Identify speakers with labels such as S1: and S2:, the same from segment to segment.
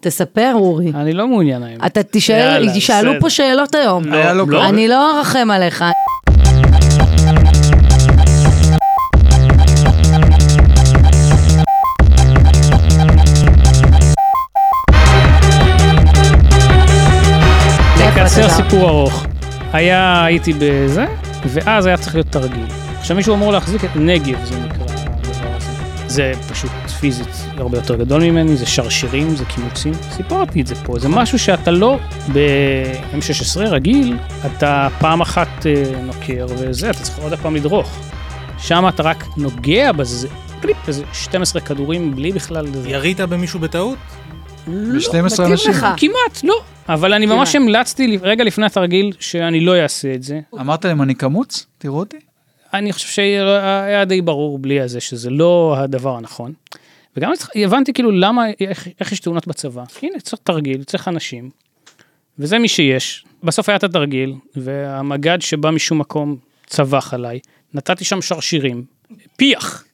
S1: תספר, אורי.
S2: אני לא מעוניין היום.
S1: אתה תישאר,
S2: יאללה,
S1: ישאלו
S2: בסדר.
S1: פה שאלות היום.
S2: היה לו
S1: לא,
S2: קרוב.
S1: אני לא ארחם עליך. איפה
S2: לקצר
S1: אתה גר?
S2: כן, סיפור ארוך. היה, הייתי בזה, ואז היה צריך להיות תרגיל. עכשיו מישהו אמור להחזיק את נגב, זה נקרא הדבר הזה. זה פשוט פיזית הרבה יותר גדול ממני, זה שרשירים, זה קימוצים. סיפרתי את זה פה, זה משהו שאתה לא ב-M16 רגיל, אתה פעם אחת אה, נוקר וזה, אתה צריך עוד פעם לדרוך. שם אתה רק נוגע בזה, זה קליפ, איזה 12 כדורים בלי בכלל... זה-
S3: ירית במישהו בטעות?
S2: לא,
S3: ב- 12
S1: מתאים
S3: אנשים.
S1: לך.
S2: כמעט, לא. אבל אני ממש
S1: אה. כמעט.
S2: המלצתי לי- רגע לפני התרגיל שאני לא אעשה את זה.
S3: אמרת להם אני קמוץ? תראו אותי.
S2: אה, אני חושב שהיה די ברור בלי הזה שזה לא הדבר הנכון. וגם צריך- הבנתי כאילו למה, איך, איך יש תאונות בצבא. הנה, צריך תרגיל, צריך אנשים. וזה מי שיש. בסוף היה את התרגיל, והמג"ד שבא משום מקום צווח עליי. נתתי שם שרשירים. פיח.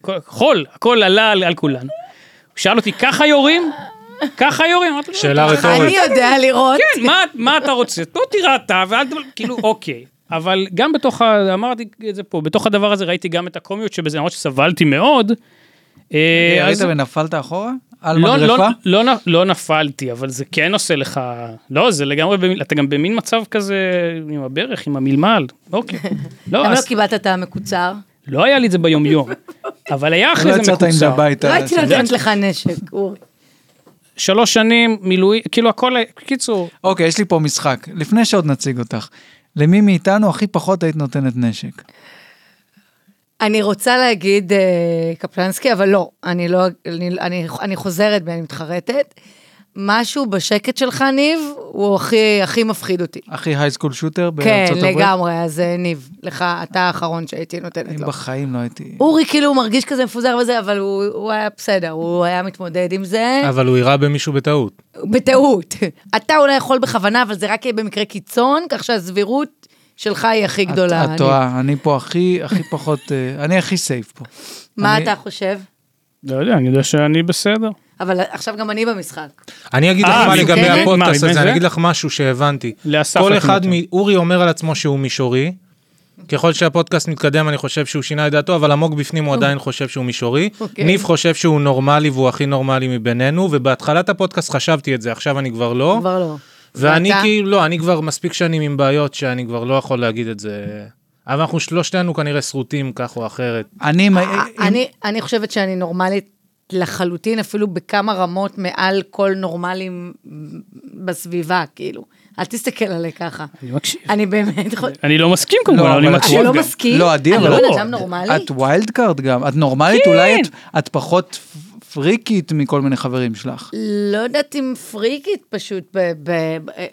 S2: כל- חול, הכל עלה על, על כולן. הוא שאל אותי, ככה יורים? ככה יורים? אמרתי לו, "לא,
S4: שאלה
S1: אני
S4: רטורית.
S1: יודע לראות.
S2: כן, מה, מה אתה רוצה? לא תירא אתה, ואל תבל... כאילו, אוקיי. אבל גם בתוך, ה... אמרתי את זה פה, בתוך הדבר הזה ראיתי גם את הקומיות שבזה, למרות שסבלתי מאוד. אה,
S3: ירית
S2: אז-
S3: ונפלת אחורה? על
S2: לא, לא,
S3: מגרפה?
S2: לא, נ- לא נפלתי, אבל זה כן עושה לך... לא, זה לגמרי, במ- אתה גם במין מצב כזה עם הברך, עם המלמל. אוקיי. לא,
S1: למה לא
S2: אז,
S1: קיבלת את המקוצר?
S2: לא היה לי את זה ביומיום, אבל היה
S3: לא
S2: אחרי זה
S3: יצאת עם זה
S2: מקוצר.
S3: הביתה.
S1: לא הייתי
S3: זה-
S1: נותנת לך נשק, אורי.
S2: שלוש שנים, מילואים, כאילו הכל, קיצור,
S3: אוקיי, יש לי פה משחק. לפני שעוד נציג אותך, למי מאיתנו הכי פחות היית נותנת נשק?
S1: אני רוצה להגיד אה, קפלנסקי, אבל לא, אני לא, אני, אני, אני חוזרת בי, אני מתחרטת. משהו בשקט שלך, ניב, הוא הכי, הכי מפחיד אותי.
S3: הכי הייסקול שוטר
S1: כן,
S3: בארצות הברית?
S1: לגמרי, אז אה, ניב, לך, אתה האחרון שהייתי נותנת
S3: אני
S1: לו.
S3: בחיים לא הייתי...
S1: אורי כאילו הוא מרגיש כזה מפוזר וזה, אבל הוא, הוא היה בסדר, הוא היה מתמודד עם זה,
S4: אבל הוא יירה במישהו בטעות.
S1: בטעות. אתה אולי יכול בכוונה, אבל זה רק יהיה במקרה קיצון, כך שהסבירות שלך היא הכי
S3: את-
S1: גדולה.
S3: את
S1: ניב.
S3: טועה, אני פה הכי, הכי פחות, אה, אני הכי סייף פה.
S1: מה
S3: אני-
S1: אתה חושב?
S2: לא יודע, אני יודע שאני בסדר.
S1: אבל עכשיו גם אני במשחק.
S4: אני אגיד לך
S2: אה,
S4: מה
S2: מי-
S4: לגבי
S2: כן?
S4: הפודקאסט
S2: מה,
S4: הזה,
S2: מי
S4: אני
S2: זה?
S4: אגיד לך משהו שהבנתי.
S2: לאסף
S4: כל
S2: נתנו
S4: אחד,
S2: אותו.
S4: מ- אורי אומר על עצמו שהוא מישורי. ככל שהפודקאסט מתקדם, אני חושב שהוא שינה את דעתו, אבל עמוק בפנים הוא עדיין חושב שהוא מישורי.
S1: אוקיי.
S4: ניב חושב שהוא נורמלי והוא הכי נורמלי מבינינו, ובהתחלת הפודקאסט חשבתי את זה, עכשיו אני כבר לא.
S1: כבר לא.
S4: ואני
S1: ואתה?
S4: כאילו, לא, אני כבר מספיק שנים עם בעיות שאני כבר לא יכול להגיד את זה. אבל אנחנו שלושתנו כנראה שרוטים כך או אחרת.
S3: אני, אה, אם-
S1: אה, אני, אני חושבת שאני נורמלית לחלוטין, אפילו בכמה רמות מעל כל נורמלים בסביבה, כאילו. אל תסתכל עליי ככה.
S2: אני מקשיב.
S1: אני באמת חושבת...
S2: אני לא מסכים כמובן,
S3: לא,
S2: אבל אני
S3: אבל-
S2: מקשיב.
S1: אתה לא
S2: גם.
S1: מסכים?
S3: לא, עדי,
S1: אני
S3: אבל-
S1: לא
S2: לא.
S1: בן אדם נורמלי?
S3: את ווילד קארד גם, את
S1: כן.
S3: נורמלית, אולי את- את פחות פריקית מכל מיני חברים שלך.
S1: לא יודעת אם פריקית פשוט ב... ב... ב- אה,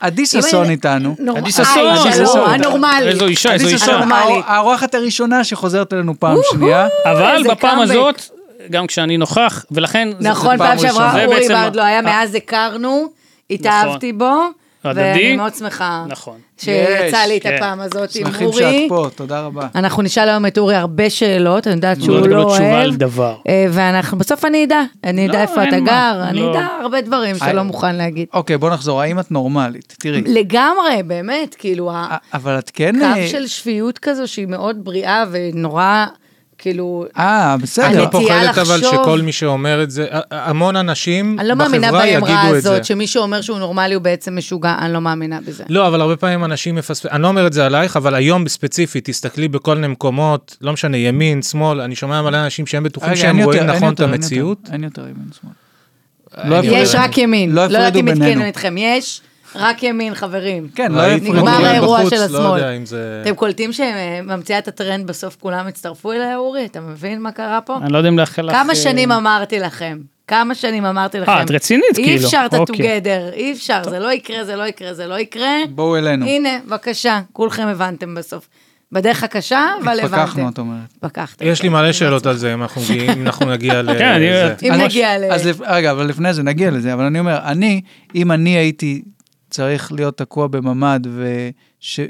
S3: עדי
S1: אם
S3: ששון
S1: אני-
S3: איתנו.
S1: נורמ- אה, לא,
S2: עדי ששון,
S1: היי,
S2: עדי
S1: שלום,
S2: ששון.
S1: הנורמלית.
S2: איזו אישה,
S3: עדי
S2: איזו אישה.
S3: ששון,
S1: הנורמלית.
S3: האור- האורחת הראשונה שחוזרת אלינו פעם שנייה.
S2: אבל
S1: איזה
S2: בפעם
S1: קאמבק.
S2: הזאת, גם כשאני נוכח, ולכן... זה-
S1: נכון,
S3: זה פעם
S1: פעם שעברה
S2: ראשונה.
S1: אורי
S2: זה בעצם- נכון.
S1: ברד לא היה, מאז הכרנו, התאהבתי בו,
S2: הדדי.
S1: ואני מאוד שמחה
S2: נכון.
S1: שיצא לי את
S2: כן.
S1: הפעם הזאת עם
S3: שמחים שאת
S1: אורי.
S3: פה, תודה רבה.
S1: אנחנו נשאל היום את אורי הרבה שאלות, אני יודעת
S2: לא
S1: שהוא
S2: תקבל
S1: לא
S2: תשובה
S1: אוהב.
S2: על דבר.
S1: אה, ואנחנו, בסוף אני אדע, אני אדע
S2: לא,
S1: איפה
S2: אין
S1: אתה
S2: מה,
S1: גר, אני
S2: לא.
S1: אדע הרבה דברים שאתה
S3: אה,
S1: לא מוכן להגיד.
S3: אוקיי, בוא נחזור, האם את נורמלית? תראי,
S1: לא. לגמרי, באמת, כאילו,
S3: א- אבל את כן...
S1: הקו
S3: אה,
S1: של שפיות כזו שהיא מאוד בריאה ונורא, כאילו,
S3: אה,
S1: אני
S4: אני
S3: בסדר.
S4: לא
S1: הנטייה
S4: פוחדת אבל
S1: לחשוב-
S4: שכל מי שאומר את זה, ה- המון אנשים
S1: אני לא מאמינה
S4: בחברה
S1: באמרה
S4: יגידו את זה.
S1: הזאת, שמי שאומר שהוא נורמלי הוא בעצם משוגע, אני לא מאמינה בזה.
S4: לא, אבל הרבה פעמים אנשים מפספסים, אני לא אומר את זה עלייך, אבל היום ספציפית, תסתכלי בכל מיני מקומות, לא משנה, ימין, שמאל, אני שומע מלא אנשים שהם בטוחים
S3: רגע,
S4: שהם
S3: אין אוקיי, יותר,
S4: רואים
S3: אין
S4: נכון את
S3: יותר, אין יותר.
S4: המציאות.
S3: אין יותר ימין שמאל.
S4: לא
S1: יש
S4: הפרידו.
S1: רק ימין,
S3: לא
S1: לא יודעת אם
S3: הפרידו בינינו.
S1: התקנו אתכם, יש רק ימין, חברים.
S3: כן, לא
S4: ראיתי
S3: הפרידו.
S1: נגמר
S4: בחורים
S1: האירוע
S4: בחוץ,
S1: של
S4: לא
S1: השמאל.
S4: יודע אם זה-
S1: אתם קולטים שממציאה את הטרנד, בסוף כולם הצטרפו אליה, אורי? אתה מבין מה קרה פה?
S2: אני לא יודע אם לאחל לך...
S1: כמה
S2: אה,
S1: שנים אמרתי לכם? כמה שנים אמרתי לכם?
S2: את רצינית,
S1: אי
S2: כאילו.
S1: אפשר את
S2: אוקיי.
S1: ה-together, אי אפשר, זה לא יקרה, זה לא יקרה, זה לא יקרה.
S3: בואו אלינו.
S1: הנה, בבקשה, כולכם הבנתם בסוף. בדרך הקשה, אבל הבנתם.
S3: התפכחנו, את אומרת.
S1: התפכחתם.
S4: יש לי מלא שאלות על זה, אם אנחנו מגיעים- אם אנחנו נגיע ל...
S2: כן, אני-
S4: זה.
S1: אם
S3: אז-
S1: נגיע ל...
S3: לא אז לפ- רגע, אבל לפני זה נגיע לזה, אבל אני אומר, אני, אם אני הייתי צריך להיות תקוע בממ"ד, וש-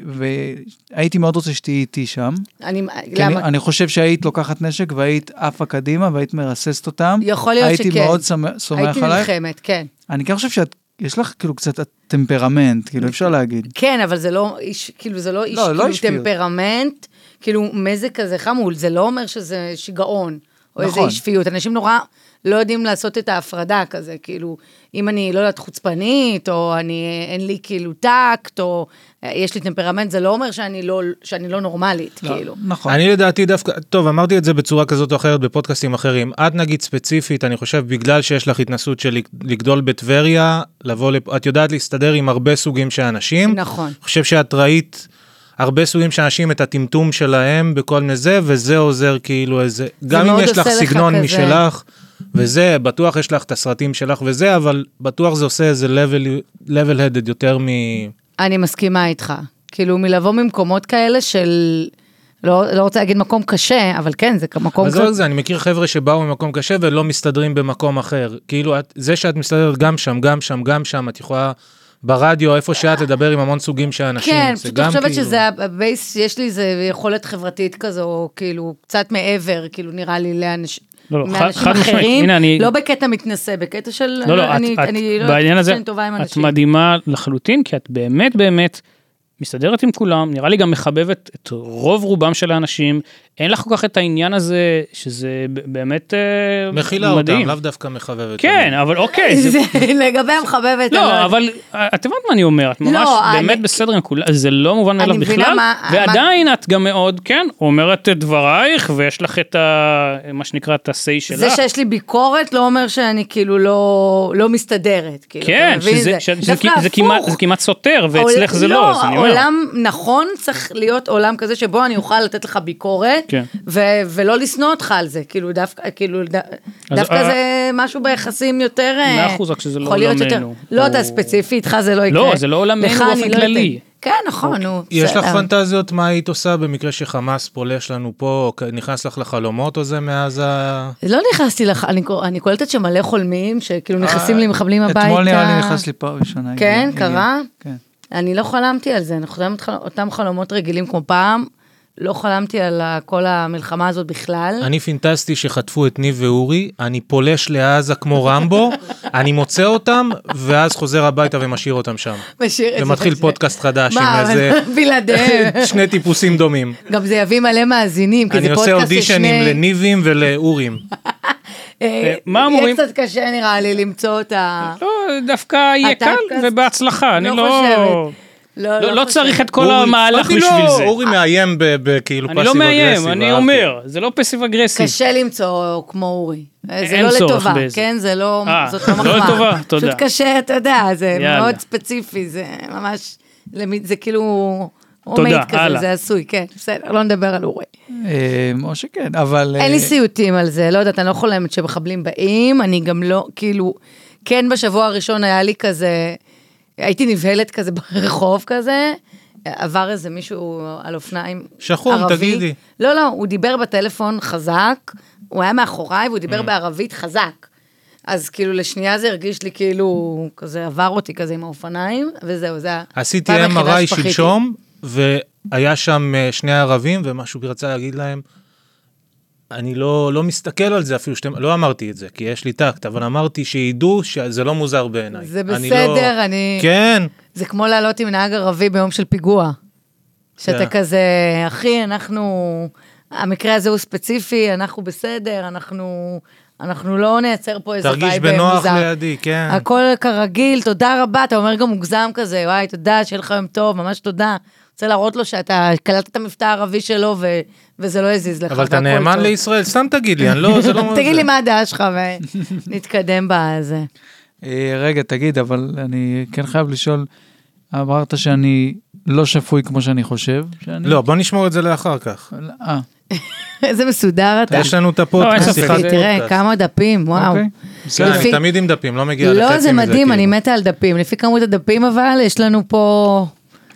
S3: והייתי מאוד רוצה שתהיי איתי שם,
S1: אני...
S3: כי אני-
S1: למה?
S3: כן, אני חושב שהיית לוקחת נשק והיית עפה קדימה והיית מרססת אותם.
S1: יכול להיות שכן.
S3: הייתי מאוד שמח- סומך
S1: הייתי
S3: עלייך.
S1: נלחמת, כן.
S3: אני כן חושב שאת, יש לך כאילו קצת טמפרמנט, כאילו אפשר להגיד.
S1: כן, אבל זה לא איש, כאילו זה לא איש,
S3: לא, לא
S1: כאילו
S3: איש פיוט.
S1: טמפרמנט, כאילו מזג כזה חמול, זה לא אומר שזה שיגעון, או איזה
S3: נכון.
S1: איש פיוט. אנשים נורא לא יודעים לעשות את ההפרדה כזה, כאילו, אם אני, לא יודעת, חוצפנית, או אני, אין לי כאילו טקט, או אה, יש לי טמפרמנט, זה לא אומר שאני לא, שאני לא נורמלית,
S3: לא,
S1: כאילו.
S3: נכון.
S4: אני לדעתי דווקא, טוב, אמרתי את זה בצורה כזאת או אחרת בפודקאסטים אחרים. את נגיד ספציפית, אני חושב, בגלל שיש לך התנסות של לגדול בטבריה, לבוא לפה, את יודעת להסתדר עם הרבה סוגים של אנשים.
S1: נכון.
S4: אני חושב שאת ראית הרבה סוגים של אנשים, את הטמטום שלהם בכל מיני זה, וזה עוזר כאילו איזה, גם אם
S1: מאוד
S4: יש לך
S1: עושה לך
S4: סגנון
S1: כזה.
S4: משלך, וזה, בטוח יש לך את הסרטים שלך וזה, אבל בטוח זה עושה איזה level, level headed יותר מ...
S1: אני מסכימה איתך. כאילו, מלבוא ממקומות כאלה של... לא, לא רוצה להגיד מקום קשה, אבל כן, זה מקום
S4: אבל זה לא
S1: קצת...
S4: רק זה, אני מכיר חבר'ה שבאו ממקום קשה ולא מסתדרים במקום אחר. כאילו, את, זה שאת מסתדרת גם שם, גם שם, גם שם, את יכולה ברדיו, איפה שאת, לדבר עם המון סוגים של אנשים.
S1: כן,
S4: זה
S1: פשוט
S4: גם
S1: אני חושבת
S4: כאילו-
S1: שזה הבייס, יש לי איזה יכולת חברתית כזו, כאילו, קצת מעבר, כאילו, נראה לי, לאנש-
S2: לא, לא, חד-
S1: מאנשים
S2: חד משמעית.
S1: אחרים,
S2: הנה, אני-
S1: לא בקטע מתנשא, בקטע של...
S2: לא, לא,
S1: אני,
S2: את, את
S1: אני לא
S2: בעניין
S1: חושבת
S2: הזה,
S1: שאני טובה עם
S2: את
S1: אנשים.
S2: מדהימה לחלוטין, כי את באמת באמת מסתדרת עם כולם, נראה לי גם מחבבת את רוב רובם של האנשים, אין לך כל כך את העניין הזה, שזה ב- באמת אה,
S4: מכילה אותם,
S2: מדהים.
S4: לאו דווקא מחבבת.
S2: כן, אבל אוקיי, זה...
S1: זה- לגבי המחבבת, אני
S2: לא,
S1: יודעת.
S2: אבל אה, את הבנת מה אני אומר, את ממש
S1: לא, אני-
S2: באמת בסדר עם כולם, זה לא מובן
S1: אני
S2: מאליו
S1: מבינה
S2: בכלל,
S1: מה-
S2: ועדיין את גם מאוד, כן, אומרת את דברייך, ויש לך את ה... מה שנקרא את ה-say שלך.
S1: זה שיש לי ביקורת לא אומר שאני כאילו לא, לא מסתדרת. כאילו,
S2: כן,
S1: אתה מבין?
S2: שזה-
S1: זה,
S2: שזה-
S1: דווקא
S2: זה- זה כמעט-
S1: הפוך.
S2: זה כמעט סותר, ואצלך
S1: העול-
S2: זה לא, אז אני אומר.
S1: העולם נכון צריך להיות עולם כזה שבו אני אוכל לתת לך ביקורת,
S2: כן.
S1: ו- ולא לשנוא אותך על זה, כאילו דווקא, כאילו, ד- דווקא
S2: אה,
S1: זה משהו ביחסים יותר... אה,
S2: מאה אחוז, רק שזה לא
S1: יכול להיות
S2: עולמנו.
S1: יותר- לא, אתה
S2: או-
S1: ספציפי, איתך זה לא יקרה.
S2: לא, זה לא עולמנו
S1: לך אני
S2: באופן
S1: לא
S2: כללי. אוקיי.
S1: אתן. כן, נכון, נו.
S4: יש לך
S1: בסדר.
S4: פנטזיות מה היית עושה במקרה שחמאס פולש לנו פה, או נכנס לך לחלומות או זה מאז ה...
S1: לא נכנסתי לך, אני קו- אני קולטת שמלא חולמים, שכאילו נכנסים לי מחבלים הביתה.
S3: אה, אתמול נראה לי נכנס לי פעם ראשונה.
S1: כן,
S3: הגיע- הגיע.
S1: קרה?
S3: כן.
S1: אני לא חלמתי על זה, אני חולמת חל- אותם חלומות רגילים כמו פעם, לא חלמתי על ה- כל המלחמה הזאת בכלל.
S4: אני פינטסטי שחטפו את ניב ואורי, אני פולש לעזה כמו רמבו, אני מוצא אותם, ואז חוזר הביתה ומשאיר אותם שם.
S1: משאיר את זה.
S4: ומתחיל
S1: זה-
S4: פודקאסט חדש
S1: מה,
S4: עם איזה...
S1: אבל בלעדיהם.
S4: שני טיפוסים דומים.
S1: גם זה יביא מלא מאזינים, כי זה
S4: אני
S1: פודקאסט
S4: עושה
S1: של שני...
S4: אודישנים לניבים ולאורים.
S1: אה,
S2: מה אמורים?
S1: יהיה קצת קשה נראה לי למצוא את ה...
S2: לא, דווקא יהיה
S1: אתה
S2: קל
S1: כזה-
S2: ובהצלחה, אני לא...
S1: חושבת. לא,
S2: לא- לא
S1: חושבת.
S2: צריך את כל
S4: אורי-
S2: המהלך
S4: אמרתי,
S2: בשביל
S4: לא,
S2: זה.
S4: אורי מאיים ב- ב- כאילו
S2: אני לא
S4: פאסיב אגרסיב.
S2: מאיים, אני
S4: אהבתי.
S2: אומר, זה לא פסיב אגרסיב.
S1: קשה למצוא כמו אורי. אה, זה
S2: אין
S1: לא
S2: צורך
S1: לטובה,
S2: בזה.
S1: כן? זה לא,
S2: אה,
S1: זאת לא
S2: לא
S1: מחמאה.
S2: לטובה, תודה.
S1: פשוט קשה, אתה יודע, זה
S2: יאללה.
S1: מאוד ספציפי, זה ממש, למי- זה כאילו...
S2: תודה,
S1: עומד כזה,
S2: הלאה.
S1: זה עשוי, כן, בסדר, לא נדבר על אורי.
S3: אה, או שכן, אבל...
S1: אין
S3: אה,
S1: לי סיוטים על זה, לא יודעת, אני לא חולמת שמחבלים באים, אני גם לא, כאילו, כן בשבוע הראשון היה לי כזה, הייתי נבהלת כזה ברחוב כזה, עבר איזה מישהו על אופניים
S4: שחום, תגידי.
S1: לא, לא, הוא דיבר בטלפון חזק, הוא היה מאחוריי והוא דיבר בערבית חזק. אז כאילו לשנייה זה הרגיש לי כאילו, כזה עבר אותי כזה עם האופניים, וזהו, זה היה...
S4: עשיתי
S1: הפעם היחידה
S4: MRI
S1: שפחיתי.
S4: שלשום, והיה שם אה, שני ערבים, ומשהו בי רצה להגיד להם, אני לא, לא מסתכל על זה אפילו, שאתם, לא אמרתי את זה, כי יש לי טקט, אבל אמרתי שידעו שזה לא מוזר בעיניי.
S1: זה
S4: אני
S1: בסדר,
S4: לא...
S1: אני-
S4: כן,
S1: זה כמו לעלות עם נהג ערבי ביום של פיגוע. שאתה
S4: כן.
S1: כזה, אחי, אנחנו, המקרה הזה הוא ספציפי, אנחנו בסדר, אנחנו, אנחנו לא נייצר פה איזה
S4: תרגיש
S1: וייב אה,
S4: בנוח
S1: מוזר.
S4: לידי, כן.
S1: הכל כרגיל, תודה רבה, אתה אומר גם מוגזם כזה, וואי, תודה, שיהיה לך יום טוב, ממש תודה. רוצה להראות לו שאתה קלטת את המבטא הערבי שלו ו- וזה לא הזיז לך.
S4: אבל אתה
S1: והכל
S4: נאמן
S1: טוב.
S4: לישראל, סתם תגיד לי, אני לא, זה לא...
S1: תגיד
S4: זה.
S1: לי מה הדעה שלך ונתקדם בזה.
S3: אה, רגע, תגיד, אבל אני כן חייב לשאול, אמרת שאני לא שפוי כמו שאני חושב? שאני-
S4: לא, בוא נשמור את זה לאחר כך.
S3: אה,
S1: איזה מסודר אתה.
S4: יש לנו את
S2: אין
S4: הפודקאסט,
S2: ספק.
S4: שיחת
S1: יופי, לא, תראה,
S4: פודקאסט.
S1: כמה דפים, וואו.
S3: אוקיי.
S4: כן,
S1: לפי-
S4: אני תמיד עם דפים, לא מגיע לחצי מזה.
S1: לא, זה מדהים, אני
S4: כאילו.
S1: מתה על דפים. לפי כמות הדפים אבל, יש לנו פה...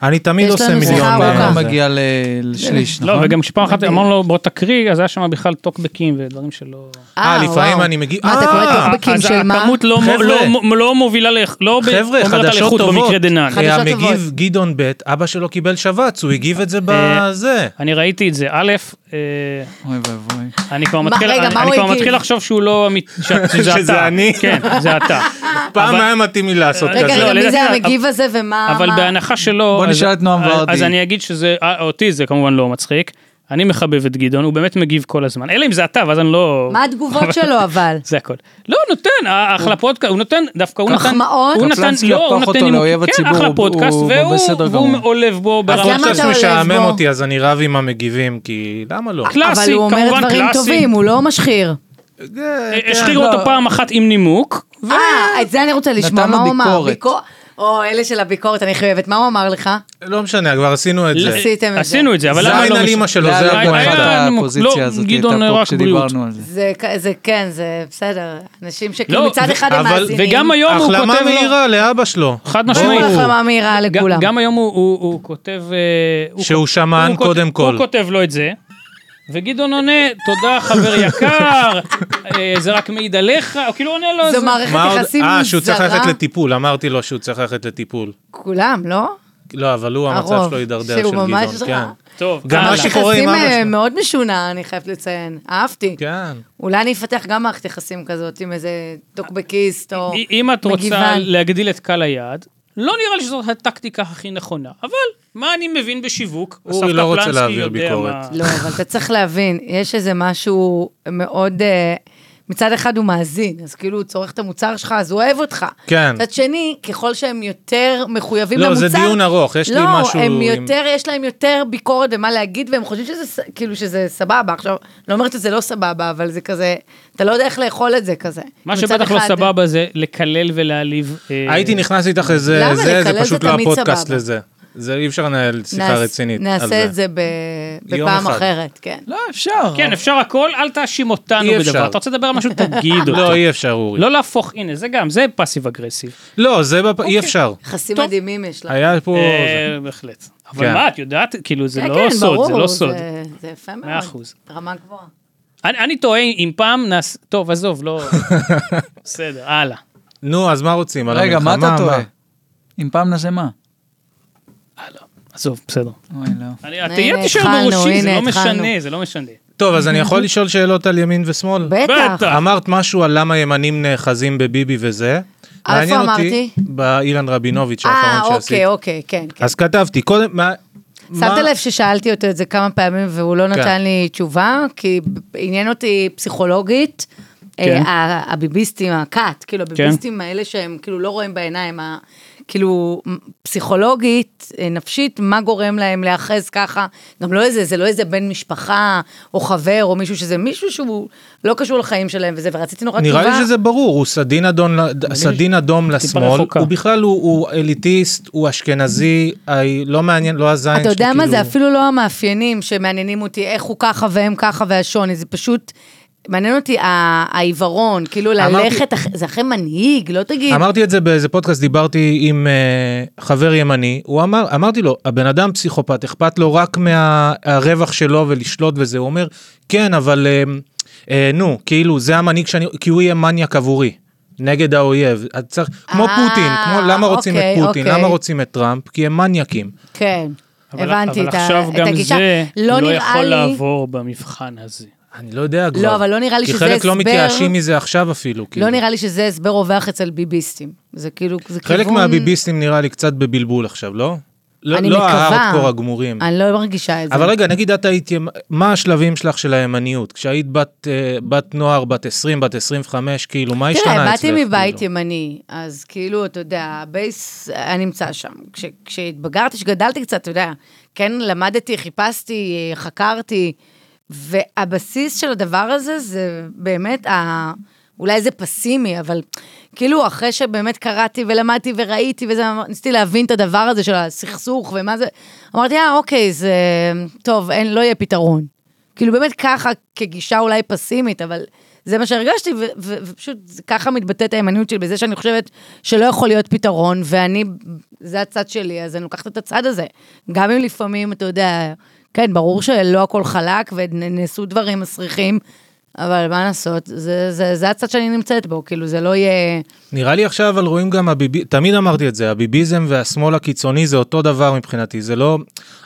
S4: אני תמיד
S1: יש
S4: עושה
S1: לנו שיחה
S4: מיליון.
S1: ארוכה.
S3: פעם
S4: אה,
S1: אוקיי.
S3: לא
S4: זה.
S3: מגיע ל- לשליש,
S2: לא,
S3: נכון?
S2: וגם כשפעם אחת אמרנו לו, בוא תקריא, אז היה שם בכלל טוקבקים ודברים שלא...
S4: אה, לפעמים
S1: וואו.
S4: אני מגיע-
S1: מה, אתה
S4: אה,
S1: קורא טוקבקים
S2: אז
S1: של מה?
S2: הכמות לא מ-
S4: חבר'ה.
S2: לא מ- לא מובילה ל... לא ב-
S4: חבר'ה,
S2: אומרת על
S4: חדשות
S2: איכות
S4: טובות. אה,
S2: במקרה דנן.
S1: חדשות
S4: היה
S1: טובות.
S4: מגיב גדעון ב', אבא שלו קיבל שבץ, הוא הגיב את זה
S2: אה,
S4: בזה.
S2: אני ראיתי את זה, א', אה,
S3: אוי ואבוי.
S2: אני כבר
S1: מה,
S2: מתחיל,
S1: רגע,
S2: אני,
S1: מה
S2: אני
S1: הוא
S2: כבר
S1: הגיב?
S2: מתחיל לחשוב שהוא לא אמיתי, ש- שזה אתה.
S4: שזה אני?
S2: כן, זה אתה.
S4: פעם
S2: אבל-
S4: היה מתאים לי לעשות
S1: רגע,
S2: אז
S4: כזה.
S2: לא,
S1: רגע, מי זה
S2: לדעתי,
S1: המגיב הזה ומה...
S2: אבל
S1: מה-
S2: בהנחה שלא...
S3: בוא
S2: אז-
S3: נשאל את נועם
S2: אז-
S3: ורדי.
S2: אז אני אגיד שזה, אה, אותי זה כמובן לא מצחיק. אני מחבב את גדעון, הוא באמת מגיב כל הזמן. אלא אם זה אתה, ואז אני לא...
S1: מה התגובות שלו אבל?
S2: זה הכל. לא, הוא נותן, ה- אחלה פודקאסט, הוא נותן, דווקא הוא נתן,
S1: מחמאות?
S2: הוא נתן,
S3: קפלנסקי
S2: לא,
S3: הפך
S2: הוא נותן
S3: אותו
S2: נימוקים.
S3: לאויב
S2: כן,
S3: הציבור,
S2: אחלה
S3: הוא-
S2: פודקאסט,
S3: הוא
S2: והוא-
S3: בסדר
S2: והוא
S3: גמור.
S2: עולב בו ברמה
S1: למה
S4: הפודקאסט
S1: אתה עולב
S4: משעמם
S1: בו?
S4: אותי, אז אני רב עם המגיבים, כי למה לא?
S2: קלאסי,
S1: אבל הוא אומר
S2: כמובן
S1: דברים
S2: קלאסי.
S1: טובים, הוא לא משחיר.
S4: זה- כן.
S2: השחיר אה, אותו פעם אחת עם נימוק,
S1: אה, את זה אני רוצה לשמוע,
S3: נתן
S1: מה
S3: לו
S1: הוא אמר?
S3: ביקורת.
S1: ביקור- או, אלה של הביקורת, אני חייבת. מה הוא אמר לך?
S4: לא משנה, כבר עשינו את זה.
S1: עשיתם את זה.
S2: עשינו את זה, אבל למה
S4: זין
S2: לא...
S4: על
S2: מש-
S4: אימא שלו,
S3: זה
S4: זה
S3: היה
S2: היה-
S3: פה
S4: הפואנטה.
S2: היה-
S3: אחת
S2: נימוק.
S3: הפוזיציה
S2: לא,
S3: הזאת, הייתה
S2: גדעון
S3: פה
S2: רק בריאות.
S3: כשדיברנו על זה.
S1: זה, כ- זה כן, זה בסדר. אנשים שכאילו
S2: לא,
S1: מצד
S2: ו-
S1: אחד הם
S4: אבל-
S1: מאזינים.
S2: וגם היום הוא כותב לו...
S4: החלמה מהירה לאבא שלו.
S2: חד
S4: ברור.
S2: משמעית.
S1: ברור, החלמה מהירה
S2: גם-
S1: לכולם.
S2: גם היום הוא- הוא הוא כותב... אה, הוא
S4: שהוא
S2: כות-
S4: שמען
S2: הוא כות-
S4: קודם כל.
S2: הוא כותב לו את זה. וגדעון עונה, תודה חבר יקר, אה, זה רק מעיד עליך, או כאילו עונה לו,
S1: זו
S2: זה-
S1: מערכת
S4: מה עוד?
S1: יחסים
S4: אה, שהוא צריך ללכת
S1: זרה.
S4: לטיפול, אמרתי לו שהוא צריך ללכת לטיפול.
S1: כולם, לא?
S4: לא, אבל הוא, המצב
S1: הרוב,
S4: שלו הידרדר של
S1: שהוא ממש אה,
S4: גדעון, כן.
S1: רע.
S2: טוב,
S4: גם מה
S2: הלאה.
S4: שקורה- עם אבא
S1: יחסים
S4: שלו.
S1: אה, מאוד משונה, אני חייבת לציין. אהבתי.
S4: כן.
S1: אולי אני אפתח גם מערכת יחסים כזאת עם איזה טוקבקיסט או
S2: אם- אם את רוצה
S1: מגיוון.
S2: להגדיל את קהל היעד, לא נראה לי שזאת הטקטיקה הכי נכונה, אבל מה אני מבין בשיווק?
S4: אורי
S2: אסף
S4: לא רוצה
S2: קפלנסקי
S4: להעביר
S2: יודע
S4: ביקורת.
S2: מה-
S1: לא, אבל אתה צריך להבין, יש איזה משהו מאוד... אה, מצד אחד הוא מאזין, אז כאילו הוא צורך את המוצר שלך, אז הוא אוהב אותך.
S4: כן.
S1: מצד שני, ככל שהם יותר מחויבים
S4: לא,
S1: למוצר...
S4: זה דיון ארוך, יש לי משהו
S1: לא,
S4: עם-
S1: הם יותר, יש להם יותר ביקורת ומה להגיד, והם חושבים שזה ס- כאילו שזה סבבה. עכשיו, לא אומרת שזה לא סבבה, אבל זה כזה, אתה לא יודע איך לאכול את זה כזה.
S2: מה
S1: מצד
S2: שבטח לא
S1: אחד-
S2: סבבה זה לקלל ולהעליב. אה,
S4: הייתי נכנס איתך לזה,
S1: למה?
S4: זה זה
S1: לקלל
S4: פשוט
S1: זה
S4: לא
S1: תמיד
S4: הפודקאסט
S1: סבבה.
S4: לזה. זה אי אפשר לנהל שיחה
S1: נעש-
S4: רצינית על
S1: נעשה
S4: זה.
S1: את זה ב-
S4: יום
S1: בפעם
S4: אחד.
S1: אחרת, כן.
S3: לא, אפשר.
S2: כן, אפשר הכל, אל תאשים אותנו
S4: אה. אי
S2: בדבר.
S4: אפשר.
S2: אתה רוצה לדבר על משהו, תגיד אותו.
S4: לא, אי אפשר, אורי.
S2: לא להפוך, הנה, זה גם, זה פאסיב אגרסיב.
S4: לא, זה בפ-
S1: אוקיי.
S4: אי אפשר.
S1: יחסים
S2: טוב.
S1: מדהימים יש לך.
S4: היה פה... זה.
S2: אה, בהחלט. אבל
S4: כן.
S2: מה, את יודעת, כאילו, זה
S1: כן,
S2: לא
S1: כן,
S2: סוד, זה
S1: ברור,
S2: לא סוד.
S1: זה- זה יפה מאוד.
S2: מאה אחוז.
S1: רמה גבוהה.
S2: אני אני תוהה אם פעם נעש... טוב, עזוב, לא... בסדר, הלאה.
S4: נו, אז מה רוצים? על
S3: רגע, מה
S4: המלחמה?
S3: אתה טועה? אם פעם נעשה מה?
S2: עזוב, בסדר.
S3: אוי, לא.
S2: אני- אתה
S1: הנה,
S2: תהיה תשאר
S1: התחלנו,
S2: בראשי, זה
S1: הנה,
S2: לא
S1: התחלנו.
S2: משנה, זה לא משנה.
S4: טוב, אז אני יכול לשאול שאלות על ימין ושמאל?
S1: בטח.
S2: בטח.
S4: אמרת משהו על למה ימנים נאחזים בביבי וזה.
S1: איפה
S4: מעניין אותי,
S1: אמרתי?
S4: באילן רבינוביץ'
S1: אה,
S4: האחרון שעשית.
S1: אוקיי, אוקיי, כן. כן.
S4: אז כתבתי, קודם, מה...
S1: שמת
S4: מה-
S1: לב ששאלתי אותו את זה כמה פעמים והוא לא נתן
S4: כן.
S1: לי תשובה, כי ב- עניין אותי פסיכולוגית,
S2: כן.
S1: אה, ה- הביביסטים, הכת, כאילו
S4: כן.
S1: הביביסטים האלה שהם כאילו לא רואים בעיניים, ה- כאילו מ- פסיכולוגית, אה, נפשית, מה גורם להם להיאחז ככה, גם לא איזה, זה לא איזה בן משפחה או חבר או מישהו שזה מישהו שהוא לא קשור לחיים שלהם וזה, ורציתי נורא תשובה.
S4: נראה לי שזה ברור, הוא סדין אדום, ל- סדין אדום לשמאל,
S2: רחוקה.
S4: הוא בכלל הוא- הוא אליטיסט, הוא אשכנזי, היי, לא מעניין, לא הזין
S1: אתה יודע מה זה,
S4: שכאילו-
S1: אפילו לא המאפיינים שמעניינים אותי, איך הוא ככה והם ככה והשוני, זה פשוט, מעניין אותי ה- העיוורון, כאילו
S4: אמרתי-
S1: ללכת, אח- זה אחרי מנהיג, לא תגיד.
S4: אמרתי את זה באיזה פודקאסט, דיברתי עם אה, חבר ימני, הוא אמר, אמרתי לו, הבן אדם פסיכופת, אכפת לו רק מהרווח שלו ולשלוט וזה, הוא אומר, כן, אבל אה, אה, נו, כאילו, זה המנהיג שאני, כי הוא יהיה מניאק עבורי. נגד האויב, אז צריך, כמו
S1: אה,
S4: פוטין, כמו למה רוצים את
S1: אוקיי,
S4: פוטין,
S1: אוקיי.
S4: למה רוצים את טראמפ, כי הם מניאקים.
S1: כן,
S2: אבל-
S1: הבנתי את ה- את הגישה.
S2: אבל עכשיו גם זה לא
S1: נראה
S2: יכול
S1: לי-
S2: לעבור במבחן הזה.
S4: אני לא יודע כבר.
S1: לא, אבל לא נראה לי שזה
S4: כי חלק לא
S1: הסבר-
S4: מתייאשים מזה עכשיו אפילו. כאילו.
S1: לא נראה לי שזה הסבר רווח אצל ביביסטים. זה כאילו, זה כיוון...
S4: חלק מהביביסטים נראה לי קצת בבלבול עכשיו, לא? לא-
S1: אני
S4: לא
S1: מקווה.
S4: ההארדקור הגמורים.
S1: אני לא מרגישה את זה.
S4: אבל רגע, נגיד את היית, ימ- מה השלבים שלך של הימניות? כשהיית בת, אה, בת נוער, בת 20, בת 25, כאילו, מה השתנה אצלך?
S1: תראה, באתי מבית
S4: כאילו?
S1: ימני, אז כאילו, אתה יודע, הבייס היה נמצא שם. כש, כשהתבגרתי, כשגדלתי קצת, אתה יודע, כן, למדתי, חיפשתי, אה, חקרתי, והבסיס של הדבר הזה זה באמת, ה... אולי זה פסימי, אבל כאילו, אחרי שבאמת קראתי ולמדתי וראיתי וזה, ניסיתי להבין את הדבר הזה של הסכסוך ומה זה, אמרתי, אה, אוקיי, זה... טוב, אין, לא יהיה פתרון. כאילו באמת ככה, כגישה אולי פסימית, אבל זה מה שהרגשתי, ו- ו- ופשוט זה- ככה מתבטאת הימניות שלי, בזה שאני חושבת שלא יכול להיות פתרון, ואני, זה הצד שלי, אז אני לוקחת את הצד הזה. גם אם לפעמים, אתה יודע, כן, ברור שלא הכל חלק, ונעשו דברים מסריחים, אבל מה לעשות, זה, זה, זה הצד שאני נמצאת בו, כאילו זה לא יהיה...
S4: נראה לי עכשיו אבל רואים גם הביבי, תמיד אמרתי את זה, הביביזם והשמאל הקיצוני זה אותו דבר מבחינתי, זה לא,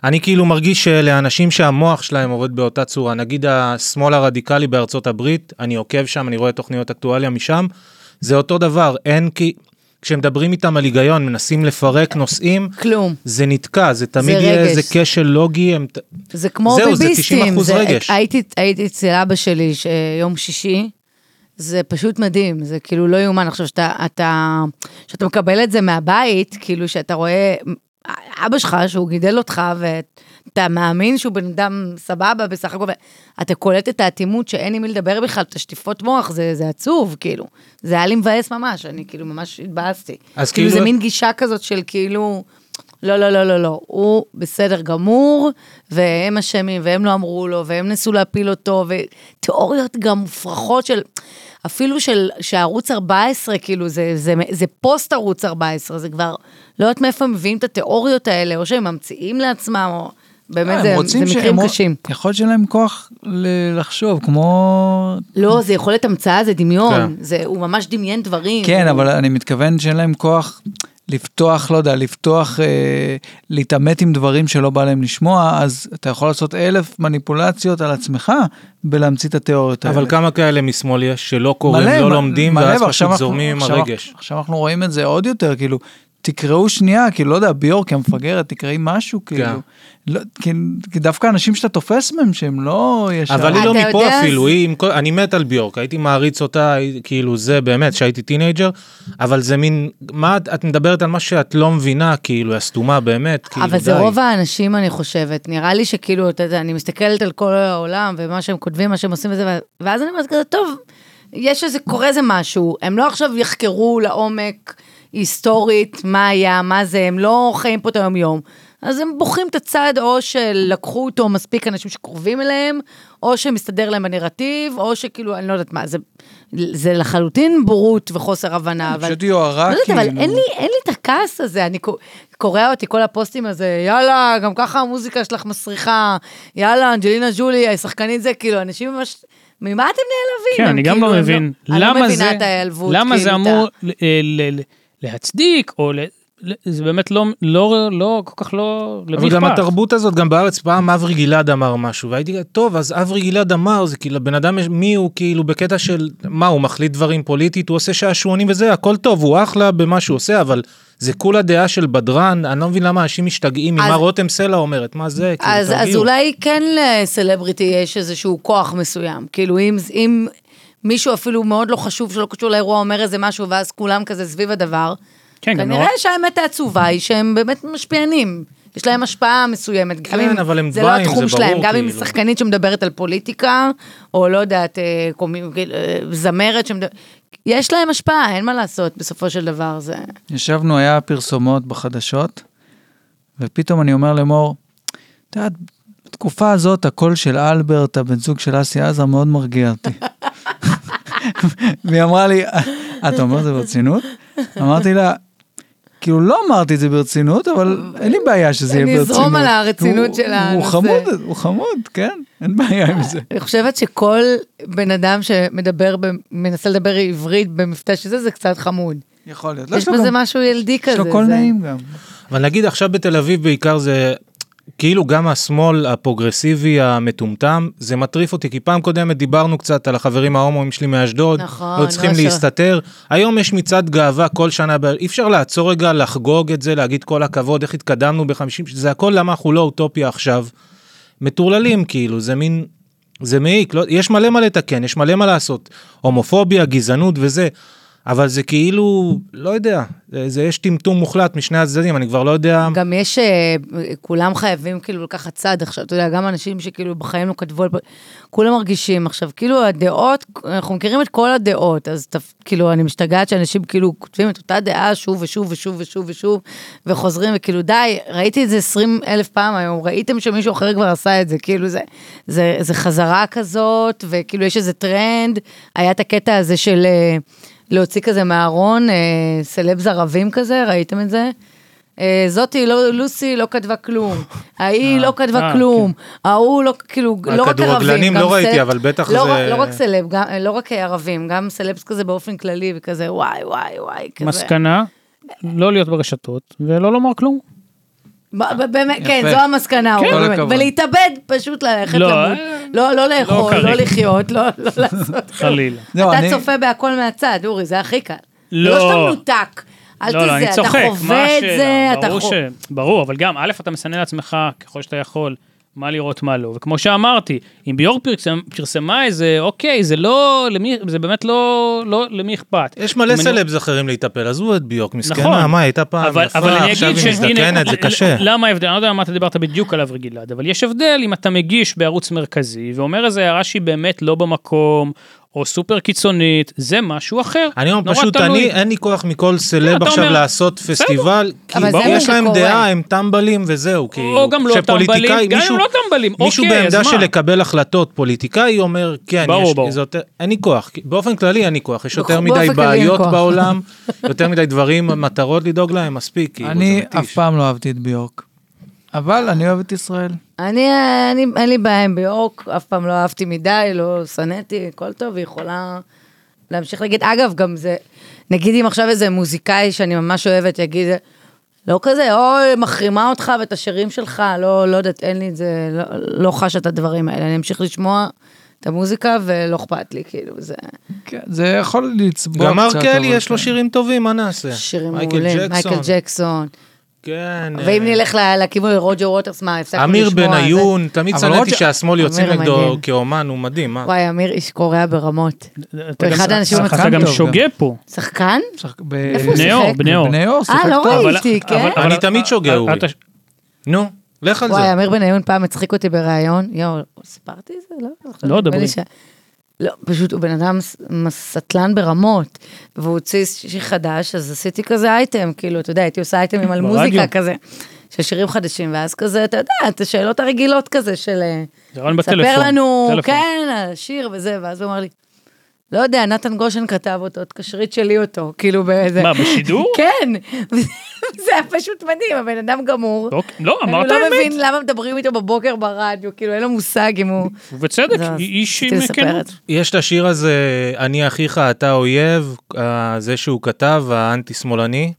S4: אני כאילו מרגיש שאלה אנשים שהמוח שלהם עובד באותה צורה, נגיד השמאל הרדיקלי בארצות הברית, אני עוקב שם, אני רואה תוכניות אקטואליה משם, זה אותו דבר, אין כי, כשמדברים איתם על היגיון, מנסים לפרק נושאים,
S1: כלום.
S4: זה נתקע, זה תמיד
S1: זה
S4: יהיה
S1: רגש.
S4: איזה כשל לוגי, הם... ת-
S1: זה כמו
S4: זהו, זה
S1: ביביסטים.
S4: 90% רגש.
S1: הייתי, הייתי אצל אבא שלי ש- יום שישי, זה פשוט מדהים, זה כאילו לא יאומן. עכשיו, שאתה, אתה, שאתה מקבל את זה מהבית, כאילו שאתה רואה אבא שלך, שהוא גידל אותך, ואתה מאמין שהוא בן אדם סבבה בסך הכל, ואתה קולט את האטימות שאין עם מי לדבר בכלל, את השטיפות מוח, זה, זה עצוב, כאילו. זה היה לי מבאס ממש, אני כאילו ממש התבאסתי.
S4: אז
S1: כאילו... זה
S4: כאילו-
S1: מין גישה כזאת של כאילו... לא, לא, לא, לא, לא, הוא בסדר גמור, והם אשמים, והם לא אמרו לו, והם ניסו להפיל אותו, ותיאוריות גם מופרכות של, אפילו של, שערוץ 14, כאילו, זה, זה, זה פוסט ערוץ 14, זה כבר, לא יודעת מאיפה הם מביאים את התיאוריות האלה, או שהם ממציאים לעצמם, או באמת,
S3: אה, הם
S1: זה, זה
S3: רוצים שהם
S1: מקרים
S3: רוצ-
S1: קשים.
S3: יכול להיות שאין להם כוח ל- לחשוב, כמו...
S1: לא, זה יכול להיות המצאה, זה דמיון,
S4: כן.
S1: זה, הוא ממש דמיין דברים.
S3: כן,
S1: הוא-
S3: אבל אני מתכוון שאין להם כוח לפתוח, לא יודע, לפתוח, אה, להתעמת עם דברים שלא בא להם לשמוע, אז אתה יכול לעשות אלף מניפולציות על עצמך בלהמציא את התיאוריות האלה.
S4: אבל כמה כאלה משמאל יש שלא קוראים,
S3: מלא,
S4: לא
S3: מ-
S4: לומדים,
S3: מלא,
S4: ואז
S3: ועכשיו
S4: פשוט
S3: אנחנו-
S4: זורמים עם
S3: עכשיו-
S4: הרגש.
S3: עכשיו אנחנו רואים את זה עוד יותר, כאילו, תקראו שנייה, כאילו, לא יודע, ביורק המפגרת, תקראי משהו, כאילו.
S4: כן.
S3: לא, כי, כי דווקא אנשים שאתה תופס מהם שהם לא ישר.
S4: אבל היא
S1: אתה
S4: לא
S1: יודע,
S4: מפה
S1: אז-
S4: אפילו, היא עם כל- אני מת על ביורק, הייתי מעריץ אותה, הי- כאילו זה באמת, שהייתי טינג'ר, אבל זה מין, מה את- את מדברת על מה שאת לא מבינה, כאילו, הסתומה באמת, כאילו,
S1: אבל זה
S4: די.
S1: רוב האנשים, אני חושבת. נראה לי שכאילו, אתה יודע, אני מסתכלת על כל העולם, ומה שהם כותבים, מה שהם עושים וזה, ו- ואז אני אומרת כזה, טוב, יש איזה, קורה איזה משהו. הם לא עכשיו יחקרו לעומק, היסטורית, מה היה, מה זה, הם לא חיים פה את היום-יום. אז הם בוחרים את הצד, או שלקחו אותו מספיק אנשים שקרובים אליהם, או שמסתדר להם הנרטיב, או שכאילו, אני לא יודעת מה, זה, זה לחלוטין בורות וחוסר
S4: כן,
S1: הבנה, אבל...
S3: פשוט יוהרה,
S1: לא יודעת, אבל
S3: כאילו.
S1: אין לי, אין לי את הכעס הזה, אני קו- קורע אותי כל הפוסטים הזה, יאללה, גם ככה המוזיקה שלך מסריחה, יאללה, אנג'לינה ג'ולי, השחקנית זה, כאילו, אנשים ממש... ממה אתם נעלבים?
S2: כן,
S1: הם
S2: אני גם
S1: כאילו,
S2: לא
S1: הם
S2: מבין.
S1: אני לא
S2: למה
S1: מבינה
S2: זה-
S1: את ההיעלבות,
S2: למה זה
S1: כאילו, את ה-
S2: אמור ל- אה, ל- ל- להצדיק, או ל- ל- זה באמת לא, לא, לא, כל כך לא, למי
S4: אבל גם
S2: אכפת?
S4: התרבות הזאת, גם בארץ, פעם אברי גלעד אמר משהו, והייתי, טוב, אז אברי גלעד אמר, זה כאילו, הבן אדם, יש- מי הוא, כאילו, בקטע של, מה, הוא מחליט דברים פוליטית, הוא עושה שעשועונים וזה, הכל טוב, הוא אחלה במה שהוא עושה, אבל זה כולה דעה של בדרן, אני לא מבין למה אנשים משתגעים ממה
S1: אז-
S4: רותם סלע אומרת, מה זה, כאילו,
S1: אז, אז
S4: תרגיעו.
S1: אולי כן לסלבריטי יש איזשהו כוח מסוים. כאילו, אם, אם מישהו אפילו מאוד לא חשוב, שלא קשור לאירוע, אומר איזה משהו, ואז כולם כזה סביב הדבר,
S2: כן, גם
S1: כנראה
S2: נורא.
S1: שהאמת העצובה היא שהם באמת משפיענים. יש להם השפעה מסוימת, גם
S4: כן,
S1: אם
S4: אבל הם
S1: זה לא
S4: דביים, זה
S1: התחום
S4: ברור,
S1: שלהם, גם אם
S4: כאילו.
S1: שחקנית שמדברת על פוליטיקה, או לא יודעת, אה, קומי- אה, זמרת שמדברת, יש להם השפעה, אין מה לעשות בסופו של דבר, זה...
S3: ישבנו, היה פרסומות בחדשות, ופתאום אני אומר למור, את יודעת, בתקופה הזאת הקול של אלברט, הבן זוג של אסי עזר, מאוד מרגיע אותי. והיא אמרה לי, את אומרת את זה ברצינות? אמרתי לה, כאילו לא אמרתי את זה ברצינות, אבל אין לי בעיה שזה יהיה
S1: אני
S3: ברצינות.
S1: אזרום על הרצינות
S3: הוא-
S1: של
S3: הוא
S1: הנושא.
S3: חמוד, הוא חמוד, כן, אין בעיה עם זה.
S1: אני חושבת שכל בן אדם שמדבר, ב- מנסה לדבר עברית במבטא שזה, זה קצת חמוד.
S3: יכול להיות. לא,
S1: יש
S3: לו
S1: בזה
S3: גם-
S1: משהו ילדי כזה.
S3: יש לו קול
S1: זה-
S3: נעים גם.
S4: אבל נגיד עכשיו בתל אביב בעיקר זה, כאילו גם השמאל הפרוגרסיבי המטומטם, זה מטריף אותי, כי פעם קודמת דיברנו קצת על החברים ההומואים שלי מאשדוד,
S1: נכון,
S4: לא צריכים
S1: לא ש-
S4: להסתתר, היום יש מצעד גאווה כל שנה, ב- אי אפשר לעצור רגע, לחגוג את זה, להגיד כל הכבוד, איך התקדמנו ב-50, זה הכל למה אנחנו לא אוטופיה עכשיו. מטורללים כאילו, זה מין, זה מעיק, לא, יש מלא מה לתקן, יש מלא מה לעשות, הומופוביה, גזענות וזה, אבל זה כאילו, לא יודע, זה, זה יש טמטום מוחלט משני הצדדים, אני כבר לא יודע,
S1: גם יש, אה, כולם חייבים כאילו לקחת צד עכשיו, אתה יודע, גם אנשים שכאילו בחיים לא כתבו, על פ- כולם מרגישים עכשיו, כאילו הדעות, אנחנו מכירים את כל הדעות, אז ת, כאילו אני משתגעת שאנשים כאילו כותבים את אותה דעה שוב ושוב ושוב ושוב ושוב, וחוזרים וכאילו די, ראיתי את זה 20 אלף פעם היום, ראיתם שמישהו אחר כבר עשה את זה, כאילו זה, זה, זה חזרה כזאת, וכאילו יש איזה טרנד, היה את הקטע הזה של... אה, להוציא כזה מהארון, אה, סלבס ערבים כזה, ראיתם את זה? אה, אה, זאתי, לא, לוסי לא כתבה כלום, ההיא
S2: אה,
S1: לא
S2: אה,
S1: כתבה כלום, ההוא לא, כאילו, לא רק ערבים.
S4: הכדורגלנים
S1: גם
S4: לא ראיתי,
S1: סלב-
S4: אבל בטח
S1: לא,
S4: זה-
S1: רק- לא רק סלב, גם, לא רק ערבים, גם סלבס כזה באופן כללי, וכזה וואי, וואי, וואי,
S2: כן.
S1: כזה.
S2: מסקנה, לא להיות ברשתות ולא לומר כלום.
S1: ב- ב- באמת,
S3: יפה.
S1: כן, זו המסקנה,
S3: כן.
S1: הוא
S3: כל
S1: באמת.
S3: הכבוד.
S1: ולהתאבד, פשוט ללכת
S2: לא,
S1: למות.
S2: אה,
S1: לא, לא לאכול,
S2: כרגע.
S1: לא לחיות, לא לא לעשות.
S2: חלילה.
S3: זהו,
S1: אתה
S3: אני-
S1: צופה בהכל מהצד, אורי, זה הכי קל.
S2: לא.
S1: לא שאתה מנותק. אל
S2: לא, לא, אני
S1: תזה, אתה
S2: צוחק, מה
S1: חווה את
S2: השאלה?
S1: זה, אתה
S2: ברור
S1: חווה.
S2: ש... ברור, אבל גם, א', אתה מסנן לעצמך ככל שאתה יכול. מה לראות, מה לא. וכמו שאמרתי, אם ביור פרסם, פרסמה איזה, אוקיי, זה לא, למי, זה באמת לא, לא, למי אכפת.
S4: יש מלא
S2: אם אני-
S4: סלבס אחרים להיטפל, עזבו את ביורק, מסכנה,
S2: נכון.
S4: מה, הייתה פעם
S2: אבל, אבל
S4: יפה,
S2: אני
S4: עכשיו
S2: אגיד
S4: היא
S2: ש...
S4: מזדקנת, זה
S2: הנה,
S4: קשה.
S2: ל- למה ההבדל? אני לא יודע מה אתה דיברת בדיוק עליו גלעד, אבל יש הבדל אם אתה מגיש בערוץ מרכזי ואומר איזה הערה שהיא באמת לא במקום, או סופר קיצונית, זה משהו אחר.
S4: אני אומר
S2: נורא
S4: פשוט,
S2: תלוי.
S4: אני, אין לי כוח מכל סלב
S2: אתה
S4: עכשיו
S2: אומר,
S4: לעשות פסטיבל, כי
S1: אבל זה מה
S4: יש להם
S1: שקורה.
S4: דעה, הם טמבלים וזהו, כאילו.
S2: או גם לא
S4: כשפוליטיקאי-
S2: טמבלים, גם אם
S4: מישהו-
S2: לא טמבלים,
S4: מישהו
S2: אוקיי, אז
S4: בעמדה של
S2: מה?
S4: לקבל החלטות, פוליטיקאי אומר, כן,
S2: ברור,
S4: יש,
S2: ברור.
S4: זאת, אין לי כוח. כי באופן כללי אין לי כוח, יש יותר
S1: באופן
S4: מדי
S1: כללי אין
S4: בעיות
S1: כוח.
S4: בעולם, יותר מדי דברים, מטרות לדאוג להם, מספיק, כאילו,
S3: אני
S4: זה
S3: אף
S4: מתיש.
S3: פעם לא אהבתי את ביורק, אבל אני אוהב את ישראל.
S1: אני, אני, אין לי בעיה עם ביורק, אף פעם לא אהבתי מדי, לא שנאתי, הכל טוב, היא יכולה להמשיך להגיד. אגב, גם זה, נגיד אם עכשיו איזה מוזיקאי שאני ממש אוהבת יגיד, לא כזה, אוי, מחרימה אותך ואת השירים שלך, לא, לא יודעת, אין לי את זה, לא, לא חש את הדברים האלה, אני אמשיך לשמוע את המוזיקה ולא אכפת לי, כאילו, זה
S3: כן, זה יכול
S2: לא
S3: לצבוע
S4: גם
S3: קצת,
S4: מרקל,
S3: אבל
S4: יש לו
S3: כן.
S4: שירים טובים, מה נעשה?
S1: שירים
S4: כן. מייקל
S1: מעולים,
S4: ג'קסון.
S1: מייקל ג'קסון.
S4: כן. אה,
S1: ואם נלך ל- לכיוון רוג'ר ווטרס, מה, הפסקנו לשמוע?
S4: אמיר
S1: זה-
S4: בניון, תמיד
S3: אבל
S4: שנאתי
S3: עוד-
S4: שהשמאל יוצאים
S1: אמיר
S4: נגדו
S1: מדהים.
S4: כאומן, הוא מדהים, מה?
S1: וואי, אמיר איש קורע ברמות.
S2: אתה גם-
S1: אחד האנשים
S2: אתה
S3: המצחיים
S2: גם
S3: טוב גם.
S2: שוגה פה.
S1: שחקן?
S3: שחק- ב-
S1: איפה הוא
S2: בני אור,
S1: שיחק?
S2: בני אור.
S3: בני אור, שיחק
S1: אה, לא
S3: טוב.
S1: ראיתי. איתי, כן?
S2: אבל-
S4: אני
S2: אבל-
S4: תמיד שוגה,
S2: אבל-
S4: אורי.
S2: אתה-
S4: נו, לך על זה.
S1: וואי, אמיר בניון פעם הצחיק אותי בריאיון. יואו, סיפרתי את זה? לא, עכשיו
S2: לא,
S1: נדמה
S2: דברי.
S1: לי ש- לא, פשוט הוא בן אדם ס- סטלן ברמות, והוא הוציא שיר חדש, אז עשיתי כזה אייטם, כאילו, אתה יודע, הייתי עושה אייטמים על
S2: ברדיו.
S1: מוזיקה כזה, של שירים חדשים, ואז כזה, אתה יודע, את השאלות הרגילות כזה של... אה,
S2: זה רעיון בטלפון.
S1: ספר לנו,
S2: טלפון.
S1: כן, השיר וזה, ואז הוא אמר לי, לא יודע, נתן גושן כתב אותו, תקשרית שלי אותו, כאילו באיזה...
S2: מה, בשידור?
S1: כן, זה היה פשוט מדהים, הבן אדם גמור.
S2: אוקיי, לא,
S1: אני
S2: אמרת
S1: לא
S2: אמת.
S1: מבין למה מדברים איתו בבוקר ברדיו, כאילו אין לו מושג אם הוא...
S2: ובצדק,
S1: זה-
S2: לא איש עם
S1: לא, רציתי לספר את
S2: כנות.
S1: זה.
S4: יש את השיר הזה, אני אחיך, אתה אויב, אה, זה שהוא כתב, האנטי-שמאלני.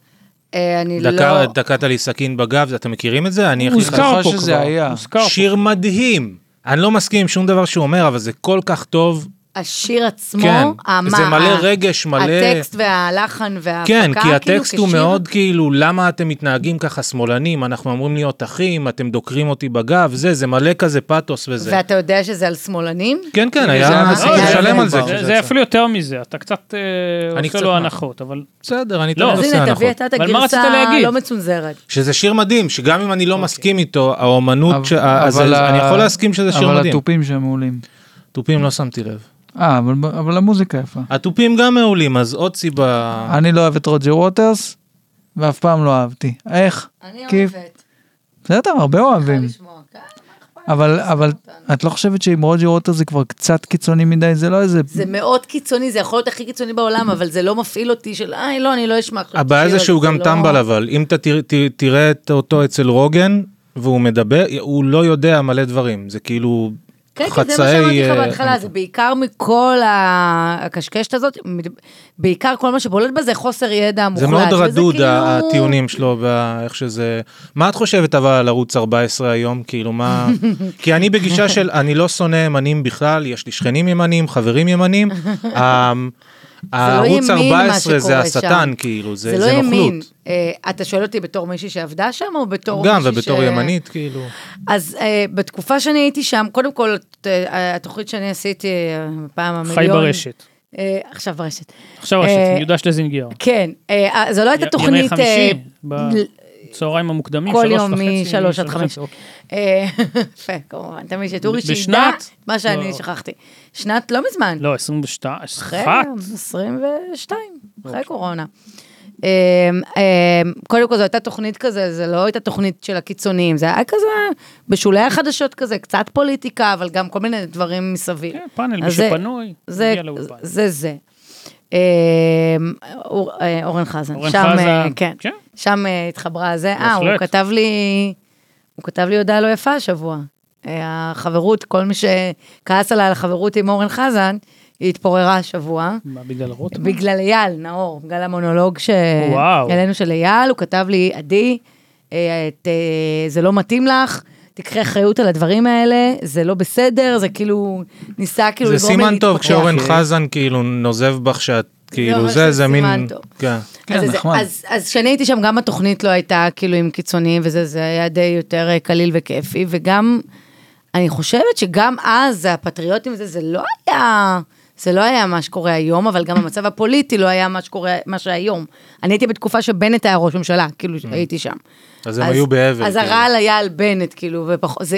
S1: אה, אני לא...
S4: דקה- דקעת לי סכין בגב, זה- אתם מכירים את זה? אני אחיך.
S3: אני
S2: הוזכר פה
S3: חושב שזה
S2: כבר.
S3: היה.
S2: הוזכר פה.
S4: שיר מדהים. אני לא מסכים עם שום דבר שהוא אומר, אבל זה כל כך טוב.
S1: השיר עצמו,
S4: כן,
S1: המה-
S4: זה מלא
S1: ה-
S4: רגש, מלא...
S1: הטקסט והלחן וההפקה,
S4: כן, כי
S1: כאילו,
S4: הטקסט הוא
S1: כשיר.
S4: מאוד כאילו, למה אתם מתנהגים ככה שמאלנים, אנחנו אמורים להיות אחים, אתם דוקרים אותי בגב, זה, זה מלא כזה פאתוס וזה.
S1: ואתה יודע שזה על שמאלנים?
S4: כן, כן,
S3: זה
S4: היה
S3: היה
S4: צריך
S1: בסדר.
S4: לשלם על זה.
S3: זה-
S4: כשזה
S2: אה, זה
S4: יצא.
S2: אפילו יותר מזה, אתה קצת אה,
S4: אני
S2: עושה
S4: קצת
S2: לו
S4: מה?
S2: הנחות, אבל
S4: בסדר, אני
S2: לא.
S4: תמיד
S2: אז
S1: אז
S4: עושה
S1: הנה, תביא
S4: הנחות.
S1: אתה את
S2: אבל מה רצית
S1: הגרסה
S2: להגיד?
S1: לא מצונזרת.
S4: שזה שיר מדהים, שגם אם אני לא מסכים איתו, האומנות, ש- ה- אה, אז
S3: אבל ה-
S4: אני יכול להסכים שזה שיר
S3: אבל
S4: מדהים.
S3: התופים שם מעולים.
S4: תופים לא שמתי לב.
S3: אה, אבל- אבל המוזיקה יפה.
S4: התופים גם מעולים, אז עוד סיבה...
S3: אני לא אוהב את רוג'ר ווטרס, ואף פעם לא אהבתי. איך?
S1: אני
S2: כן.
S3: כיף.
S1: אוהבת.
S3: בסדר, הרבה אוהבים.
S1: לשמוע, כן, מה אכפת?
S3: אבל, אבל את לא חושבת שעם רוג'ר ווטרס זה כבר קצת קיצוני מדי? זה לא איזה...
S1: זה מאוד קיצוני, זה יכול להיות הכי קיצוני בעולם, אבל זה לא מפעיל אותי של, איי, לא, אני לא אשמע עכשיו. את
S4: הבעיה
S1: השיר
S4: זה
S1: הזה,
S4: שהוא גם
S1: לא-
S4: טמבל אבל, אם אתה תרא- ת- תראה את אותו אצל רוגן, והוא מדבר, הוא לא יודע מלא דברים, זה כאילו
S1: כן, כן, זה מה
S4: חצאי...
S1: שאמרתי לך
S4: אה,
S1: בהתחלה, זה בעיקר מכל ה- הקשקשת הזאת, מד- בעיקר כל מה שבולט בה זה חוסר ידע מוחלט.
S4: זה מאוד
S1: וזה
S4: רדוד
S1: כאילו-
S4: ה- הטיעונים שלו, ואיך שזה... מה את חושבת אבל על ערוץ 14 היום? כאילו מה... כי אני בגישה של אני לא שונא ימנים בכלל, יש לי שכנים ימנים, חברים ימנים. אמ, הערוץ
S1: לא ימין, מה
S4: 14 זה
S1: שקורה
S4: השטן
S1: שם.
S4: כאילו, זה
S1: זה לא
S4: זה
S1: ימין.
S4: נוכלות.
S1: אה, אתה שואל אותי בתור מישהי שעבדה שם, או בתור
S4: גם
S1: מישהי ש...
S4: ובתור ימנית כאילו.
S1: אז אה, בתקופה שאני הייתי שם, קודם כל, את, אה, התוכנית שאני עשיתי, אה, פעם המיליון...
S2: חי ברשת.
S1: אה, עכשיו ברשת.
S2: עכשיו
S1: אה,
S2: רשת, עם יהודה שלזינגר.
S1: כן, אה, זו לא הייתה
S2: י- ימי
S1: תוכנית... אה,
S2: חמישי, בצהריים המוקדמים,
S1: כל
S2: שלוש
S1: יום
S2: וחצי,
S1: משלוש עד
S2: וחצי,
S1: חמש.
S2: אוקיי.
S1: אה, יפה, כמובן, תמיד שטורי
S2: ב-
S1: שידע
S2: בשנת?
S1: מה שאני
S2: לא.
S1: שכחתי. שנת לא מזמן.
S2: לא, 22,
S1: אחרי
S2: אחת. אוקיי.
S1: 22, אחרי קורונה. אה, אה, קודם כל זו הייתה תוכנית כזה, זה לא הייתה תוכנית של הקיצוניים, זה היה כזה בשולי החדשות כזה, קצת פוליטיקה, אבל גם כל מיני דברים מסביב.
S2: כן, פאנל, מי
S1: אז זה-
S2: שפנוי,
S1: זה
S2: מגיע לאולפן.
S1: זה. זה. אה, אור- אה, אורן חזן,
S2: אורן
S1: שם, אה,
S2: חזן,
S1: כן.
S2: כן.
S1: שם אה, התחברה זה. אה, הוא
S2: בהחלט.
S1: כתב לי, הוא כתב לי הודעה לא יפה השבוע. אה, החברות, כל מי שכעס עליי על החברות עם אורן חזן, היא התפוררה השבוע.
S2: מה, בגלל רוטמן?
S1: בגלל אייל, נאור, בגלל המונולוג
S2: וואו.
S1: שהעלינו של אייל, הוא כתב לי, עדי, אה, את, אה, זה לא מתאים לך, תקחי אחריות על הדברים האלה, זה לא בסדר, זה כאילו, ניסה כאילו
S4: זה
S1: לגרום לי
S4: סימן טוב
S1: להתפכח.
S4: כשאורן
S3: כן.
S4: חזן כאילו נוזב בך שאת, כאילו
S1: ממש
S4: זה, זה
S1: לא, סימן
S4: מין,
S1: טוב.
S4: כן.
S3: כן,
S1: אז זה-
S3: נחמד.
S1: אז- אז כשאני הייתי שם, גם התוכנית לא הייתה כאילו עם קיצוניים וזה, זה היה די יותר אה, קליל וכיפי, וגם, אני חושבת שגם אז הפטריוטים וזה, זה לא היה, זה לא היה מה שקורה היום, אבל גם המצב הפוליטי לא היה מה שקורה, מה שהיום. אני הייתי בתקופה שבנט היה ראש ממשלה, כאילו הייתי שם.
S4: אז הם היו באבל,
S1: אז
S4: כאילו.
S1: הרעל היה על בנט, כאילו, ופחות, זה...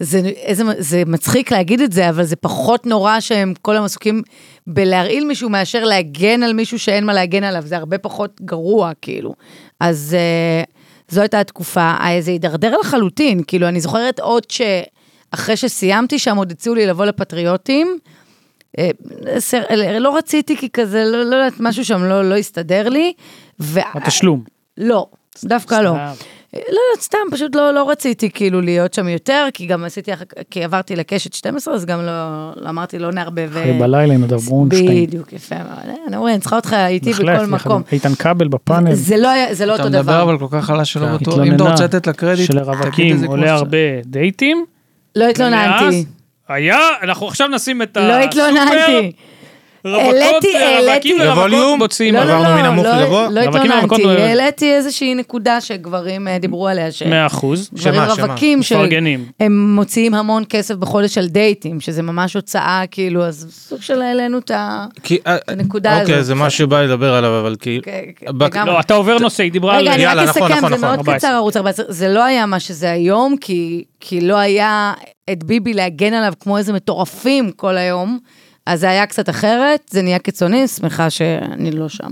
S1: זה, איזה, זה מצחיק להגיד את זה, אבל זה פחות נורא שהם כל היום עסוקים בלהרעיל מישהו מאשר להגן על מישהו שאין מה להגן עליו, זה הרבה פחות גרוע, כאילו. אז אה, זו הייתה התקופה, אה, זה הידרדר לחלוטין, כאילו, אני זוכרת עוד שאחרי שסיימתי שם, עוד הציעו לי לבוא לפטריוטים, אה, סר, אה, לא רציתי כי כזה, לא, לא יודעת, משהו שם לא, לא הסתדר לי, ו...
S2: התשלום.
S1: לא, דווקא לא.
S2: סתם.
S1: לא, לא, סתם, פשוט לא, לא רציתי כאילו להיות שם יותר, כי גם עשיתי, אחר- כי עברתי לקשת 12, אז גם לא, לא אמרתי, לא נערבב.
S2: אחרי בלילה עם הדבר ברונשטיין.
S1: בדיוק, יפה מאוד. אני אומרת, אני צריכה אותך איתי
S2: בהחלט,
S1: בכל
S2: יחד
S1: מקום.
S2: עם איתן כבל בפאנל.
S1: זה לא, היה- זה לא
S3: אתה
S1: אותו
S3: מדבר
S1: דבר.
S3: אבל כל כך חלש שלא
S4: כן.
S3: בטוח. אם אתה רוצה
S2: התלוננה
S3: לתת לה קרדיט,
S2: של
S3: תגיד את זה
S2: הרווקים
S3: כמו
S2: עולה
S3: שצריך.
S2: הרבה דייטים.
S1: לא
S2: ואז
S1: התלוננתי.
S2: היה, אנחנו עכשיו נשים את
S1: לא
S2: הסופר,
S1: התלוננתי.
S2: רווקות,
S1: העליתי, העליתי.
S2: רווקים ורווקות
S4: לווליום?
S2: מוצאים,
S1: לא,
S2: עברנו
S1: לא,
S4: עברנו מן
S1: לא,
S4: נמוך
S1: לא-
S4: לגבוה?
S1: לא
S2: רווקים לרווקות
S1: התלוננתי,
S2: לא-
S1: העליתי איזושהי נקודה שגברים אה, דיברו עליה, ש...
S2: 100 אחוז.
S1: גברים
S4: שמה, שמה?
S1: רווקים,
S2: מפרגנים.
S1: שהם מוציאים המון כסף בחודש על דייטים, שזה ממש הוצאה, כאילו, אז סוג של העלינו את ה...
S4: כי, אה,
S1: הנקודה
S4: אוקיי,
S1: הזאת.
S4: זה מה שבא לדבר עליו, אבל כאילו,
S1: כן, כן,
S4: בק-
S1: לגמרי.
S2: לא, אתה עובר נושא, היא דיברה על...
S1: רגע, אני
S4: יאללה,
S1: רק
S4: נכון,
S1: אסכם,
S4: נכון,
S1: זה
S4: נכון,
S1: מאוד
S2: 14.
S1: קצר ערוץ 14. זה לא היה מה שזה היום, כי כי לא היה את ביבי להגן עליו כמו איזה מטורפים כל היום, אז זה היה קצת אחרת, זה נהיה קיצוני, שמחה שאני לא שם.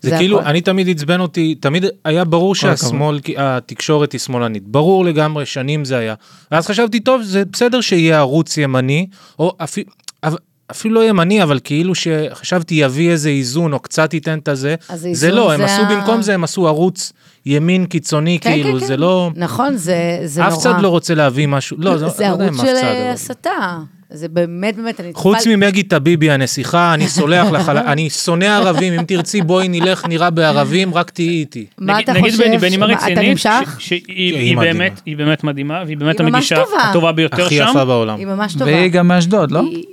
S4: זה
S1: זה
S4: כאילו,
S1: הכל.
S4: אני תמיד עצבן אותי, תמיד היה ברור שהשמאל, כי- התקשורת היא שמאלנית, ברור לגמרי, שנים זה היה. ואז חשבתי, טוב, זה בסדר שיהיה ערוץ ימני, או אפי- אב- אפילו לא ימני, אבל כאילו שחשבתי יביא איזה איזון, או קצת ייתן את הזה,
S1: אז
S4: זה
S1: האיזון
S4: לא, הם
S1: זה
S4: עשו
S1: ה-
S4: במקום זה, הם עשו ערוץ ימין קיצוני,
S1: כן,
S4: כאילו,
S1: כן,
S4: זה
S1: כן.
S4: לא,
S1: נכון, זה זה נורא.
S4: אף צד לא רוצה להביא משהו, לא, זה-
S1: זה
S4: לא יודע אם
S1: ערוץ
S4: אף
S1: של אה,
S4: צד, אבל-
S1: הסתה. זה באמת, באמת, אני...
S4: חוץ
S1: התפעל-
S4: ממגי טביבי הנסיכה, אני סולח לך, על- אני שונא ערבים, אם תרצי בואי נלך נירה בערבים, רק תהיי איתי.
S1: מה אתה
S2: נגיד
S1: חושב?
S2: בני- בנימה
S1: מה,
S2: רצינית,
S1: אתה נמשך?
S2: ש- שהיא
S4: כן, היא
S2: היא
S4: מדהימה.
S2: באמת- היא באמת מדהימה, והיא באמת
S1: היא ממש
S2: המגישה
S1: טובה.
S2: הטובה ביותר
S4: הכי
S2: שם.
S4: יפה בעולם.
S1: היא ממש טובה.
S3: והיא גם מאשדוד, לא?
S1: היא-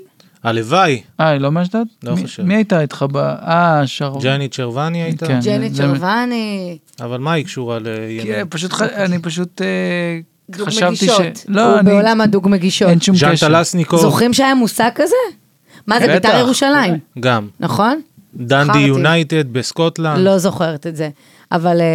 S4: הלוואי.
S3: אה, היא לא מאשדוד?
S4: לא
S3: מי-
S4: חושב.
S3: מי הייתה איתך ב... אה, שרון.
S4: ג'ני צ'רווני הייתה?
S3: כן.
S1: ג'ני
S3: זה-
S1: צ'רווני.
S4: אבל מה היא קשורה לימין?
S3: כן, פשוט ח- אני פשוט אה,
S1: דוג
S3: חשבתי ש...
S1: מגישות.
S3: לא,
S1: הוא
S3: אני...
S1: בעולם הדוג מגישות.
S3: אין שום
S4: ז'אן
S3: קשר.
S4: טלסניקוב,
S1: זוכרים שהיה מושג כזה? מה זה,
S4: בטח. אה.
S1: בית"ר ירושלים,
S4: גם.
S1: נכון?
S4: דנדי
S1: בחרתי.
S4: יונייטד בסקוטלנד.
S1: לא זוכרת את זה. אבל אה,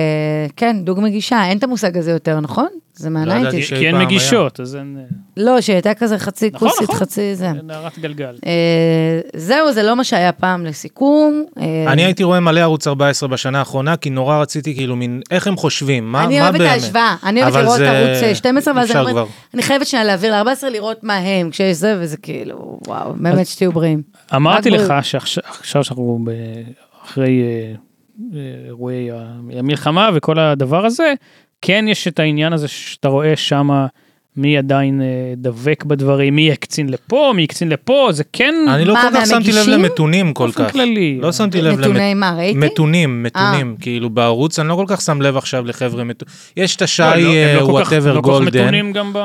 S1: כן, דוג מגישה, אין את המושג הזה יותר, נכון? זה
S4: לא ידעתי
S1: מהניינטיז.
S4: ש-
S2: כי אין
S4: פעם
S2: מגישות, אז אין... אה,
S1: לא, שהייתה כזה חצי
S2: נכון,
S1: כוסית,
S2: נכון.
S1: חצי זה.
S2: נערת גלגל.
S1: אה, זהו, זה לא מה שהיה פעם לסיכום. אה,
S4: אני הייתי רואה מלא ערוץ 14 בשנה האחרונה, כי נורא רציתי כאילו מין, איך הם חושבים, מה מה
S1: אני
S4: באמת?
S1: אוהבת את ההשוואה, אני אוהבת
S4: אבל
S1: לראות
S4: זה-
S1: ערוץ אה, 12, ואז אני
S4: אפשר
S1: אומרת,
S4: כבר.
S1: אני חייבת שנייה להעביר ל-14 לראות מה הם, כשיש זה, וזה כאילו, וואו, באמת שתהיו בריאים.
S2: אמרתי
S1: רק
S2: לך
S1: בריאות.
S2: שעכשיו עכשיו שאנחנו ב- אחרי אה, אה, אירועי ה- המלחמה וכל הדבר הזה, כן יש את העניין הזה שאתה רואה שמה מי עדיין אה, דבק בדברים, מי יהיה קצין לפה, מי יהיה קצין לפה, זה כן
S4: אני לא
S1: "Hmm, מה,
S4: כל כך שמתי לב
S1: מהמגישים?
S4: למתונים כל
S2: באופן
S4: כך.
S2: כללי.
S4: לא שמתי לב
S1: נתוני מה, ראיתי? אה.
S4: מתונים, מתונים, כאילו בערוץ, אני לא כל כך שם לב עכשיו לחבר'ה מתונים. יש את השי
S2: לא, הם לא- הם
S4: אה,
S2: לא כל כך-
S4: וואטאבר
S2: לא כל כך
S4: גולדן.
S2: מתונים גם ב...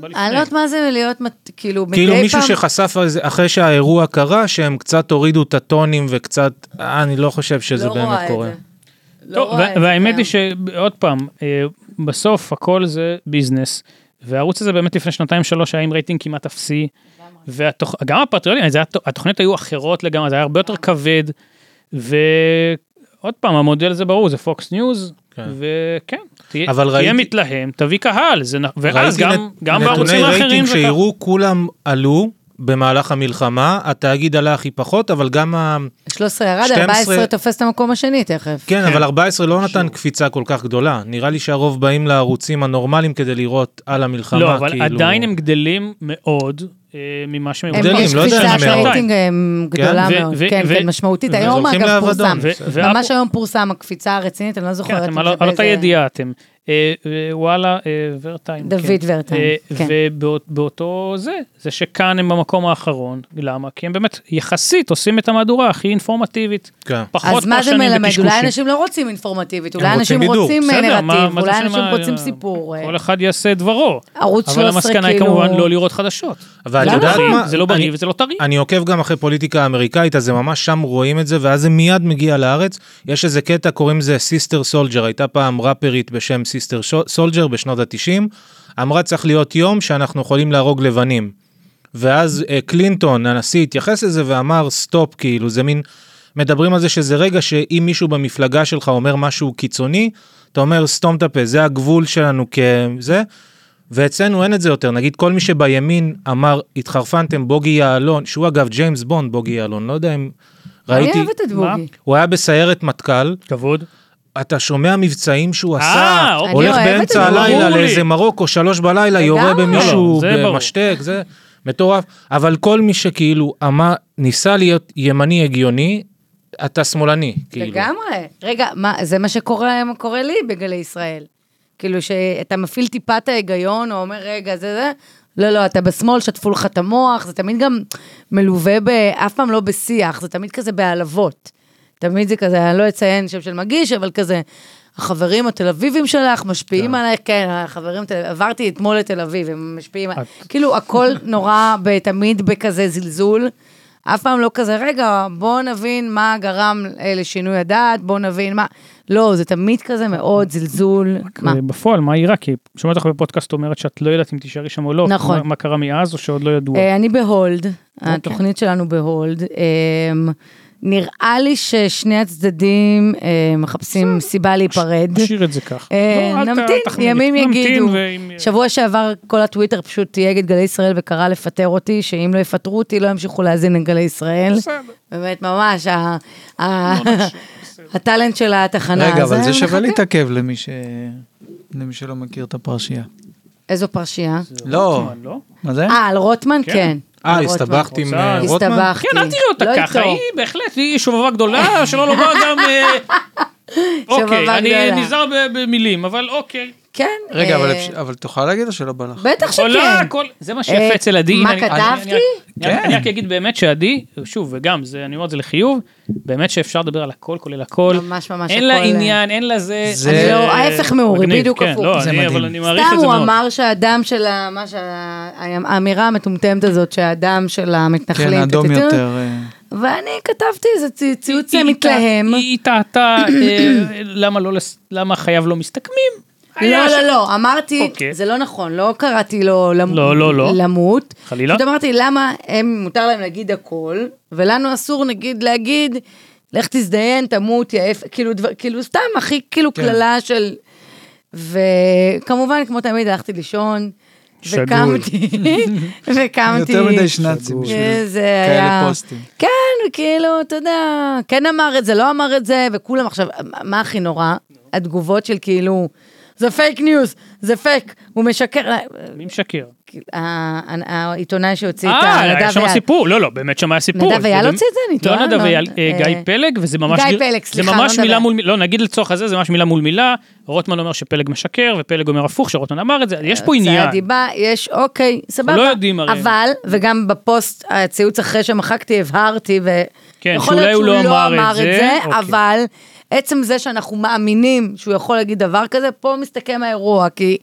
S2: בלפני.
S1: אני לא יודעת מה זה להיות, מת- כאילו, מדי פעם...
S4: כאילו מישהו שחשף על זה אחרי שהאירוע קרה, שהם קצת הורידו את הטונים וקצת, אה, אני לא חושב שזה
S1: לא רואה
S4: באמת
S1: את
S4: קורה.
S1: זה. לא
S2: טוב,
S1: רואה את
S2: וה-
S1: זה
S2: והאמת
S1: קיים.
S2: היא שעוד פעם, אה, בסוף הכל זה ביזנס, והערוץ הזה באמת לפני שנתיים שלוש היה עם רייטינג כמעט אפסי, וגם הפטריוטים, זה היה- התוכניות היו אחרות לגמרי, זה היה הרבה יותר כבד, ועוד פעם, המודל זה ברור, זה פוקס ניוז,
S4: כן.
S2: וכן, תהיה
S4: אבל
S2: תהיה
S4: ראיתי-
S2: מתלהם, תביא קהל, זה נ- ואז
S4: ראיתי
S2: גם
S4: נ-
S2: גם בערוצים
S4: נתוני
S2: האחרים
S4: רייטינג
S2: זה ככה.
S4: שהראו, כולם עלו, במהלך המלחמה, התאגיד עלה הכי פחות, אבל גם ה...
S1: 13 ירד,
S4: 12
S1: 14 תופס את המקום השני תכף.
S4: כן, אבל 14 לא נתן קפיצה כל כך גדולה. נראה לי שהרוב באים לערוצים הנורמליים כדי לראות על המלחמה,
S2: לא, אבל
S4: כאילו...
S2: עדיין הם גדלים מאוד אה, ממה שהם
S1: הם-
S2: היו
S4: גדלים,
S1: יש
S4: לא יודע אם
S1: קפיצה של
S4: מאוד.
S1: רייטינג אה, גדולה
S2: ו-
S1: מאוד,
S2: ו-
S1: כן,
S2: ו-
S1: כן, משמעותית.
S4: ו-
S1: היום
S4: זורקים
S1: אגב
S4: לאבדון,
S1: פורסם,
S2: ו- ועכו-
S1: ממש היום פורסם הקפיצה הרצינית, אני לא
S2: כן,
S1: זוכרת.
S2: אתם על על אותה ידיעה אתם. אה, אה, וואלה, אה, ורטיים.
S1: דוד
S2: כן.
S1: ורטיים,
S2: אה,
S1: כן.
S2: ובאותו זה, זה שכאן הם במקום האחרון. למה? כי הם באמת יחסית עושים את המהדורה הכי אינפורמטיבית.
S4: כן.
S2: פחות
S1: אז מה זה
S2: פרשנים
S1: מלמד? אולי
S2: וקשקושים.
S1: אנשים לא רוצים אינפורמטיבית, אולי
S4: רוצים
S1: אנשים
S4: בידור.
S1: רוצים אה,
S2: בסדר, מה-
S1: נרטיב,
S2: מה זה
S1: אולי
S2: שמה-
S1: אנשים רוצים
S2: אה,
S1: סיפור. אה,
S2: כל אחד יעשה את דברו.
S1: ערוץ
S2: אבל
S1: 13
S2: המסקנה היא
S1: כאילו-
S2: כמובן לא לראות חדשות.
S4: ואת
S2: זה לא
S4: יודעת
S2: בריא,
S4: מה?
S2: זה לא בריא
S4: אני-
S2: וזה לא טרי.
S4: אני עוקב גם אחרי פוליטיקה אמריקאית, אז זה ממש שם רואים את זה, ואז זה מיד מגיע לארץ. יש איזה קטע, קוראים לזה סיסטר סולג'ר, הייתה פעם ראפרית בשם סיסטר סולג'ר בשנות ה-90, אמרה צריך להיות יום שאנחנו יכולים להרוג לבנים. ואז אה, קלינטון, הנשיא, התייחס לזה ואמר סטופ, כאילו, זה מין... מדברים על זה שזה רגע שאם מישהו במפלגה שלך אומר משהו קיצוני, אתה אומר סתום את הפה, זה הגבול שלנו כזה. ואצלנו אין את זה יותר, נגיד כל מי שבימין אמר, התחרפנתם, בוגי יעלון, שהוא אגב ג'יימס בונד, בוגי יעלון, לא יודע אם
S1: אני
S4: ראיתי,
S1: אוהבת את בוגי.
S4: הוא היה בסיירת מטכ"ל,
S2: כבוד.
S4: אתה שומע מבצעים שהוא
S2: אה,
S4: עשה,
S2: אוקיי.
S4: הולך
S1: אני אוהבת
S4: באמצע
S1: את זה,
S4: הלילה
S2: ברור לי.
S4: לאיזה מרוקו, שלוש בלילה, יורה
S1: לגמרי.
S4: במישהו
S2: לא, לא, זה ברור.
S4: במשתק, זה מטורף, אבל כל מי שכאילו אמר, ניסה להיות ימני הגיוני, אתה שמאלני, כאילו.
S1: לגמרי. רגע, מה, זה מה שקורה מה קורה לי בגלי ישראל. כאילו שאתה מפעיל טיפת ההיגיון, או אומר, רגע, זה זה, לא, לא, אתה בשמאל, שטפו לך את המוח, זה תמיד גם מלווה ב... אף פעם לא בשיח, זה תמיד כזה בהעלבות. תמיד זה כזה, אני לא אציין שם של מגיש, אבל כזה, החברים התל אביבים שלך משפיעים עלייך, כן, החברים, תל- עברתי אתמול לתל אביב, הם משפיעים, על- כאילו, הכל נורא, ב- תמיד בכזה זלזול. אף פעם לא כזה, רגע, בואו נבין מה גרם אה, לשינוי הדעת, בואו נבין מה... לא, זה תמיד כזה מאוד זלזול. מה?
S2: אה, בפועל, מה אירע? כי שומעת לך בפודקאסט אומרת שאת לא יודעת אם תישארי שם או לא.
S1: נכון.
S2: מה- מה קרה מאז או שעוד לא ידוע.
S1: אה, אני בהולד,
S3: אוקיי.
S1: התוכנית שלנו בהולד. אמ, נראה לי ששני הצדדים אה, מחפשים סיבה להיפרד.
S2: נשאיר את זה כך.
S1: אה,
S2: לא, אל ת-
S1: נמתין,
S2: תחמיאי.
S1: ימים
S2: נמתין,
S1: יגידו.
S2: ואם-
S1: שבוע שעבר כל הטוויטר פשוט תייג את גלי ישראל וקרא לפטר אותי, שאם לא יפטרו אותי לא ימשיכו להאזין לגלי ישראל. באמת, ממש, ה- ה- הטאלנט של התחנה.
S3: רגע,
S1: אז
S3: אבל זה שווה
S1: נחכה.
S3: להתעכב למי ש... למי שלא מכיר את הפרשייה.
S1: איזו פרשייה?
S3: לא,
S2: רוטמן, לא?
S3: מה זה?
S1: אה, על רוטמן? כן.
S4: אה,
S1: על רוטמן.
S4: הסתבכת עם אה,
S2: רוצה-
S4: רוטמן?
S1: הסתבכתי.
S2: כן, אל תראה אותה
S1: לא
S2: ככה,
S1: איתו.
S2: היא בהחלט, היא שובבה גדולה, שלא לומר גם... אה, אוקיי,
S1: שובבה
S2: אני
S1: גדולה.
S2: נזהר ב- במילים, אבל אוקיי.
S1: כן.
S3: רגע, אבל
S1: אה,
S3: אפשר- אבל תוכל להגיד או שלא בא לך?
S1: בטח שכן.
S2: עולה הכל, זה מה
S1: אה,
S2: שיפה אצל עדי.
S1: מה
S2: הנה, אני-
S1: כתבתי?
S2: אני- אני-
S3: כן.
S2: אני רק אגיד באמת שעדי, שוב, וגם, זה- אני אומר את זה לחיוב, באמת שאפשר לדבר על הכל, כולל הכל.
S1: ממש, ממש
S2: אין לה
S1: הכל, אה,
S2: עניין, אין לה זה.
S3: זה-
S2: אני-
S3: לא,
S1: ההפך מאורי,
S2: מגניב,
S1: בדיוק
S2: כן,
S1: הפוך.
S2: לא,
S3: זה
S2: אני-
S3: מדהים.
S2: אבל אני מעריך
S1: סתם
S2: את זה
S1: הוא
S2: מאוד.
S1: אמל שהדם של ה... מה שה... האמירה המטומטמת הזאת שהדם של המתנחלים.
S3: כן, אדום
S1: טטטט.
S3: יותר. אה.
S1: ואני כתבתי איזה צי- ציוץ
S2: היא- היא
S1: מתלהם.
S2: טע- היא טעתה, אה, למה לא, לס- למה חייו לא מסתכמים? היה
S1: לא,
S2: ש-
S1: לא, לא, אמרתי,
S2: אוקיי.
S1: זה לא נכון, לא קראתי לו למ-
S2: לא, לא, לא.
S1: למות.
S2: חלילה.
S1: פשוט אמרתי, למה הם, מותר להם להגיד הכל, ולנו אסור נגיד להגיד, לך תזדיין, תמות, יעף, כאילו, דבר, כאילו סתם, הכי כאילו
S2: כן.
S1: קללה של... וכמובן, כמו תמיד, הלכתי לישון,
S2: שגוי.
S1: וקמתי, וקמתי.
S3: יותר מדי שנאצים בשביל
S1: אה, זה
S3: כאלה
S1: היה...
S3: פוסטים.
S1: כן, כאילו, אתה יודע, כן אמר את זה, לא אמר את זה, וכולם עכשיו, מה הכי נורא? התגובות של כאילו, זה פייק ניוז, זה פייק, הוא משקר. אה,
S2: מי משקר?
S1: כאילו, ה- ה- העיתונאי שהוציא את
S2: אה, היה
S1: הנדב
S2: שם
S1: ויד.
S2: סיפור, לא, לא, באמת שם היה סיפור.
S1: נדב
S2: זה
S1: אייל
S2: באמת-
S1: הוציא את זה? אני טועה?
S2: לא נדב
S1: לא,
S2: אייל, אה,
S1: אה,
S2: גיא פלג, וזה ממש...
S1: גיא
S2: גיר-
S1: פלג, סליחה,
S2: זה ממש
S1: לא
S2: מילה
S1: נדב.
S2: מול מילה, לא, נגיד לצורך הזה, זה ממש מילה מול מילה, רוטמן אומר שפלג משקר, ופלג אומר הפוך, שרוטמן אמר את זה, יש פה עניין.
S1: הוצאת דיבה, יש, אוקיי, סבבה.
S2: לא יודעים הרי.
S1: אבל, וגם בפוסט, הציוץ אחרי שמחקתי, הבהרתי, ו...
S2: כן,
S1: יכול
S2: שאולי
S1: להיות
S2: הוא
S1: שהוא
S2: לא אמר את זה, אוקיי.
S1: אבל עצם זה שאנחנו מאמינים שהוא יכול להגיד דבר כזה, פה מסתכם האירוע, כי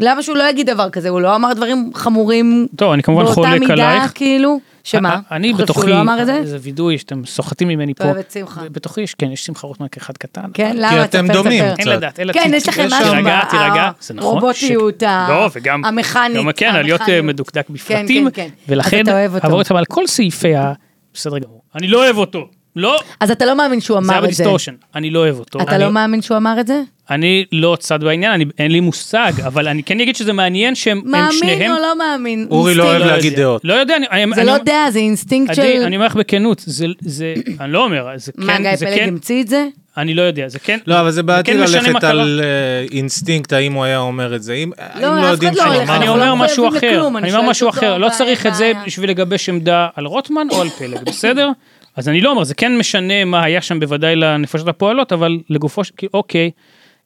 S1: למה שהוא לא יגיד דבר כזה? הוא לא אמר דברים חמורים
S2: טוב, אני כמובן
S1: באותה
S2: חולק
S1: מידה,
S2: עלייך.
S1: כאילו? שמה?
S2: א- אני
S1: אתה חושב
S2: בתוכי, אה,
S1: שהוא לא אמר את
S4: אה,
S1: זה?
S2: זה וידוי שאתם סוחטים ממני פה.
S1: אתה אוהב את שמחה.
S2: בתוכי יש, כן, יש שמחה רוטמן כאחד קטן.
S1: כן,
S2: אבל-
S1: למה?
S4: אה, כי
S1: תספר,
S4: אתם
S1: תספר.
S4: דומים
S2: אין
S4: קצת.
S2: לדעת, אין לדעת.
S1: כן, יש לכם
S4: יש
S1: משהו,
S4: שם.
S2: תירגע,
S1: ב-
S2: תירגע,
S1: ה-
S2: זה נכון.
S1: רובוטיות,
S2: ש-
S1: ה-
S2: לא, וגם...
S1: המכנית,
S2: גם כן, להיות אה,
S1: המכניות.
S2: מדוקדק
S1: כן,
S2: בפרטים,
S1: כן, כן.
S2: ולכן...
S1: אז אתה אוהב אותו.
S2: אבל רוטמן על כל סעיפי ה... בסדר גמור. אני לא אוהב אותו. לא,
S1: אז אתה לא מאמין שהוא
S2: זה היה
S1: אמר את זה.
S2: בדיסטורשן. אני לא אוהב אותו.
S1: אתה
S2: אני-
S1: לא מאמין שהוא אמר את זה?
S2: אני לא צד בעניין, אני, אין לי מושג, אבל אני כן אגיד שזה מעניין שהם הם
S1: מאמין
S2: שניהם...
S1: או לא מאמין?
S4: אורי לא
S1: אינסטינקט.
S4: אוהב להגיד
S2: יודע.
S4: דעות.
S2: לא יודע, אני... אני-
S1: זה
S2: אני-
S1: לא דעה, זה אינסטינקט של...
S2: עדי, אני אומר לך בכנות, זה, זה, אני לא אומר, זה כן,
S1: מה, גיא
S2: זה
S1: פלג
S2: כן,
S1: המציא את זה?
S2: אני לא יודע, זה כן,
S4: לא, אבל זה בעייתי
S2: כן משנה מה
S4: ללכת
S2: קרה.
S4: על אה, אינסטינקט, האם הוא היה אומר את זה. אם אם
S1: לא, אף
S4: לא
S1: אחד
S4: יודעים
S1: לא
S4: שהוא
S1: הולך,
S4: אמר...
S2: אני
S1: אנחנו
S2: אומר
S1: לא
S2: משהו
S1: מחויבים
S2: אחר,
S1: לכלום, אני
S2: אני אומר
S1: שואלת
S2: משהו
S1: אותו,
S2: אחר, לא
S1: בעיה,
S2: צריך את זה
S1: בעיה.
S2: בשביל לגבש עמדה על רוטמן או על פלג, בסדר? אז אני לא אומר, זה כן משנה מה היה שם בוודאי לנפשות הפועלות, אבל לגופו של... כאילו, אוקיי,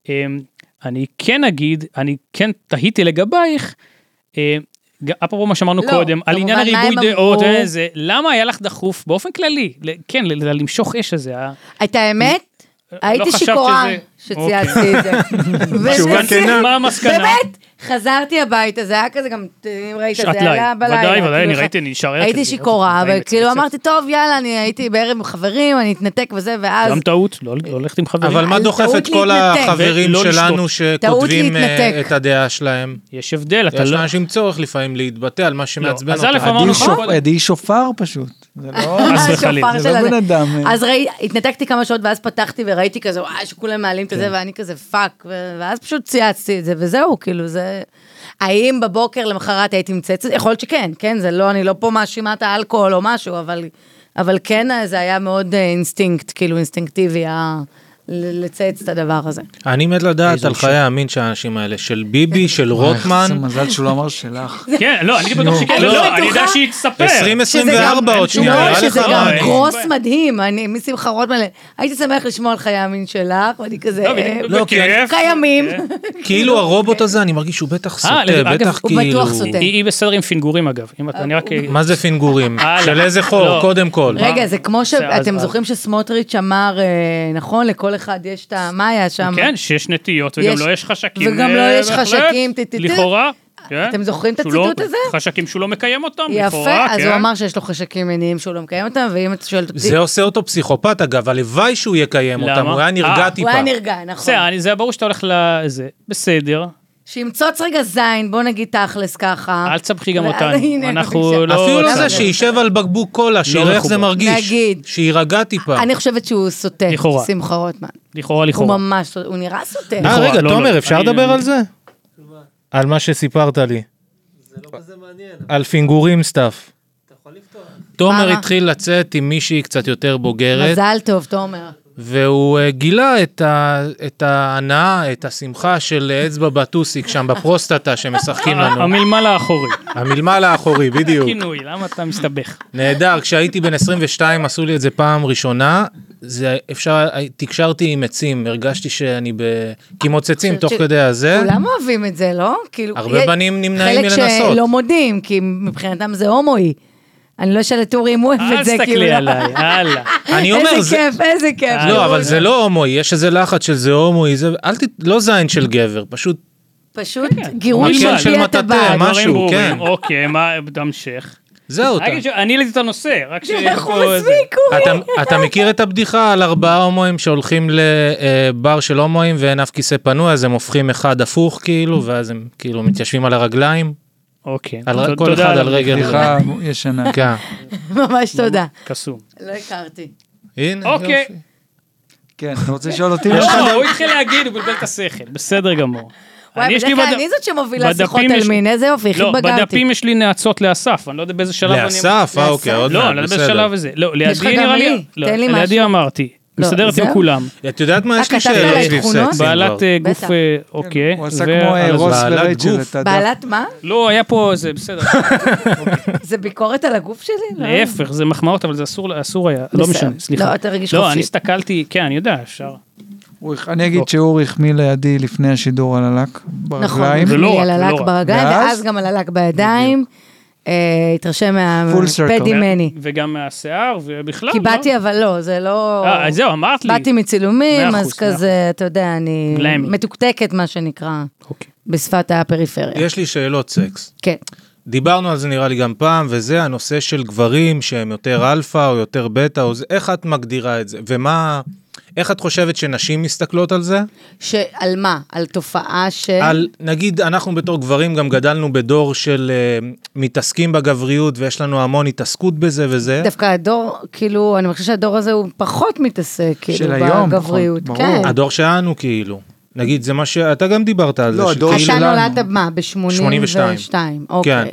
S2: אמ, אני כן אגיד, אני כן תהיתי לגבייך, אמ, ג- אפרופו מה שאמרנו
S1: לא,
S2: קודם, על עניין
S1: כמובן, מה
S2: הריבוי
S1: הם
S2: דעות,
S1: אמרו?
S2: אה, זה, למה היה לך דחוף באופן כללי, ל- כן, ל- ל- למשוך אש הזה, אה? ה-
S1: את האמת?
S2: לא
S1: הייתי
S2: חשבת
S1: שיכורה
S2: שזה-
S1: שצייצתי את זה.
S2: אוקיי. תשובה
S1: וכזה-
S2: כנה. מה המסקנה?
S1: באמת, חזרתי הביתה, זה היה כזה גם, אם ראית, זה
S2: שעטלאי.
S1: עלה בלילה.
S2: ודאי, ודאי,
S1: כאילו,
S2: אני ראיתי, אני אשאר את
S1: הייתי
S2: זה, אוקיי,
S1: שיכורה,
S2: ראיתי את זה,
S1: וכאילו
S2: מצפצף.
S1: אמרתי, טוב, יאללה, אני הייתי בערב עם חברים, אני אתנתק וזה, ואז
S2: גם טעות, לא לא ללכת עם חברים.
S4: אבל מה
S1: על
S4: דוחף
S1: טעות
S4: את כל
S1: להתנתק.
S4: החברים
S2: ולא
S4: שלנו שכותבים אה,
S1: להתנתק.
S4: את הדעה שלהם?
S2: יש הבדל, אתה
S4: יש
S2: לא...
S4: לאנשים צורך לפעמים להתבטא על מה שמעצבן
S2: אז א',
S4: אותם.
S2: אמרנו
S3: עדי
S2: נכון.
S3: שופ- עדי שופר פשוט. זה לא...
S2: חס
S1: השופר
S2: וחלילה.
S3: זה
S1: של
S3: לא
S1: הזה.
S3: בן אדם, אה.
S1: אז ראי- התנתקתי כמה שעות, ואז פתחתי וראיתי כזה, וואי, שכולם מעלים את
S3: כן.
S1: זה, ואני כזה, פאק, ו- ואז פשוט צייצתי את זה, וזהו, כאילו, זה... האם בבוקר למחרת הייתי מצייצת? יכול להיות שכן, כן, זה לא, אני לא פה מאשימה את האלכוהול או משהו, אבל, אבל כן, אה, זה היה מאוד אה, אינסטינקט, כאילו אינסטינקטיבי, ה- ל- לצייץ את הדבר הזה.
S4: אני מת לדעת
S2: איזה
S4: על חיי המין של האנשים האלה, של
S1: כן.
S4: ביבי, של רוטמן.
S3: זה מזל שהוא לא אמר שלך.
S2: כן, לא, אני בטוח שכן,
S1: אני
S2: לא,
S1: בטוחה-
S2: אני יודע שהיא תספר.
S4: 2024 עוד שנייה,
S1: לא,
S4: נראה לך
S1: שזה גם
S4: מה?
S2: אה,
S1: גרוס
S2: אה,
S1: מדהים, אני משמחה רוטמן, הייתי שמח לשמוע על חיי המין שלך, ואני כזה,
S2: לא,
S1: אה,
S2: בדיוק, כן.
S4: לא, כי
S2: בכיף.
S1: קיימים.
S4: כאילו הרובוט הזה, אני מרגיש שהוא בטח סוטה,
S2: לזה- אה, אגב,
S4: בטח
S1: הוא
S4: כאילו...
S1: בטוח סוטה.
S2: היא היא בסדר עם פינגורים אגב, אם אתה, אני רק...
S4: מה זה פינגורים?
S2: הלאה.
S4: של איזה חור,
S2: לא.
S4: קודם כל.
S1: רגע, זה כמו
S2: אז-
S1: שאתם
S2: אז-
S1: זוכרים שסמוטריץ' אמר, אה, נכון, לכל אחד יש את ה... מה היה שם?
S2: כן, שיש נטיות, וגם
S1: יש-
S2: לא יש חשקים.
S1: וגם לא
S2: אה,
S1: יש
S2: בהחלט.
S1: חשקים, טי, טי, טי.
S2: לכאורה, כן.
S1: אתם זוכרים את
S2: שהוא לא-
S1: הציטוט הזה?
S2: חשקים שהוא לא מקיים אותם,
S1: יפה,
S2: לכאורה, כן.
S1: אז הוא אמר שיש לו חשקים מיניים שהוא לא מקיים אותם, ואם את שואלת אותי,
S4: זה עושה אותו פסיכופת, אגב, הלוואי שהוא יקיים
S2: למה?
S4: אותם, הוא היה
S2: אה,
S4: נרגע
S1: הוא
S4: טיפה.
S1: היה נרגע, נכון.
S2: בסדר, אני- זה היה ברור שאתה הולך לזה, בסדר,
S1: שימצוץ רגע זין, בוא נגיד תאכלס ככה.
S2: אל תסבכי גם
S1: ואז
S2: אותנו,
S1: הנה,
S2: אנחנו
S1: בבקשה.
S2: לא...
S4: אפילו לא
S1: בסדר.
S4: זה, שישב על בקבוק קולה, שיראה איך זה
S2: מחובר.
S4: מרגיש.
S1: נגיד.
S4: שיירגע טיפה.
S1: אני חושבת שהוא סוטה,
S2: לכאורה.
S1: שמחה רוטמן.
S2: לכאורה,
S1: הוא
S2: לכאורה.
S1: ממש, סוטה, הוא נראה סוטה.
S4: אה,
S2: לכאורה,
S4: רגע,
S2: לא,
S4: תומר,
S2: לא.
S4: אפשר
S2: אני-
S4: לדבר
S2: אני-
S4: על זה? על מה לא שסיפרת לי. על פינגורים סטאפ. תומר
S1: מה?
S4: התחיל לצאת עם מישהי קצת יותר בוגרת,
S1: מזל טוב, תומר.
S4: והוא אה, גילה את ה- את ההנאה, את השמחה של אה, אצבע בטוסיק שם בפרוסטטה שמשחקים לנו.
S2: אה, המלמל האחורי.
S4: המלמל האחורי, בדיוק.
S2: כינוי, למה אתה מסתבך?
S4: נהדר, כשהייתי בן 22 עשו לי את זה פעם ראשונה, זה אפשר, אה, תקשרתי עם עצים, הרגשתי שאני ב... כי מוצצים
S1: חושבת
S4: תוך
S1: ש-
S4: כדי הזה.
S1: כולם אוהבים את זה, לא? כאילו,
S4: הרבה
S1: יש-
S4: בנים נמנעים
S1: חלק
S4: מלנסות.
S1: שלא מודים, כי מבחינתם זה הומואי. אני לא אשאל את אורי אם הוא אוהב
S2: אל
S1: את זה, כאילו.
S2: תסתכלי עליי, הלאה.
S4: אני אומר,
S1: איזה
S4: זה...
S1: כיף, איזה כיף.
S2: אה,
S1: כאילו,
S4: לא, אבל זה לא הומואי, יש איזה לחץ של זה הומואי, זה... אל ת... לא זין של גבר, פשוט...
S1: פשוט
S2: כן.
S1: גירוי
S4: מקל
S1: של
S4: של
S1: פי
S4: מטאטא,
S1: הטבעת.
S4: משהו,
S2: דברים ברורים,
S4: כן.
S2: אוקיי, מה, תמשיך.
S4: זהו,
S2: אני אגיד
S4: אתה...
S2: שאני העליתי את הנושא, רק ש...
S1: איך הוא נכון, מספיק, אורי?
S4: אתה, אתה מכיר את הבדיחה על ארבעה הומואים שהולכים לבר של הומואים ואין אף כיסא פנוי, אז הם הופכים אחד הפוך כאילו, ואז הם כאילו מתיישבים על הרגליים,
S2: אוקיי.
S4: על
S2: תודה-
S4: כל
S2: תודה
S4: אחד על רגל אחת.
S3: סליחה ישנה.
S4: כן.
S1: ממש תודה.
S2: קסום.
S1: לא הכרתי.
S4: הנה,
S2: אוקיי.
S4: יופי.
S3: כן, אתה רוצה לשאול אותי?
S2: לא, הוא התחיל להגיד, הוא בלבל את השכל, בסדר גמור. אני,
S1: וואי,
S2: יש
S1: בדרך
S2: לי
S1: כלל
S2: בד-
S1: אני זאת שמובילה
S2: בדפים
S1: שיחות
S2: יש-
S1: על מין, איזה יופי, איך
S2: לא,
S1: התבגרתי.
S2: בדפים יש לי נאצות לאסף, אני לא יודע באיזה שלב אני...
S4: לאסף, אה אוקיי, עוד
S2: לא,
S4: מעט,
S2: אני לא יודע באיזה
S4: בסדר.
S2: שלב הזה. לא,
S1: יש לך
S2: לידי
S1: גם
S2: נראה לי...
S1: לי,
S2: לא,
S1: תן לי
S2: לידי
S1: משהו.
S2: אמרתי,
S1: לא,
S2: מסתדרת עם
S1: זהו?
S2: כולם.
S4: את יודעת מה?
S1: אה,
S4: יש לי
S1: כתבת
S4: שאלות
S1: עליי
S4: סביב
S1: תכונות?
S4: סקסים.
S2: בעלת
S4: כבר.
S2: אה,
S1: בטח.
S2: גוף, אה, אוקיי.
S3: כן, הוא עשה
S2: ו-
S3: כמו אה,
S2: על
S3: רוס
S4: בעלת גוף.
S3: ורייצ'ל, את הדף.
S1: בעלת מה?
S2: לא, היה פה איזה, בסדר.
S1: זה ביקורת על הגוף שלי? לא.
S2: להפך, זה מחמאות, אבל זה אסור, אסור היה, לא
S1: בסדר.
S2: משנה, סליחה.
S1: לא, תרגיש
S2: לא,
S1: חופשי.
S2: אני הסתכלתי, כן, אני יודע, אפשר.
S3: הוא- אני אגיד שאורי החמיא לידי לפני השידור על הלק
S1: נכון,
S3: ברגליים.
S2: זה לא
S1: החמיא
S2: רק,
S1: על
S2: זה לא
S1: הלק
S2: רק.
S1: ברגליים,
S3: ואז?
S1: ואז גם על הלק בידיים. אה, התרשם
S3: Full circle. כן.
S1: מהפדי מני.
S2: וגם מהשיער, ובכלל,
S1: כי
S2: לא?
S1: באתי, אבל לא, זה לא...
S2: אה, אז זהו, אמרת לי.
S1: באתי מצילומים,
S2: מאה
S1: אז
S2: אחוז, מאה
S1: כזה, אתה יודע, אני
S2: גלמי.
S1: מתוקתקת, מה שנקרא,
S2: אוקיי.
S1: בשפת הפריפריה.
S4: יש לי שאלות סקס.
S1: כן.
S4: דיברנו על זה נראה לי גם פעם, וזה הנושא של גברים שהם יותר אלפא או יותר בטא, או זה, איך את מגדירה את זה? ומה, איך את חושבת שנשים מסתכלות על זה?
S1: שעל מה? על תופעה ש...
S4: על, נגיד, אנחנו בתור גברים גם גדלנו בדור של אה, מתעסקים בגבריות, ויש לנו המון התעסקות בזה וזה.
S1: דווקא הדור, כאילו, אני חושבת שהדור הזה הוא פחות מתעסק, כאילו,
S3: של היום,
S1: בגבריות.
S3: פחות,
S1: כן.
S3: ברור.
S4: הדור שלנו כאילו. נגיד, זה מה שאתה גם דיברת על זה.
S3: לא,
S4: שכאילו-
S3: הדור
S1: אתה
S3: שלנו.
S1: נולדת מה? ב-82?
S4: כן.
S1: אוקיי.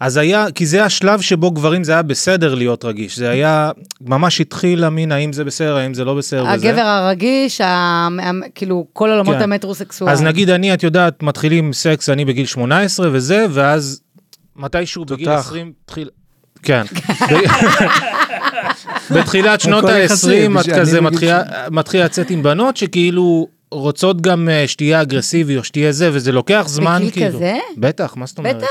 S4: אז היה, כי זה השלב שבו גברים זה היה בסדר להיות רגיש, זה היה, ממש התחיל המין האם זה בסדר, האם זה לא בסדר וזה.
S1: הגבר הרגיש, ה- ה- כאילו, כל עולמות
S4: כן.
S1: המטרוסקסואל.
S4: אז נגיד אני, את יודעת, מתחילים סקס, אני בגיל 18 וזה, ואז מתישהו בגיל
S3: תותח.
S4: 20, תחיל... כן. ב- בתחילת שנות
S3: הכל יחסי,
S4: ה-20 את
S3: בשביל-
S4: כזה
S3: אני בגיל
S4: מתחילה- מתחילה לצאת עם בנות שכאילו רוצות גם אה, שתהיה אגרסיבי או שתהיה זה, וזה לוקח זמן
S1: בגיל
S4: כאילו.
S1: כזה?
S4: בטח, מה זאת אומרת?
S1: בטח?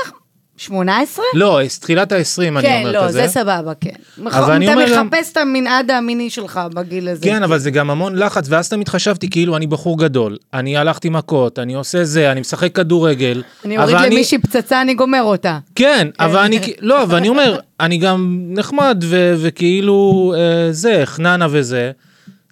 S1: 18?
S4: לא, אז תחילת ה-20 אני אומר כזה.
S1: כן, לא, זה סבבה, כן.
S4: אבל אני
S1: אתה
S4: אומר גם-
S1: מחפש את המנעד המיני שלך בגיל הזה.
S4: כן, אבל זה גם המון לחץ, ואז תמיד חשבתי, כאילו, אני בחור גדול, אני הלכתי מכות, אני עושה זה, אני משחק כדורגל.
S1: אני אוריד
S4: אבל
S1: למישהי פצצה, אני גומר אותה.
S4: כן, אבל אני, כ- לא, אבל אני אומר, אני גם נחמד, ו- וכאילו, אה, זה, חננה וזה.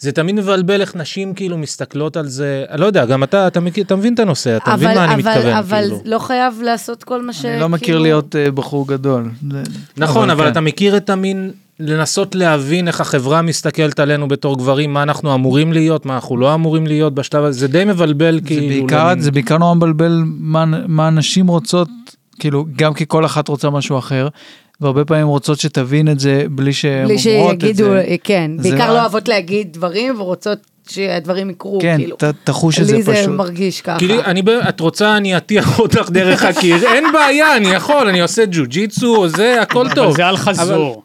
S4: זה תמיד מבלבל איך נשים כאילו מסתכלות על זה, אני לא יודע, גם אתה, אתה, מכיר, אתה מבין את הנושא, אתה מבין
S1: אבל-
S4: מה אני
S1: אבל-
S4: מתכוון,
S1: אבל
S4: כאילו.
S1: לא חייב לעשות כל מה ש...
S3: אני לא מכיר
S1: כאילו-
S3: להיות אה, בחור גדול. זה-
S4: נכון, אבל
S3: כן.
S4: אתה מכיר את המין, לנסות להבין איך החברה מסתכלת עלינו בתור גברים, מה אנחנו אמורים להיות, מה אנחנו לא אמורים להיות בשלב הזה, זה די מבלבל
S3: זה
S4: כאילו.
S3: בעיקר,
S4: למין-
S3: זה בעיקר נורא מבלבל מה, מה נשים רוצות, כאילו, גם כי כל אחת רוצה משהו אחר, והרבה פעמים רוצות שתבין את זה בלי שהן
S1: בלי
S3: אומרות אה, את
S1: שיגידו,
S3: זה.
S1: כן,
S3: זה
S1: בעיקר
S3: לא-
S1: לא אוהבות להגיד דברים ורוצות שהדברים יקרו,
S3: כן,
S1: כאילו.
S3: ת- תחוש את זה
S1: לי זה
S3: פשוט.
S1: מרגיש ככה.
S4: כאילו, אני, ב- את רוצה, אני אטיח אותך דרך הקיר, אין בעיה, אני יכול, אני עושה ג'ו-ג'יצו, או זה, הכל טוב.
S2: אבל זה אל חזור.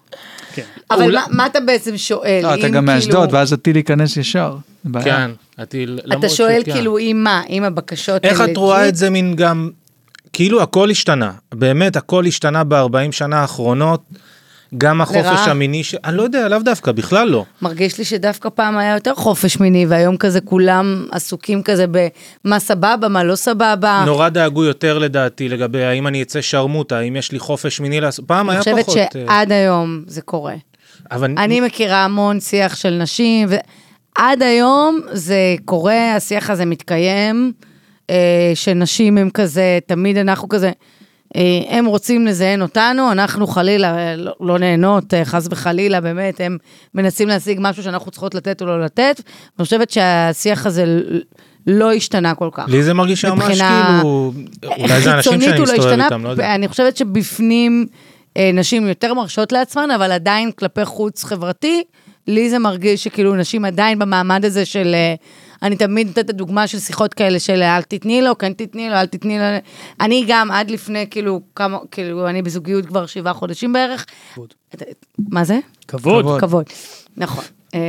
S1: אבל
S4: אולי-
S1: מה- מה אתה בעצם שואל?
S3: אה, אתה
S1: אם
S3: גם מאשדוד,
S1: כאילו-
S3: ואז הטיל ייכנס ישר. זה בעיה.
S4: כן, הטיל,
S1: אתה
S4: למרות כן.
S1: שואל
S4: שכן.
S1: כאילו, אם מה? אם הבקשות
S4: איך
S1: האלה...
S4: את רואה את זה מין גם, כאילו הכל השתנה, באמת הכל השתנה ב-40 שנה האחרונות, גם החופש
S1: לרעה?
S4: המיני, ש- אני לא יודע, לאו דווקא, בכלל לא.
S1: מרגיש לי שדווקא פעם היה יותר חופש מיני, והיום כזה כולם עסוקים כזה במה סבבה, מה לא סבבה.
S4: נורא דאגו יותר לדעתי לגבי האם אני אצא שרמוטה, האם יש לי חופש מיני לעשות, פעם
S1: אני
S4: היה
S1: חושבת
S4: פחות. אה,
S1: שעד היום זה קורה.
S4: אבל
S1: אני מכירה המון שיח של נשים, ועד היום זה קורה, השיח הזה מתקיים, אה, שנשים הם כזה, תמיד אנחנו כזה, אה, הם רוצים לזיין אותנו, אנחנו חלילה אה, לא, לא נהנות, אה, חס וחלילה, באמת, הם מנסים להשיג משהו שאנחנו צריכות לתת או לא לתת, ואני חושבת שהשיח הזה ל- לא השתנה כל כך.
S4: לי זה מרגיש שממש
S1: מבחינה-
S4: כאילו, אולי זה אנשים
S1: חיצונית
S4: שאני
S1: הוא לא
S4: מסתובב
S1: השתנה,
S4: איתם, לא יודע.
S1: אני חושבת שבפנים אה, נשים יותר מרשות לעצמן, אבל עדיין כלפי חוץ חברתי, לי זה מרגיש שכאילו נשים עדיין במעמד הזה של... אה, אני תמיד נותנת את הדוגמה של שיחות כאלה של אה, אל תתני לו, כן תתני לו, אל תתני לו. אני גם עד לפני כאילו כמה, כאילו אני בזוגיות כבר שבעה חודשים בערך. אתה- מה זה?
S2: כבוד.
S1: כבוד. נכון. אה,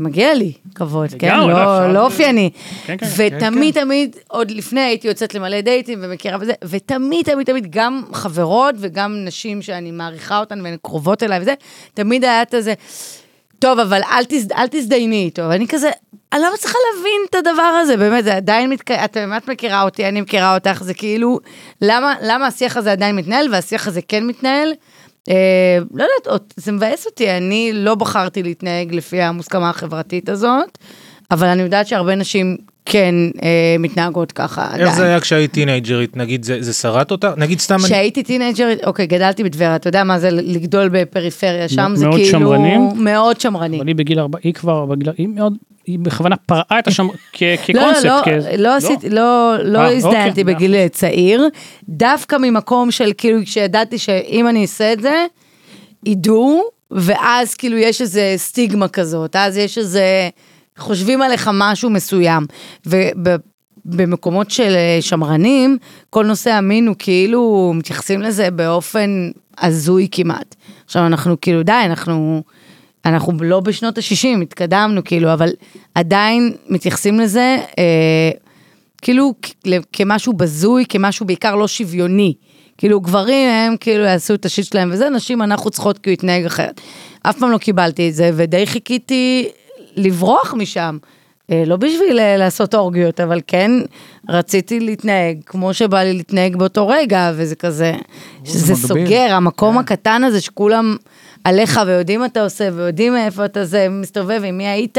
S1: מגיע לי כבוד, כן?
S2: לגמרי, לא,
S1: לא-
S2: אפשר-
S1: לא אופייני.
S2: כן, כן,
S1: ותמיד תמיד, עוד לפני הייתי יוצאת למלא דייטים ומכירה וזה, ותמיד תמיד תמיד גם חברות וגם נשים שאני מעריכה אותן והן קרובות אליי וזה, תמיד היה את הזה, טוב, אבל אל, תז, אל תזדייני איתו. ואני כזה, אני לא מצליחה להבין את הדבר הזה, באמת, זה עדיין מתקיים, את, את מכירה אותי, אני מכירה אותך, זה כאילו, למה, למה השיח הזה עדיין מתנהל והשיח הזה כן מתנהל? אה, לא יודעת, עוד- זה מבאס אותי, אני לא בחרתי להתנהג לפי המוסכמה החברתית הזאת, אבל אני יודעת שהרבה נשים כן אה, מתנהגות ככה עדיין.
S4: איך זה היה כשהיית טינג'רית, נגיד זה זה שרט אותך? נגיד סתם אני...
S1: כשהייתי טינג'רית, אוקיי, גדלתי בטבריה, אתה יודע מה זה לגדול בפריפריה, שם זה
S2: מאוד
S1: כאילו...
S2: שמרנים?
S1: מאוד שמרנים.
S2: אבל היא בגיל 40, היא כבר בגיל, היא מאוד, היא בכוונה פרעה את השם כ-
S1: לא,
S2: כקונספט.
S1: לא,
S2: כ-
S1: לא, לא עשיתי, לא, לא
S2: אה,
S1: הזדהנתי
S2: אוקיי,
S1: בגיל צעיר, דווקא ממקום של כאילו, כשידעתי שאם אני אעשה את זה, ידעו, ואז כאילו יש איזה סטיגמה כזאת, אז יש איזה, חושבים עליך משהו מסוים. ובמקומות של אה, שמרנים, כל נושא המין הוא כאילו, מתייחסים לזה באופן הזוי כמעט. עכשיו אנחנו כאילו, די, אנחנו... אנחנו לא בשנות ה-60, התקדמנו כאילו, אבל עדיין מתייחסים לזה אה, כאילו כ- ל- כמשהו בזוי, כמשהו בעיקר לא שוויוני. כאילו גברים הם כאילו יעשו את השיט שלהם וזה, נשים אנחנו צריכות כאילו להתנהג אחרת. אף פעם לא קיבלתי את זה, ודי חיכיתי לברוח משם. אה, לא בשביל אה, לעשות אורגיות, אבל כן רציתי להתנהג כמו שבא לי להתנהג באותו רגע, וזה כזה, שזה
S3: זה מגביל.
S1: סוגר, המקום הקטן הזה שכולם עליך ויודעים מה אתה עושה ויודעים איפה אתה זה, מסתובב עם מי היית,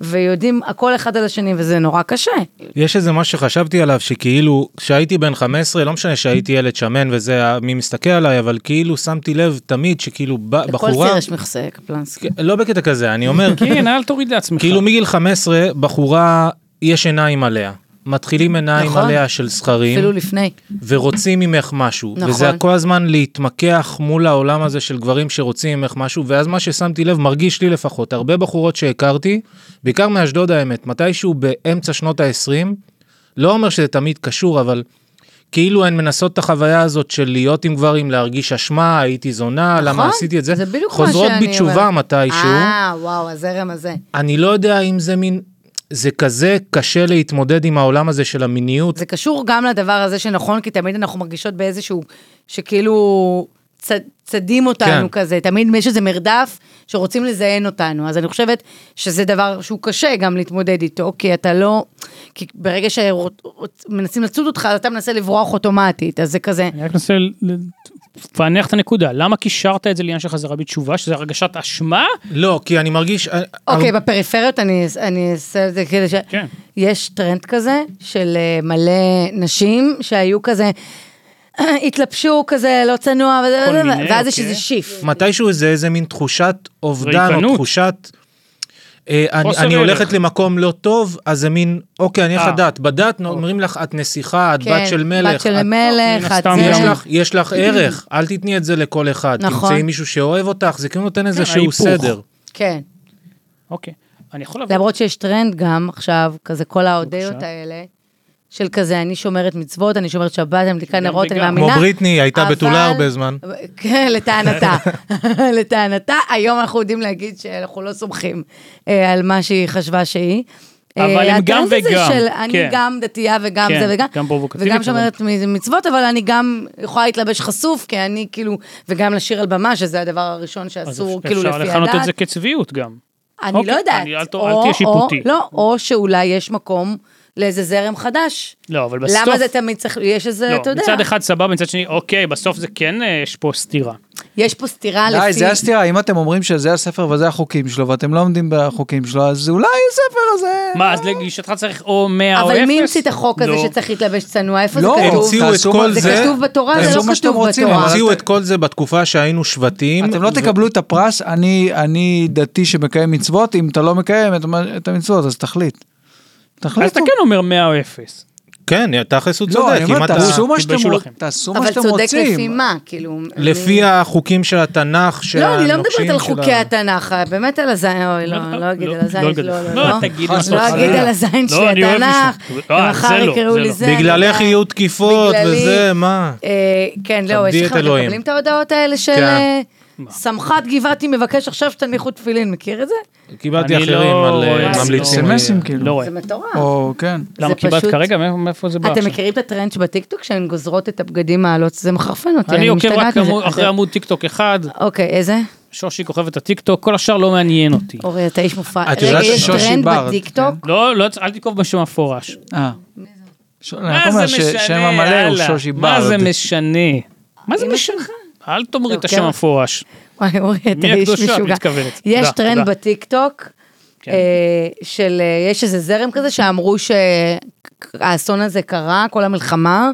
S1: ויודעים הכל אחד על השני, וזה נורא קשה.
S4: יש איזה מה שחשבתי עליו שכאילו כשהייתי בן 15 לא משנה שהייתי ילד שמן וזה ה- מי מסתכל עליי אבל כאילו שמתי לב תמיד שכאילו ב-
S1: לכל ציר כאילו.
S4: בחורה
S1: יש מכסה, קפלנסקי.
S4: לא
S2: לא.
S4: בקטע כזה אני אומר
S2: כן, אל תוריד לעצמך.
S4: כאילו מגיל 15 בחורה יש עיניים עליה מתחילים עיניים
S1: נכון.
S4: עליה של סכרים,
S1: אפילו לפני.
S4: ורוצים ממך משהו.
S1: נכון.
S4: וזה כל הזמן להתמקח מול העולם הזה של גברים שרוצים ממך משהו, ואז מה ששמתי לב, מרגיש לי לפחות, הרבה בחורות שהכרתי, בעיקר מאשדוד האמת, מתישהו באמצע שנות ה-20, לא אומר שזה תמיד קשור, אבל כאילו הן מנסות את החוויה הזאת של להיות עם גברים, להרגיש אשמה, הייתי זונה,
S1: נכון,
S4: למה עשיתי את זה,
S1: זה בדיוק מה
S4: חוזרות
S1: שאני
S4: בתשובה
S1: אומרת.
S4: מתישהו.
S1: אה, וואו, הזרם הזה.
S4: אני לא יודע אם זה מין, זה כזה קשה להתמודד עם העולם הזה של המיניות.
S1: זה קשור גם לדבר הזה שנכון, כי תמיד אנחנו מרגישות באיזשהו, שכאילו צ, צדים אותנו כן.
S4: כן.
S1: כזה, תמיד יש איזה מרדף שרוצים לזיין אותנו, אז אני חושבת שזה דבר שהוא קשה גם להתמודד איתו, כי אתה לא, כי ברגע שמנסים לצוד אותך, אז אתה מנסה לברוח אוטומטית, אז זה כזה,
S2: אני רק מנסה ל- ל- לפענח את הנקודה, למה קישרת את זה לעניין של חזרה בתשובה, שזה הרגשת אשמה?
S4: לא, כי אני מרגיש...
S1: אוקיי, בפריפריות אני, אני אעשה את זה כדי ש...
S2: כן.
S1: יש טרנד כזה של אה, מלא נשים שהיו כזה, התלבשו כזה לא צנוע, וזה-
S2: כל
S1: וזה-
S2: מיני,
S1: ואז יש
S2: אוקיי.
S1: איזה שיף.
S4: מתישהו זה איזה מין תחושת אובדן,
S2: ריקנות.
S4: או תחושת... אה, אני,
S2: חוסר
S4: אני
S2: ערך.
S4: הולכת למקום לא טוב, אז זה מין, אוקיי, אני איך
S2: אה.
S4: הדת. בדת נו, אומרים לך, את נסיכה, את
S1: כן,
S4: בת של מלך.
S1: בת של
S4: את-
S1: מלך,
S2: מן
S1: את
S2: הסתם
S4: יש
S3: כן.
S1: זה.
S4: לך, יש לך ערך, אל תתני את זה לכל אחד.
S1: נכון.
S4: תמצאי מישהו שאוהב אותך, זה כאילו נותן איזה שהוא
S2: ההיפוך.
S4: סדר.
S1: כן.
S2: אוקיי. אני יכול לבוא...
S1: למרות שיש טרנד גם עכשיו, כזה כל האודיות
S2: בבקשה.
S1: האלה, של כזה, אני שומרת מצוות, אני שומרת שבת, אני מדליקה נרות, אני
S2: וגם.
S1: מאמינה.
S4: כמו בריטני, הייתה
S1: אבל-
S4: בתולה הרבה זמן.
S1: כן, לטענתה. לטענתה, היום אנחנו יודעים להגיד שאנחנו לא סומכים אה, על מה שהיא חשבה שהיא.
S2: אבל
S1: אה,
S2: הם גם
S1: הטרנד הזה
S2: וגם,
S1: של אני
S2: כן.
S1: גם דתייה וגם
S2: כן,
S1: זה וגם,
S2: גם פרובוקטיבית,
S1: וגם
S2: אבל-
S1: שומרת מ- מצוות, אבל אני גם יכולה להתלבש חשוף, כי אני כאילו, וגם לשיר על במה, שזה הדבר הראשון
S2: אז
S1: שאסור,
S2: אפ-
S1: כאילו לפי הדת.
S2: אפשר לכנות את זה כצביעות גם.
S1: אני
S2: אוקיי,
S1: לא יודעת.
S2: אני- אל ת- אל
S1: או-
S2: תהיה שיפוטי.
S1: או- לא, או שאולי יש מקום לאיזה זרם חדש.
S2: לא, אבל בסוף...
S1: למה זה תמיד צריך, יש איזה,
S2: לא,
S1: אתה יודע,
S2: מצד אחד סבבה, מצד שני, אוקיי, בסוף זה כן, אה, יש פה סתירה.
S1: יש פה סתירה לפי...
S3: די, זה הסתירה, אם אתם אומרים שזה הספר וזה החוקים שלו, ואתם לא עומדים בחוקים שלו, אז אולי הספר הזה...
S2: מה, אז לגישתך צריך או 100 או 0?
S1: אבל מי המציא את החוק הזה
S2: לא.
S1: שצריך להתלבש צנוע? איפה זה
S3: לא,
S1: כתוב?
S4: המציאו את
S3: תעשו
S4: כל
S3: מה-
S1: זה
S4: זה-
S1: כתוב בתורה, זה
S3: תעשו
S1: לא
S3: מה שאתם
S1: כתוב
S3: רוצים,
S1: בתורה.
S3: אבל
S4: המציאו
S3: אל
S4: את כל זה בתקופה שהיינו שבטים.
S3: אתם לא
S4: ו-
S3: תקבלו את הפרס, אני, אני דתי שמקיים מצוות, אם אתה לא מקיים את, המ- את המצוות, אז תחליט.
S2: אז אתה
S3: תחליטו.
S2: כן אומר 100 או 0.
S4: כן, תכלס הוא
S3: לא,
S4: צודק. אם
S3: אני אומר,
S4: אתה-
S3: תעשו מה שאתם
S2: תתביישו לכם.
S3: רוצים. תעשו מה
S1: אבל
S3: שאתם
S1: צודק לפי
S3: רוצים.
S1: מה, כאילו... אני-
S4: לפי החוקים של התנ"ך, של
S1: לא, אני לא
S4: הנוקשים
S1: מדברת על
S4: של
S1: חוקי
S4: ה-
S1: התנ"ך, באמת על הזין, אוי, לא, לא אגיד על הזין,
S2: לא
S1: לא,
S2: אגיד.
S1: לא,
S2: לא,
S1: לא.
S2: תגידי
S3: מה
S1: לא
S3: שאתה
S1: אגיד
S2: רוצה.
S1: על הזין
S2: לא,
S1: שלי
S2: אני אוהב
S1: התנ"ך,
S2: לשמוע. לא, זה
S1: ומחר
S2: לא,
S1: יקראו
S2: זה
S1: לי
S2: לא.
S1: זה.
S4: בגללך
S1: וזה.
S4: יהיו תקיפות
S1: בגללי.
S4: וזה, מה?
S1: אה, כן, לא,
S4: כבדי
S1: יש
S4: את
S1: לכם, אתם
S4: אלוהים.
S1: מקבלים את ההודעות האלה של
S4: כן.
S1: אה, סמח"ט גבעתי מבקש עכשיו שתניחו תפילין, מכיר את זה?
S4: קיבלתי
S2: אני
S4: אחרים
S2: לא
S4: על
S2: רואה,
S4: אה,
S1: לא.
S4: ממליצים.
S3: סמסים
S2: לא
S3: כאילו.
S2: רואה.
S1: זה מטורף.
S3: או כן.
S2: למה
S1: זה
S2: קיבלת
S1: פשוט-
S2: כרגע? מאיפה- מאיפה זה בא
S1: אתם
S2: עכשיו?
S1: מכירים את הטרנד שבטיקטוק שהן גוזרות את הבגדים העלות, זה מחרפן אותי,
S2: אני
S1: אני
S2: עוקב רק
S1: משתגעת מזה.
S2: עמוד- אחרי עמוד טיק טוק אחד,
S1: אוקיי, איזה?
S2: שושי כוכב את הטיק טוק, כל השאר לא מעניין אותי.
S3: אוקיי.
S1: אורי, אתה איש מופרע.
S4: את יודעת
S1: רגע, יש
S3: ששושי
S1: טרנד
S3: בר, כן.
S1: בטיקטוק?
S2: לא, לא, אל תקרוב משהו מפורש.
S3: אה. ש- אני רק
S2: מה זה
S3: אומר ש-
S2: משנה,
S3: שם המלא הוא
S2: יאללה.
S3: שושי ברד.
S2: מה זה משנה? מה זה משנה? אל תאמרי את
S1: אוקיי.
S2: השם המפורש.
S3: כן.
S1: וואי, אורי, אתה איש
S2: הקדושה?
S1: משוגע.
S2: מתכוונת.
S1: יש
S2: תודה,
S1: טרנד
S2: תודה.
S1: בטיקטוק,
S2: כן.
S1: אה, של, אה, יש איזה זרם כזה שאמרו שהאסון הזה קרה, כל המלחמה,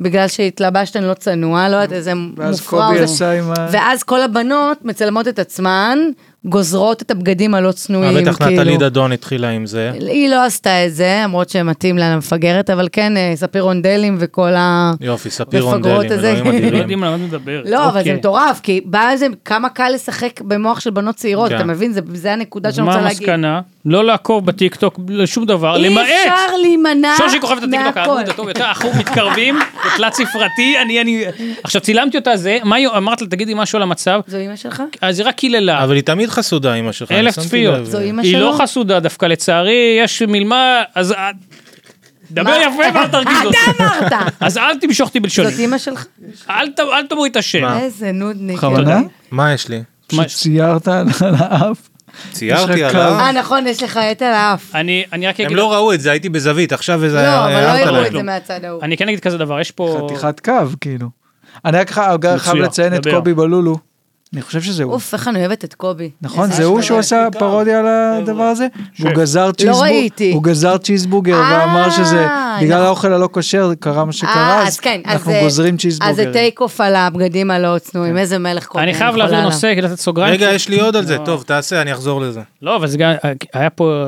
S1: בגלל שהתלבשתן לא צנוע, לא יודעת איזה מופרע.
S3: ואז קובי
S1: זה.
S3: עשה עם ה...
S1: ואז כל הבנות מצלמות את עצמן, גוזרות את הבגדים הלא
S3: אה,
S1: צנועים,
S4: אה, בטח
S1: כאילו.
S4: נטלי דדון התחילה עם זה.
S1: היא לא עשתה את זה, למרות שמתאים לה למפגרת, אבל כן, אה, ספיר רונדלים וכל ה...
S4: יופי, ספיר
S1: מפגרות
S4: רונדלים,
S1: את זה.
S4: אלוהים
S2: לא
S4: אדירים.
S2: יודעים על מה את מדברת.
S1: לא, אבל זה
S2: אוקיי.
S1: מטורף, כי בא איזה, כמה קל לשחק במוח של בנות צעירות,
S4: כן.
S1: אתה מבין? זה- זה הנקודה
S2: אז
S1: שאני
S2: מה
S1: רוצה להגיד.
S2: המסקנה? לא לעקוב בטיקטוק לשום דבר,
S1: אי
S2: למעט.
S1: אפשר להימנע
S2: שושי כוכבת את הטיקטוק,
S1: מהכל.
S2: העמוד הטוב יותר, אנחנו מתקרבים, זה תלת ספרתי, אני, אני... עכשיו צילמתי אותה, זה, מה היא אמרת לה, תגידי משהו על המצב,
S1: זו אימא שלך?
S2: אז היא רק קיללה.
S4: אבל היא תמיד חסודה, אמא שלך.
S2: אלף
S4: אני שמתי
S2: צפיות.
S4: לב.
S1: זו אימא
S2: היא
S1: שלו?
S2: לא חסודה דווקא, לצערי, יש מלמה, אז... אה, דבר
S1: מה? אה,
S2: יפה ואל תרגיז אותי.
S1: אתה אמרת!
S2: אז אל תמשוך אותי בלשוני,
S1: זאת אימא שלך?
S2: אל ת- אל תאמרי את השם.
S4: מה?
S1: איזה נודניק.
S3: בכוונה?
S4: מה יש לי?
S2: מה-
S3: שציירת על האף. יש
S4: ציירתי
S3: לך
S4: עליו.
S1: אה, נכון, יש לך את על האף.
S2: אני אני רק
S4: הם
S2: אגיד,
S4: לא ראו את זה, הייתי בזווית, עכשיו
S3: אה,
S4: איזה...
S1: לא, אבל לא
S4: הערת
S1: יראו
S4: להם.
S1: את זה מהצד ההוא.
S2: אני כן אגיד כזה דבר, יש פה...
S3: חתיכת קו, כאילו. אני רק חי- אגב, חייב
S2: מצוין,
S3: לציין את
S2: דבר.
S3: קובי בלולו. אני חושב שזה הוא.
S1: אוף, איך אני אוהבת את קובי.
S3: נכון,
S1: איזה
S3: זה הוא
S1: אשכרה. לא
S3: שהוא עשה פרודיה על הדבר הזה? הוא גזר צ'יזבורג-
S1: ראיתי.
S3: הוא גזר צ'יזבורגר
S1: אה,
S3: ואמר שזה בגלל
S1: נכון.
S3: האוכל הלא כשר קרה מה שקרה,
S1: אה,
S3: אז
S1: אז כן, אז
S3: אנחנו
S1: זה-
S3: גוזרים
S1: אז זה
S3: צ'יזבורגר.
S1: טייק אוף על הבגדים הלא
S4: כן.
S1: צנועים, איזה מלך קובי.
S2: אני חייב
S1: יכולה
S2: להעביר
S1: עליו.
S2: נושא, כדי לתת סוגריים.
S4: רגע,
S2: כי-
S4: יש לי עוד על זה, טוב, תעשה, אני אחזור לזה.
S2: לא, אבל זה גם, היה אה, פה,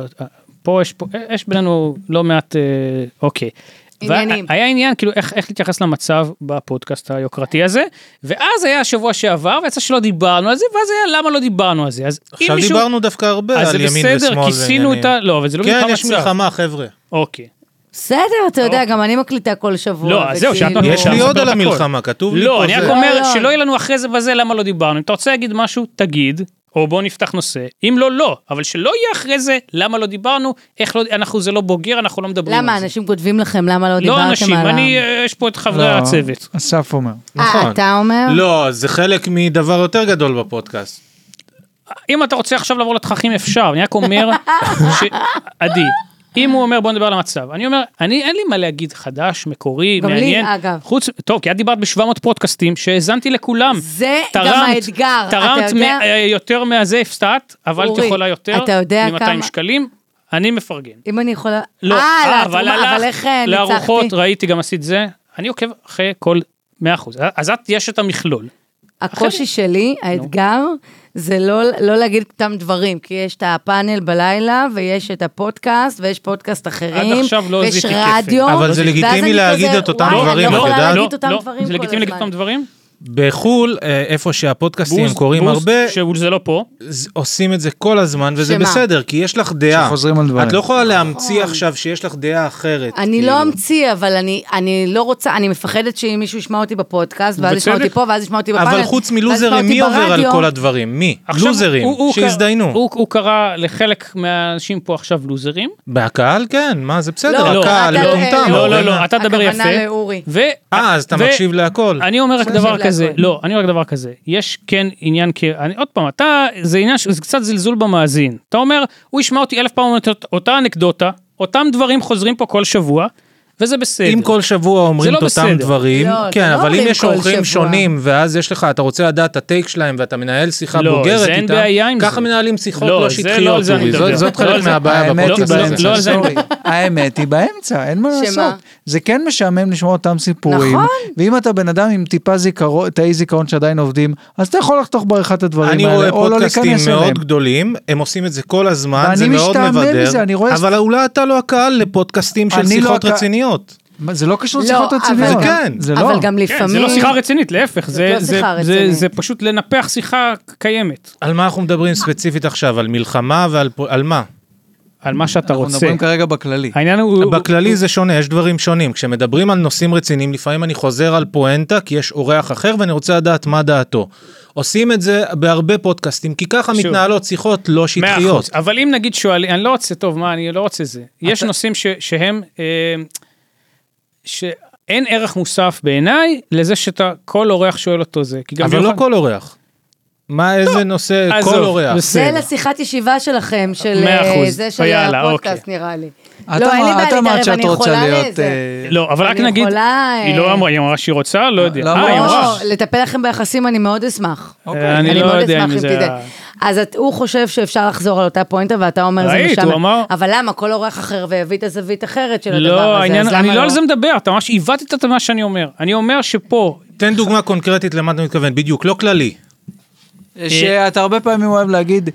S2: פה יש פה, יש בינינו לא מעט, אה, אוקיי.
S1: עניינים.
S2: וה- היה עניין כאילו איך, איך להתייחס למצב בפודקאסט היוקרתי הזה, ואז היה השבוע שעבר, ויצא שלא דיברנו על זה, ואז היה למה לא דיברנו על זה. אז אם
S4: עכשיו
S2: מישהו...
S4: דיברנו דווקא הרבה
S2: אז
S4: על
S2: זה
S4: ימין ושמאל.
S2: בסדר, כיסינו
S4: ועניינים.
S2: את ה... לא, אבל זה לא
S4: כן,
S2: מלחמה
S4: יש
S2: שמאל.
S4: מלחמה, חבר'ה.
S2: אוקיי.
S1: בסדר, אתה יודע, גם אני מקליטה כל שבוע.
S2: לא, אז זהו, שאת
S1: וכאילו-
S2: לא
S4: יש לי
S2: מספר
S4: עוד
S2: את
S4: על
S2: הכל.
S4: המלחמה, כתוב לי פה.
S2: לא, אני
S4: זה.
S2: רק
S1: לא,
S2: אומר
S1: לא.
S2: שלא יהיה לנו אחרי זה בזה למה לא דיברנו. אם אתה רוצה להגיד משהו, תגיד, או בוא נפתח נושא. אם לא, לא. אבל שלא יהיה אחרי זה למה לא דיברנו, איך לא, אנחנו זה לא בוגר, אנחנו לא מדברים
S1: למה,
S2: על זה.
S1: אנשים כותבים לכם למה לא
S2: לא
S1: דיברתם
S2: אנשים,
S1: עליו?
S2: אני, אה, יש פה את חברי
S3: לא,
S2: הצוות.
S3: אסף אומר.
S1: אה,
S4: נכון.
S1: אתה אומר?
S4: לא, זה חלק מדבר יותר גדול בפודקאסט.
S2: אם אתה רוצה עכשיו לעבור לתככים אפשר, אני רק אומר, ש... עדי, אם הוא אומר בוא נדבר על המצב, אני אומר, אני אין לי מה להגיד חדש, מקורי,
S1: גם לי,
S2: מעניין,
S1: אגב.
S2: חוץ, טוב, כי את דיברת ב-700 פודקאסטים שהאזנתי לכולם.
S1: זה
S2: תרמת-
S1: גם האתגר,
S2: תרמת
S1: אתה יודע?
S2: מ- אה, יותר מהזה הפסעת, אבל את
S1: אורי,
S2: יכולה יותר,
S1: אתה יודע
S2: מ-200
S1: כמה-
S2: שקלים, אני מפרגן.
S1: אם אני יכולה...
S2: לא,
S1: אה,
S2: אה,
S1: אבל אבל איך אה, ניצחתי?
S2: לארוחות, ראיתי גם עשית זה, אני עוקב אחרי כל 100%, אז את יש את המכלול.
S1: הקושי שלי, האתגר, זה לא, לא להגיד אותם דברים, כי יש את הפאנל בלילה, ויש את הפודקאסט, ויש פודקאסט אחרים,
S2: עכשיו לא
S1: ויש
S2: זיהיתי
S1: רדיו.
S4: אבל זה
S1: ואז
S4: לגיטימי
S1: אני
S4: להגיד
S1: כזה,
S4: את אותם
S1: וואי,
S4: דברים,
S1: אני לא
S4: את
S1: יכולה
S4: יודעת?
S1: להגיד אותם דברים
S2: זה לגיטימי להגיד
S1: כל
S2: אותם
S1: הזמן.
S2: דברים?
S4: בחו"ל, אה, איפה שהפודקאסטים
S2: בוז,
S4: קורים
S2: בוז,
S4: הרבה,
S2: שזה לא פה.
S4: ז- עושים את זה כל הזמן, וזה
S1: שמה? נכון.
S4: בסדר, כי יש לך דעה.
S3: שחוזרים על דברים.
S4: את לא יכולה להמציא עכשיו שיש לך דעה אחרת.
S1: אני
S4: כאילו.
S1: לא אמציא, אבל אני, אני לא רוצה, אני מפחדת שאם מישהו ישמע אותי בפודקאסט, ואז ישמע
S2: בצדק.
S1: אותי פה, ואז ישמע אותי בפאנל.
S4: אבל חוץ
S1: ואז ישמע
S4: מלוזרים,
S1: אותי
S4: מי עובר על
S1: ברדיו?
S4: כל הדברים? מי?
S2: עכשיו,
S4: לוזרים,
S2: הוא- הוא קרא-
S4: שהזדיינו.
S2: הוא- הוא קרא לחלק מהאנשים פה עכשיו לוזרים.
S4: בקהל, כן, מה, זה בסדר,
S2: לא,
S4: הקהל,
S1: אתה
S4: לא
S1: לא-
S4: טומטם.
S2: לא, לא,
S4: אבל-
S2: לא, אתה תדבר יפה.
S1: הכוונה לאורי.
S2: ו-
S4: אה, אז אתה
S2: ו-
S4: מקשיב להכל.
S2: אני אומר רק
S1: מקשיב
S2: דבר
S1: להכל.
S2: כזה, לא, אני אומר רק דבר כזה, יש כן עניין, כ- אני- עוד פעם, אתה, זה עניין, ש- זה קצת זלזול במאזין. אתה אומר, הוא ישמע אותי אלף פעם את אותה אנקדוטה, אותם דברים חוזרים פה כל שבוע, וזה בסדר.
S4: אם כל שבוע אומרים
S2: לא
S4: את אותם
S2: בסדר.
S4: דברים,
S1: לא, זה
S4: כן,
S1: לא
S4: אבל אם
S1: אומרים
S4: יש
S1: כל שבוע.
S4: אורחים שונים, ואז יש לך, אתה רוצה לדעת את הטייק שלהם, ואתה מנהל שיחה
S2: לא,
S4: בוגרת
S2: זה אין
S4: איתם,
S2: בעיה עם
S4: ככה
S2: זה.
S4: מנהלים
S2: לא,
S4: שיחות לא
S2: זה לא על
S4: שטחיות,
S2: זה אני
S4: אורי, זאת-
S2: מדבר.
S4: זאת
S2: לא על
S4: חלק
S2: זה.
S4: מהבעיה
S3: האמת היא
S2: לא,
S4: בפודקאסט.
S2: לא,
S3: באמצע,
S2: לא על זה אני
S3: סורי. האמת היא באמצע, אין מה
S1: שמה?
S3: לעשות. זה כן משעמם לשמוע אותם סיפורים.
S1: נכון.
S3: ואם אתה בן אדם עם טיפה זיכרון, תאי זיכרון שעדיין עובדים, אז אתה יכול לחתוך בעריכת הדברים
S4: אני
S3: האלה,
S4: רואה
S3: או לא
S4: פודקאסטים
S3: להיכנס אליהם.
S4: מאוד גדולים, הם עושים את זה כל הזמן,
S3: ואני
S4: זה מאוד
S3: משתעמם מזה,
S4: מבדר,
S3: אני רואה-
S4: אבל אולי אתה לא הקהל לפודקאסטים של
S3: אני לא
S4: שיחות
S3: הקה-
S4: רציניות.
S3: מה, זה לא קשור
S1: לא,
S3: לשיחות
S1: אבל
S3: רציניות.
S4: גם- כן.
S3: זה לא.
S1: אבל גם
S2: כן, זה לא
S1: לפעמים...
S2: שיחה רצינית, להפך, זה-
S1: לא
S2: זה-
S1: שיחה
S2: זה-
S1: רצינית.
S2: זה פשוט לנפח שיחה קיימת.
S4: על מה אנחנו מדברים ספציפית עכשיו? על מלחמה ועל פו- על מה?
S2: על מה שאתה
S3: אנחנו
S2: רוצה.
S3: מדברים כרגע בכללי.
S2: העניין הוא...
S4: בכללי זה שונה, יש דברים שונים. כשמדברים על נושאים רציניים, לפעמים אני חוזר על פואנטה, כי יש אורח אחר ואני רוצה לדעת מה דעתו. עושים את זה בהרבה פודקאסטים, כי ככה
S2: שוב.
S4: מתנהלות שיחות לא
S2: מאה
S4: שטחיות.
S2: אחוז. אבל אם נגיד שואלים, אני לא רוצה, טוב, מה, אני לא רוצה זה. יש נושאים ש- שהם, אה, שאין ערך מוסף בעיניי לזה שאתה, כל אורח שואל אותו זה. כי גם
S4: אבל לא
S2: יוחנן- לא,
S4: כל אורח. מה, איזה נושא,
S2: עזוב,
S4: כל אורח.
S1: זה
S2: בסדר.
S1: לשיחת ישיבה שלכם, של
S2: מאה
S1: אה,
S2: אחוז.
S1: זה של
S2: יאללה,
S1: הפודקאסט,
S2: אוקיי.
S1: נראה לי.
S3: את
S1: לא, אין לי
S3: אמרת-
S1: בעיה
S3: את אמרת
S1: להתערב,
S3: שאת
S1: אני
S3: רוצה
S1: יכולה
S3: להיות...
S1: לזה.
S3: אה,
S2: לא, אבל רק
S1: אני
S2: נגיד,
S1: יכולה,
S2: היא
S1: אה,
S2: לא אמרה, היא אמרה שהיא רוצה, לא יודע.
S3: לא,
S2: אה, היא
S3: לא,
S2: אמרה.
S1: או, לטפל לכם ביחסים אני מאוד אשמח.
S3: אוקיי.
S2: אני
S1: אני
S2: לא
S1: מאוד
S2: יודע
S1: אשמח
S2: אם
S1: אם
S2: זה
S1: תדע.
S2: ה-
S1: אז את- הוא חושב שאפשר לחזור על אותה פואנטה, ואתה אומר זה
S2: ראית,
S1: משם.
S2: הוא אמר-
S1: אבל למה? כל אורח אחר והביא את הזווית אחרת של הדבר הזה,
S2: לא, העניין,
S1: אז למה
S2: אני לא על זה מדבר, אתה ממש עיוותת את מה שאני אומר. אני אומר שפה,
S4: תן דוגמה קונקרטית למה אתה מתכוון, בדיוק, לא כללי.
S3: שאתה אה, הרבה פעמים אוהב להגיד,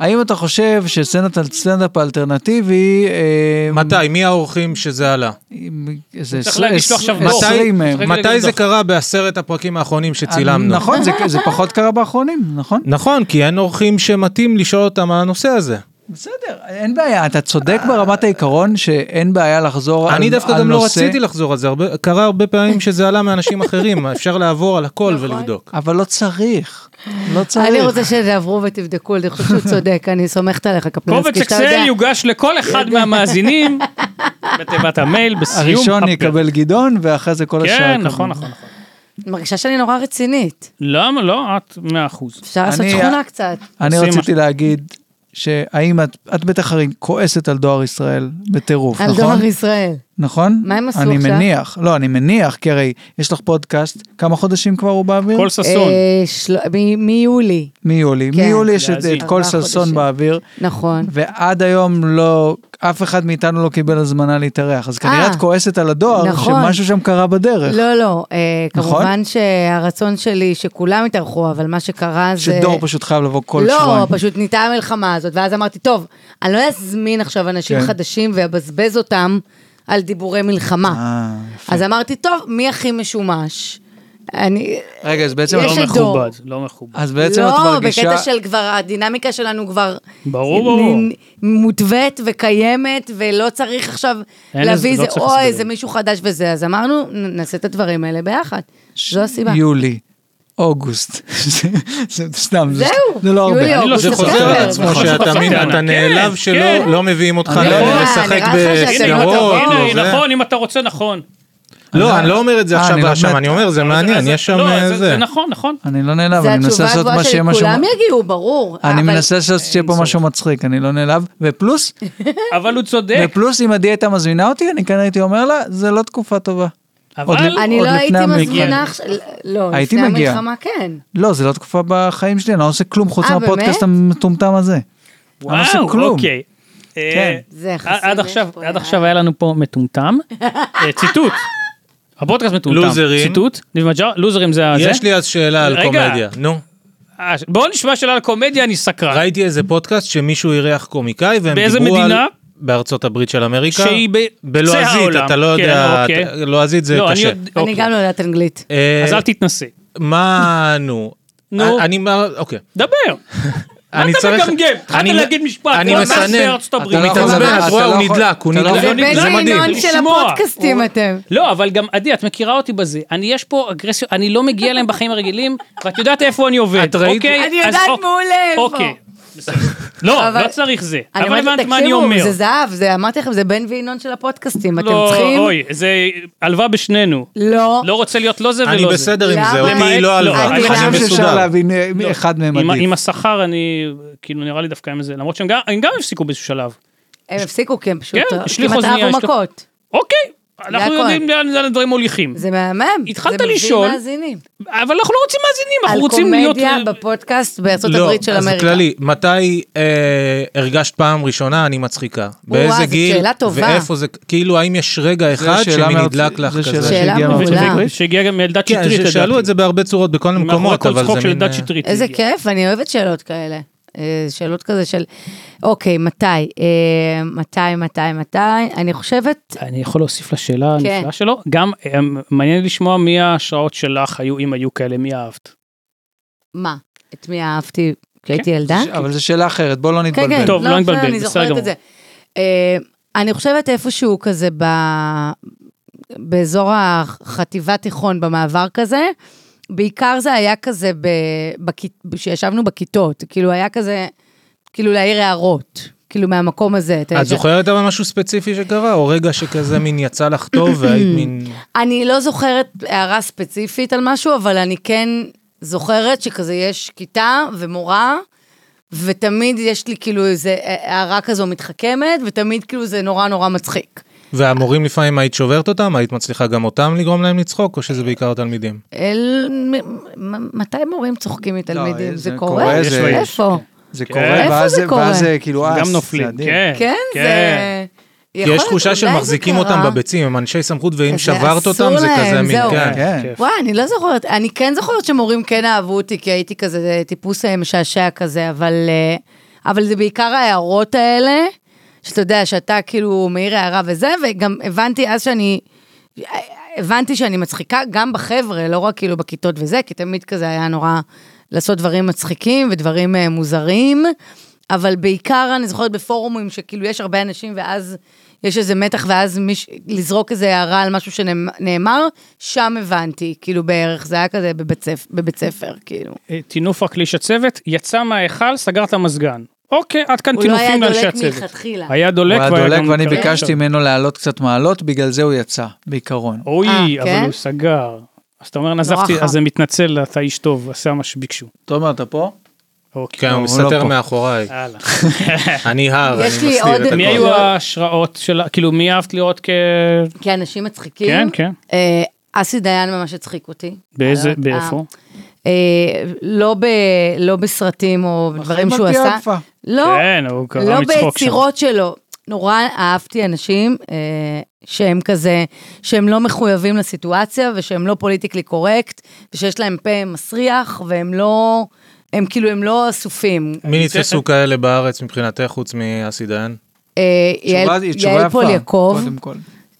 S3: האם אתה חושב שסצנת הסטנדאפ האלטרנטיבי... אה,
S4: מתי? מי האורחים שזה עלה?
S3: עם איזה
S2: צריך להגיש לו
S3: עשרים- אה,
S2: עכשיו דוח.
S4: מתי,
S3: עשרים מהם.
S2: צריך להגיד
S4: מתי זה
S2: דוח.
S4: קרה בעשרת הפרקים האחרונים שצילמנו?
S2: אה,
S3: נכון, זה- זה פחות קרה באחרונים, נכון?
S4: נכון, כי אין אורחים שמתאים לשאול אותם על הנושא הזה.
S3: בסדר, אין בעיה, אתה צודק ברמת העיקרון שאין בעיה לחזור על על נושא.
S4: אני דווקא גם לא רציתי לחזור על זה, הרבה- קרה הרבה פעמים שזה עלה מאנשים אחרים, אפשר לעבור על הכל
S2: נכון.
S4: ולבדוק.
S3: אבל לא צריך, לא צריך.
S1: אני רוצה שתעברו ותבדקו, אני חושבת שהוא צודק, אני סומכת עליך,
S2: קובץ
S1: קפלנסקי, שאתה יודע.
S2: אקסל יוגש לכל אחד מהמאזינים בתיבת המייל בסיום.
S3: הראשון
S2: הפרק.
S3: יקבל
S4: אוקיי.
S3: גדעון, ואחרי זה כל השאר
S2: כן,
S3: יקבלו.
S2: נכון, נכון, נכון.
S1: אני מרגישה שאני נורא רצינית.
S2: למה לא? את 100%.
S1: אפשר לעשות
S3: אני-
S1: שכונה קצת.
S3: אני
S2: עושים
S3: רציתי
S2: משהו.
S3: להגיד, שהאם את, את בטח הרי כועסת על דואר ישראל בטירוף,
S1: על
S3: נכון?
S1: דואר ישראל.
S3: נכון?
S1: מה הם עשו
S3: אני
S1: עכשיו?
S3: אני מניח, לא, אני מניח, כי הרי יש לך פודקאסט, כמה חודשים כבר הוא באוויר?
S2: כל ששון.
S1: אה, של- מ- מיולי,
S3: מיולי.
S1: כן.
S3: מיולי יש את,
S2: להאזין.
S3: את כל
S1: ארבעה
S3: ששון
S1: חודשים.
S3: באוויר,
S1: נכון.
S3: ועד היום לא, אף אחד מאיתנו לא קיבל הזמנה להתארח, אז כנראה
S1: אה.
S3: את כועסת על הדואר,
S1: נכון.
S3: שמשהו שם קרה בדרך.
S1: לא, לא, אה,
S3: נכון?
S1: כמובן שהרצון שלי שכולם יתארחו, אבל מה שקרה זה...
S3: שדור פשוט חייב לבוא כל
S1: אה, לא,
S3: שבועיים.
S1: לא, פשוט נהייתה המלחמה הזאת, ואז אמרתי, טוב, אני לא אזמין עכשיו אנשים
S3: כן.
S1: חדשים ואבזבז אותם על דיבורי מלחמה.
S3: אה, יפה.
S1: אז אמרתי, טוב, מי הכי משומש? אני...
S3: רגע, אז בעצם...
S1: יש
S2: לא
S1: את דור.
S2: מכובד, לא מכובד.
S3: אז בעצם
S1: לא,
S3: את מרגישה...
S1: בקטע של כבר, הדינמיקה שלנו כבר...
S2: ברור, ברור.
S1: נ- מותווית וקיימת, ולא צריך עכשיו
S2: אין לזה-
S1: להביא
S2: לא
S1: איזה,
S2: צריך
S1: או
S2: הסברים.
S1: איזה מישהו חדש וזה, אז אמרנו, נ- נעשה את הדברים האלה ביחד. זו הסיבה.
S3: יולי, אוגוסט. זה- זה סתם, זה-
S1: זהו,
S3: זה לא הרבה.
S1: יולי,
S2: אני לא
S1: אוגוסט,
S4: זה
S2: חושב
S1: ספטמבר.
S4: חוזר
S2: בסדר,
S4: על עצמו
S2: נכון,
S4: שאתה
S2: נכון,
S4: מין,
S2: נכון.
S4: אתה
S2: כן,
S4: נעלב
S2: כן.
S4: שלא לא מביאים אותך
S3: אני
S4: ל-
S3: יודע,
S1: נראה
S4: לשחק
S1: לך שאתם לא
S4: בסדרות.
S1: טובים.
S4: או
S2: הנה,
S4: זה.
S2: נכון, אם אתה רוצה, נכון.
S4: לא, אני לא אומר את זה
S3: אה,
S4: עכשיו
S3: אני לא
S4: בהאשמה,
S3: מת.
S4: אני אומר, זה
S2: אז-
S4: מעניין, יש שם
S2: לא,
S4: אה,
S2: זה-
S4: זה.
S2: זה נכון, נכון.
S3: אני לא נעלב,
S1: זה
S3: אני מנסה
S1: התשובה
S3: לעשות
S1: הגבוהה
S3: מה
S1: שלי,
S3: שיהיה משהו...
S1: כולם יגיעו, ברור.
S3: אני
S1: אבל-
S3: מנסה לעשות שיהיה פה משהו מצחיק, אני לא נעלב. ופלוס,
S2: אבל הוא צודק.
S3: ופלוס אם עדי הייתה מזמינה אותי, אני כאן הייתי אומר לה, זה לא תקופה טובה.
S2: אבל-
S3: עוד לפ-
S1: אני
S3: עוד
S1: לא
S3: לפני
S1: הייתי
S3: המלחמה.
S1: מזמינה עכשיו, לא,
S3: הייתי
S1: לפני
S3: מגיע.
S1: המלחמה כן.
S3: לא, זה לא תקופה בחיים שלי, אני לא עושה כלום חוץ
S1: אה, באמת?
S3: מהפודקאסט המטומטם הזה. אני לא עושה
S2: וואו,
S3: כלום.
S2: אוקיי. אה,
S3: כן.
S1: זה יחסים,
S2: עד- עד
S1: יש
S2: עכשיו,
S1: פה
S2: עד
S1: יד.
S2: עכשיו היה לנו פה מטומטם. אה, ציטוט. הפודקאסט מטומטם.
S4: לוזרים.
S2: ציטוט. ניב מג'אר, לוזרים זה הזה.
S4: יש לי אז שאלה על
S2: רגע.
S4: קומדיה. נו.
S2: אה, ש- בואו נשמע שאלה על קומדיה, אני סקרן.
S4: ראיתי איזה פודקאסט שמישהו אירח קומיקאי, והם
S2: באיזה
S4: דיברו על...
S2: מדינה?
S4: בארצות הברית של אמריקה.
S2: שהיא בקצה
S4: בלועזית,
S2: העולם.
S4: אתה לא
S2: כן,
S4: יודע,
S2: אוקיי.
S4: אתה- לועזית זה
S2: לא, אני
S4: קשה.
S2: יודע-
S1: אני
S2: אוקיי.
S1: גם לא יודעת אנגלית.
S4: אה,
S2: אז אל תתנסה.
S4: מה, נו.
S2: נו.
S4: אני מה, אוקיי.
S2: דבר. מה
S4: אני
S2: אתה
S4: צריך-
S2: מגמגם? התחלת
S4: אני-
S2: להגיד משפט.
S4: אני
S2: הוא
S4: מסנן.
S2: ממש בארצות
S4: אתה
S2: הברית.
S4: לא
S2: אתה
S4: יכול
S2: מדבר.
S4: לדעת.
S2: אתה
S4: את רואה, הוא
S3: אתה לא יכול-
S4: נדלק, הוא
S3: אתה לא
S4: נדלק.
S3: יכול-
S2: זה
S1: באיזה
S2: מדהים.
S1: ינון של
S2: לשמוע.
S1: הפודקאסטים אתם.
S2: לא, אבל גם, עדי, את מכירה אותי בזה. אני, יש פה אגרסיות, אני לא מגיע אליהם בחיים הרגילים, ואת יודעת איפה אני עובד.
S4: את ראית-
S2: אוקיי?
S1: אני
S2: אז
S1: יודעת
S2: אוק-
S1: מעולה איפה.
S2: אוקיי. בסדר. לא,
S1: אבל-
S2: לא צריך זה.
S1: אני
S2: אבל
S1: אומרת,
S2: הבנת מה אני
S1: תקשיבו,
S2: אומר.
S1: זה זהב, זה- אמרתי לכם, זה בן וינון של הפודקאסטים, אתם
S2: לא,
S1: צריכים...
S2: אוי, זה עלווה בשנינו.
S1: לא.
S2: לא רוצה להיות לא זה ולא זה.
S4: אני בסדר עם זה,
S1: למה?
S4: אותי לא
S2: למעט-
S4: עלווה,
S2: לא,
S3: אני
S1: אני
S4: אני
S3: חושב שאפשר
S4: מסודר.
S3: להבין אה, אחד מהם
S2: עם לא. ה- עם
S3: עדיף.
S2: השכר אני, כאילו נראה לי דווקא עם זה, למרות שהם גם- הם גם הפסיקו באיזשהו שלב.
S1: הם הפסיקו כי הם פשוט... לא-
S2: כן, השליך
S1: כמעט
S2: אוזנייה,
S1: אהבו
S2: השליך-
S1: מכות.
S2: אוקיי, אנחנו
S1: הכהן.
S2: יודעים לאן לאן הדברים מוליכים.
S1: זה מהמם.
S2: התחלת
S1: זה מביא
S2: לשאול,
S1: מאזינים.
S2: אבל אנחנו לא רוצים מאזינים, אנחנו
S1: על
S2: רוצים להיות...
S1: קומדיה בפודקאסט בארצות
S4: לא,
S1: הברית של
S4: אז
S1: אמריקה.
S4: כללי, מתי אה, הרגשת פעם ראשונה אני מצחיקה? באיזה
S1: זאת
S4: גיל?
S1: שאלה טובה.
S4: ואיפה זה, כאילו, האם יש רגע אחד
S3: שאלה מאוד-
S4: שנדלק לך
S3: זו
S1: שאלה
S4: כזה?
S3: שהגיעה
S1: מעולה.
S3: מארצות הברית.
S2: ש- שהגיע גם מאלדד שטרית,
S4: כן, ששאלו את זה בהרבה צורות בכל מיני
S2: מאחורי
S4: מקומות,
S2: כל
S4: אבל
S2: צחוק של
S4: זה מין...
S2: אלדד
S4: אה,
S2: שטרית.
S1: איזה
S2: הגיע.
S1: כיף, אני אוהבת שאלות כאלה. אה, שאלות כזה של, אוקיי, מתי? אה, מתי, מתי, מתי? אני חושבת,
S2: אני יכול להוסיף לשאלה הנפלאה
S1: כן.
S2: שלו, גם אה, מעניין לשמוע מי ההשראות שלך היו, אם היו כאלה, מי אהבת.
S1: מה? את מי אהבתי כשהייתי
S2: כן,
S1: ילדה?
S3: אבל זו שאלה אחרת, בוא לא
S1: כן, כן.
S3: נתבלבל.
S2: טוב, לא נתבלבל,
S1: אני
S2: בסדר
S1: זוכרת
S2: גמור.
S1: את זה. אה, אני חושבת איפשהו כזה ב... באזור החטיבה תיכון, במעבר כזה, בעיקר זה היה כזה ב... בכ- כשישבנו בכיתות, כאילו היה כזה, כאילו להעיר הערות, כאילו מהמקום הזה. אתה
S4: את
S1: יודע.
S4: זוכרת אבל משהו ספציפי שקרה, או רגע שכזה מין יצא לך טוב והיית מין...
S1: אני לא זוכרת הערה ספציפית על משהו, אבל אני כן זוכרת שכזה יש כיתה ומורה, ותמיד יש לי כאילו איזה הערה כזו מתחכמת, ותמיד כאילו זה נורא נורא מצחיק.
S4: והמורים לפעמים היית שוברת אותם, היית מצליחה גם אותם לגרום להם לצחוק, או שזה בעיקר התלמידים?
S1: אל... מ- מ- מתי מורים צוחקים מתלמידים?
S3: לא,
S1: זה
S3: זה
S1: קורה?
S3: קורה,
S2: זה-
S1: איפה?
S3: זה
S2: כן.
S3: קורה,
S2: איפה
S3: ואז
S1: זה
S3: זה-
S1: קורה?
S3: ואז זה כאילו אס.
S2: גם
S3: זה
S2: נופלים,
S3: אדיר.
S2: כן.
S1: כן, זה...
S4: כי
S1: יכול
S4: יש
S1: להיות,
S4: תחושה
S1: אולי זה
S4: שמחזיקים אותם
S1: קרה.
S4: בביצים, הם אנשי סמכות, ואם
S1: אז
S4: שברת
S1: אסור
S4: אותם זה
S1: להם,
S4: כזה מין...
S1: זהו.
S4: כן.
S3: כן.
S2: כיף.
S1: וואי, אני לא זוכרת, אני כן זוכרת שמורים כן אהבו אותי, כי הייתי כזה טיפוס אה, משעשע כזה, אבל, אה, אבל זה בעיקר ההערות האלה, שאתה יודע, שאתה כאילו מעיר הערה וזה, וגם הבנתי אז שאני, הבנתי שאני מצחיקה גם בחבר'ה, לא רק כאילו בכיתות וזה, כי תמיד כזה היה נורא לעשות דברים מצחיקים ודברים אה, מוזרים, אבל בעיקר אני זוכרת בפורומים שכאילו יש הרבה אנשים ואז... יש איזה מתח, ואז מיש... לזרוק איזה הערה על משהו שנאמר, שם הבנתי, כאילו בערך, זה היה כזה בבית ספר, בבית ספר כאילו.
S2: אה, טינוף רק לאיש הצוות, יצא מההיכל, סגר את המזגן. אוקיי, עד כאן
S1: הוא לא היה
S2: טינופים לאנשי
S1: דולק
S2: הצוות.
S1: מלכתחילה.
S2: היה דולק,
S3: הוא היה
S2: והיה
S3: דולק
S2: גם
S3: ואני
S2: מקרר.
S3: ביקשתי ממנו להעלות קצת מעלות, בגלל זה הוא יצא, בעיקרון.
S2: אוי,
S1: אה,
S2: אבל
S1: כן?
S2: הוא סגר. אז אתה אומר, נזפתי,
S1: נורא
S2: אז
S1: חם.
S2: זה מתנצל, אתה איש טוב, עשה מה שביקשו.
S3: תומר, אתה פה?
S2: אוקיי.
S4: כן, הוא
S3: הוא לא
S4: מסתתר
S3: פה.
S4: מאחוריי.
S2: הלאה.
S4: אני הר, אני
S1: יש לי
S4: מסתיר
S1: עוד-
S4: את הכל.
S2: מי
S1: הכל.
S2: היו ההשראות שלה? כאילו, מי אהבת לראות כ...
S1: כי אנשים מצחיקים.
S2: כן, כן.
S1: אה, אסי דיין ממש הצחיק אותי.
S2: באיזה,
S1: אה,
S2: באיפה?
S1: אה, לא, ב, לא בסרטים או בדברים שהוא
S3: אחים על
S1: עשה.
S3: פי אלפא.
S1: לא,
S2: כן, הוא קרא
S1: לא
S2: מצחוק שם.
S1: ביצירות שלו. נורא אהבתי אנשים אה, שהם כזה, שהם לא מחויבים לסיטואציה ושהם לא פוליטיקלי קורקט, ושיש להם פה מסריח, והם לא, הם כאילו, הם לא אסופים.
S3: אה,
S4: מי נתפסו כאלה בארץ מבחינתך חוץ מאסי דיין?
S1: אה, יעל,
S3: תשובה- היא תשובה
S1: יעל
S3: יפה,
S1: פול יעקב,
S3: קודם כל.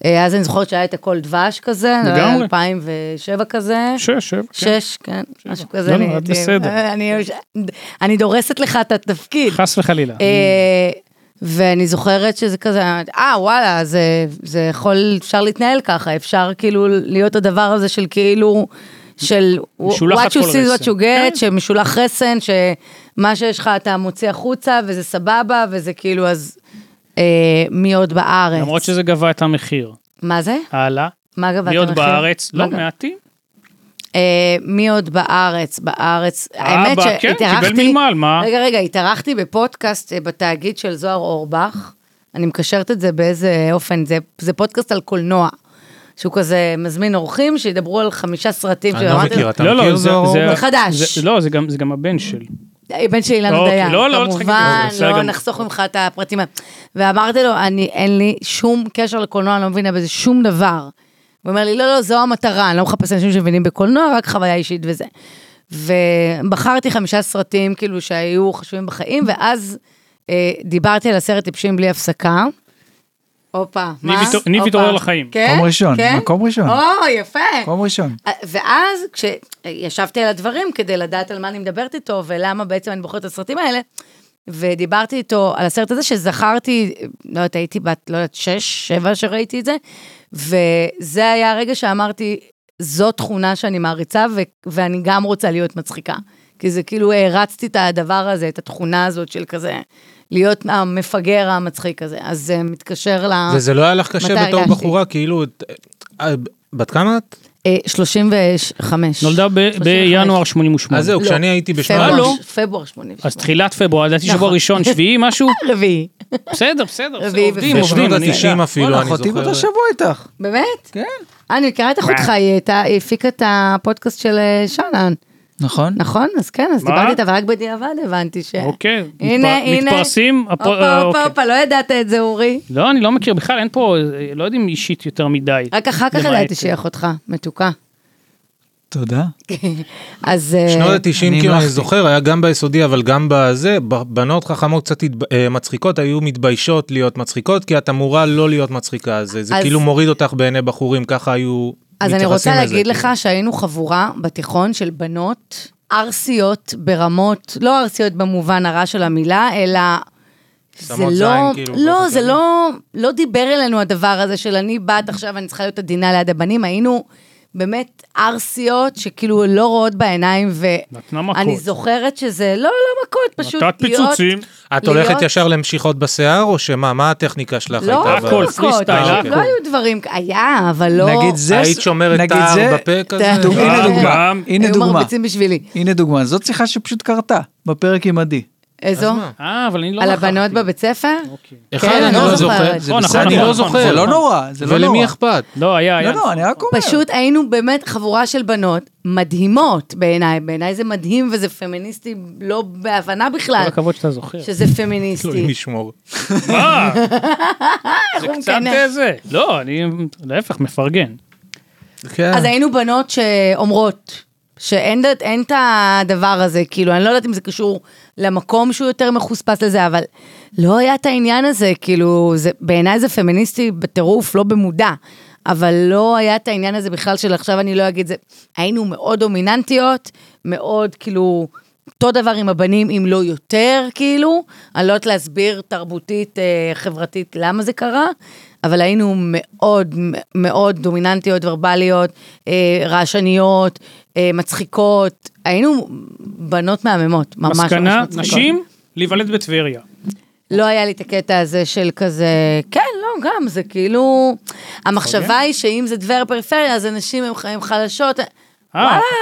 S1: אה, אז אני זוכרת שהיה את הכל דבש כזה, זה היה
S2: לגמרי.
S1: 2007 כזה.
S2: שש, שבע, כן.
S1: שש, כן, משהו כזה.
S2: לא,
S1: אני
S2: לא, את
S1: הייתי-
S2: בסדר.
S1: אני- אני דורסת לך את התפקיד.
S2: חס וחלילה.
S1: אה, ואני זוכרת שזה כזה, אה, וואלה, זה, זה יכול, אפשר להתנהל ככה, אפשר כאילו להיות הדבר הזה של כאילו, של
S2: משולחת
S1: what you
S2: כל
S1: see
S2: רסן.
S1: what you
S2: כן.
S1: get, שמשולח רסן, שמה שיש לך אתה מוציא החוצה, וזה סבבה, וזה כאילו, אז אה, מי עוד בארץ?
S2: למרות שזה גבה את המחיר.
S1: מה זה?
S2: הלאה.
S1: מה גבעת
S2: מי עוד
S1: המחיר?
S2: בארץ?
S1: מה
S2: לא
S1: ג-
S2: מעטים.
S1: אה, מי עוד בארץ? בארץ, האמת
S2: האבא, כן,
S1: שהתארחתי...
S2: קיבל מלמל, מה?
S1: רגע, רגע, התארחתי בפודקאסט אה, בתאגיד של זוהר אורבך. אני מקשרת את זה באיזה אופן, זה, זה פודקאסט על קולנוע. שהוא כזה מזמין אורחים שידברו על חמישה סרטים.
S4: אני לא
S1: שאמרתי-
S4: מכיר, אתה
S2: לא, לא,
S4: מכיר
S2: זה...
S4: זוהר
S2: זה-
S4: אורבך?
S1: זה חדש.
S2: זה- לא, זה גם- זה גם הבן של.
S1: הבן של אילן
S2: אוקיי,
S1: דיין,
S2: לא, לא, לא צריך להגיד את זה,
S1: כמובן,
S2: בסדר
S1: לא
S2: גמור.
S1: נחסוך ממך את הפרטים. ואמרתי לו, אני, אין לי שום קשר לקולנוע, אני לא מבינה בזה שום דבר. הוא אומר לי, לא, לא, זו המטרה, אני לא מחפש אנשים שמבינים בקולנוע, רק חוויה אישית וזה. ובחרתי חמישה סרטים, כאילו, שהיו חשובים בחיים, ואז אה, דיברתי על הסרט טיפשים בלי הפסקה. הופה,
S2: ניב
S1: מה?
S2: התעור- ניב
S1: הופה.
S2: התעורר לחיים.
S1: כן?
S3: מקום ראשון,
S1: כן?
S3: מקום ראשון.
S1: או, יפה.
S3: מקום ראשון.
S1: ואז כשישבתי על הדברים כדי לדעת על מה אני מדברת איתו ולמה בעצם אני בוחרת את הסרטים האלה, ודיברתי איתו על הסרט הזה שזכרתי, לא יודעת, הייתי בת, לא יודעת, שש, שבע שראיתי את זה, וזה היה הרגע שאמרתי, זו תכונה שאני מעריצה ו- ואני גם רוצה להיות מצחיקה. כי זה כאילו הערצתי את הדבר הזה, את התכונה הזאת של כזה, להיות המפגר המצחיק הזה. אז זה מתקשר ל...
S4: וזה לא היה לך
S1: מתי
S4: קשה בתור
S1: הרגשתי?
S4: בחורה, כאילו... את- אה, בת כמה את?
S1: אה, 35.
S2: נולדה ב-
S1: 35.
S2: בינואר 88.
S3: אה,
S4: אז זהו, כשאני הייתי
S1: לא.
S4: בשנות...
S2: הלו.
S1: פברואר, פברואר 88.
S2: אז תחילת פברואר, לדעתי שבוע
S1: נכון.
S2: ראשון, שביעי, משהו.
S1: רביעי.
S2: בסדר, בסדר, בסדר,
S1: רביעי אה,
S2: עובדים,
S1: בפברואר.
S2: עובדים.
S4: בשנות
S2: אני- לא,
S4: ה-90 אפילו,
S3: וואלה,
S4: אני
S3: אחותי
S4: זוכר.
S3: באותו שבוע איתך.
S1: באמת?
S3: כן.
S1: אה, אני מכירה את אחותך, היא הייתה, היא הפיקה את הפודקאסט של אה, שנן,
S3: נכון?
S1: נכון? אז כן, אז
S2: מה?
S1: דיברתי איתה, ורק בדיעבד הבנתי ש...
S2: אוקיי,
S1: הנה,
S2: מתפר-
S1: הנה.
S2: מתפרסים, הפו-
S1: הופה,
S2: אה,
S1: הופה,
S2: אוקיי.
S1: הופה, לא ידעת את זה, אורי.
S2: לא, אני לא מכיר בכלל, אין פה, אה, לא יודעים אישית יותר מדי.
S1: רק אחר כך
S2: למעט- כן.
S1: ידעתי שהיא אחותך, מתוקה.
S3: תודה.
S1: אה, אז... אה,
S4: שנות
S3: אני
S4: ה-90, כאילו, אני
S3: הלכתי.
S4: זוכר, היה גם ביסודי, אבל גם בזה, ב- בנות חכמות קצת התב- אה, מצחיקות, היו מתביישות להיות מצחיקות, כי את אמורה לא להיות מצחיקה, אז זה זה
S1: אז-
S4: כאילו מוריד אותך בעיני בחורים, ככה היו
S1: אז אני רוצה
S4: מתייחסים לזה,
S1: להגיד
S4: כאילו.
S1: לך שהיינו חבורה בתיכון של בנות ערסיות ברמות, לא ערסיות במובן הרע של המילה, אלא... זה
S4: שמות
S1: לא,
S4: זין, כאילו,
S1: לא,
S4: באופן
S1: זה
S4: כללי.
S1: לא, לא דיבר אלינו הדבר הזה של אני בת עכשיו, אני צריכה להיות עדינה ליד הבנים, היינו באמת ערסיות שכאילו לא רואות בעיניים,
S2: נתנה
S1: ואני
S2: מכות.
S1: זוכרת שזה, לא, לא מכות, פשוט
S2: נתת פיצוצים.
S4: את הולכת
S1: להיות-
S4: ישר למשיכות בשיער, או שמה, מה הטכניקה שלך
S1: לא,
S4: הייתה?
S1: לא
S2: הכל,
S4: אבל-
S1: מכות,
S2: פריסטייל,
S1: פשוט
S4: הכל.
S1: לא היו דברים, היה, אבל לא,
S3: נגיד זה...
S4: היית שומרת
S3: נגיד
S4: טער
S3: זה-
S4: בפה כזה? אה,
S1: אתה- דוגמה.
S3: הנה
S1: גם,
S3: דוגמה,
S2: גם.
S3: הנה
S1: היו
S3: דוגמה,
S1: מרביצים בשבילי.
S3: הנה דוגמה, זאת שיחה שפשוט קרתה בפרק עם עדי.
S1: איזו?
S4: מה?
S2: אה, אבל אני לא
S1: על
S2: נכחתי.
S1: הבנות בבית סדר?
S2: אוקיי.
S4: אחד,
S1: כן,
S4: אני
S1: לא
S4: לא זוכר.
S1: זוכרת.
S4: זה
S2: לא, נכון,
S4: בסדר,
S2: נכון,
S4: אני לא
S2: נכון.
S4: זוכר.
S3: זה לא נורא, זה לא נורא.
S4: ולמי אכפת?
S2: לא, היה, היה.
S3: לא, לא, אני רק אומר.
S1: פשוט היינו באמת חבורה של בנות מדהימות בעיניי, בעיניי זה מדהים וזה פמיניסטי לא בהבנה בכלל,
S2: כל הכבוד כאילו, שאתה זוכר.
S1: שזה
S4: אלוהים
S1: פמיניסטי.
S4: לא, ישמור.
S2: מה? זה
S1: הוא
S2: קצת
S1: מקנא.
S2: אה, זה. לא, אני להפך, מפרגן.
S4: כן.
S1: אז היינו בנות שאומרות שאין ד- אין את הדבר הזה, כאילו, אני לא יודעת אם זה קשור למקום שהוא יותר מחוספס לזה, אבל לא היה את העניין הזה, כאילו, זה- בעיניי זה פמיניסטי בטירוף, לא במודע. אבל לא היה את העניין הזה בכלל של עכשיו אני לא אגיד זה. היינו מאוד דומיננטיות, מאוד כאילו, אותו דבר עם הבנים, אם לא יותר, כאילו. אני לא יודעת להסביר תרבותית, אה, חברתית, למה זה קרה, אבל היינו מאוד מאוד דומיננטיות, ורבליות, אה, רעשניות, אה, מצחיקות. היינו בנות מהממות, ממש
S2: מסקנה,
S1: ממש מצחיקות.
S2: נשים, להיוולד בטבריה. אה,
S1: לא היה לי את הקטע הזה של כזה, כן, לא, גם,
S2: אוקיי.
S1: זה כאילו... המחשבה היא שאם זה דבר פריפריה, אז הנשים הן חיים חלשות.
S2: אה,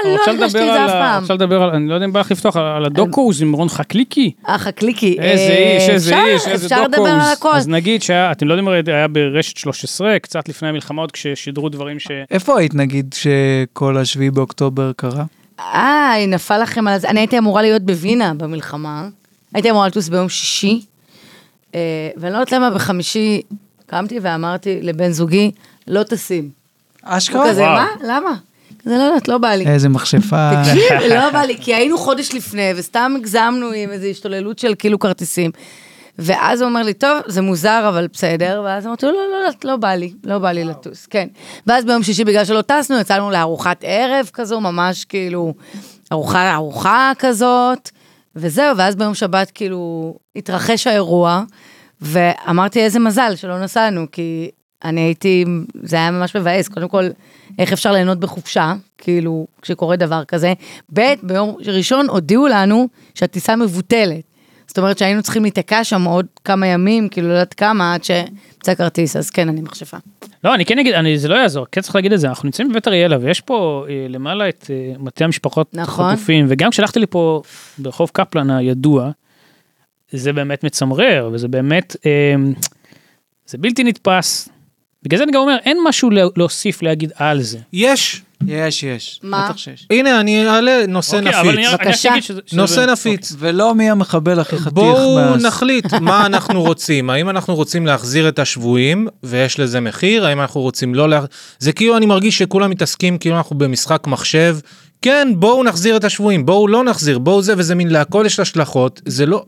S1: לא
S2: רוצה
S1: הרגשתי
S2: לדבר
S1: את זה
S2: על
S1: אף
S2: ה-
S1: פעם.
S2: רוצה לדבר על, אני לא יודע אם בא לך לפתוח, על- על הדוקו עם רון חקליקי.
S1: אה, חקליקי.
S2: איזה
S1: אה,
S2: איש, איזה
S1: אפשר-
S2: איש, איזה
S1: אפשר
S2: דוקו.
S1: לדבר על הכל.
S2: אז נגיד שהיה, אתם לא יודעים, הרי היה ברשת 13, קצת לפני המלחמה עוד כששידרו דברים ש...
S3: איפה היית נגיד שכל השביעי באוקטובר קרה?
S1: איי, נפל לכם על זה. אני הייתי אמורה להיות בווינה במלחמה. הייתי אמורה לטוס ביום שישי. אה, ואני לא יודעת למה בחמישי קמתי ואמרתי לבן זוגי, לא טסים. הוא
S3: אשכרה?
S1: כזה,
S2: וואו.
S1: מה? למה? כזה, לא יודעת, לא בא לי.
S3: איזה מכשפה.
S1: תקשיב, לא בא לי, כי היינו חודש לפני, וסתם הגזמנו עם איזו השתוללות של כאילו כרטיסים. ואז הוא אומר לי, טוב, זה מוזר, אבל בסדר. ואז אמרתי לו, לא, לא, לא, לא בא לי, לא בא לי לטוס, כן. ואז ביום שישי, בגלל שלא טסנו, יצאנו לארוחת ערב כזו, ממש כאילו, ארוחה, ארוחה כזאת, וזהו, ואז ביום שבת, כאילו, התרחש האירוע, ואמרתי, איזה מזל שלא נסענו, כי אני הייתי, זה היה ממש מבאס, קודם כל, איך אפשר ליהנות בחופשה, כאילו, כשקורה דבר כזה. ב', ביום ראשון הודיעו לנו שהטיסה מבוטלת. זאת אומרת שהיינו צריכים להיתקע שם עוד כמה ימים, כאילו, לא יודעת כמה, עד שימצא כרטיס, אז כן, אני מכשפה.
S2: לא, אני כן אגיד, אני, זה לא יעזור, כן צריך להגיד את זה, אנחנו נמצאים בבית אריאלה, ויש פה אה, למעלה את אה, מטה המשפחות
S1: נכון.
S2: החטופים, וגם כשהלכתי לי פה ברחוב קפלן הידוע, זה באמת מצמרר, וזה באמת, אה, זה בלתי נתפס. בגלל זה אני גם אומר, אין משהו לה- להוסיף, להגיד על זה.
S4: יש.
S3: יש, יש.
S1: מה?
S3: בטח שיש.
S4: הנה, אני אעלה נושא
S2: אוקיי, אבל אני
S4: נפיץ.
S2: רק- אני רק
S1: בבקשה.
S2: אגיד שזה- שזה-
S4: נושא
S2: אוקיי.
S4: נפיץ.
S3: כאילו, ולא מי המחבל הכי חתיך.
S4: בואו
S3: מה-
S4: נחליט מה אנחנו רוצים. האם אנחנו רוצים להחזיר את השבויים, ויש לזה מחיר? האם אנחנו רוצים לא לה... זה כאילו אני מרגיש שכולם מתעסקים כאילו אנחנו במשחק מחשב. כן, בואו נחזיר את השבויים, בואו לא נחזיר, בואו זה, וזה מין להכל יש השלכות. זה לא...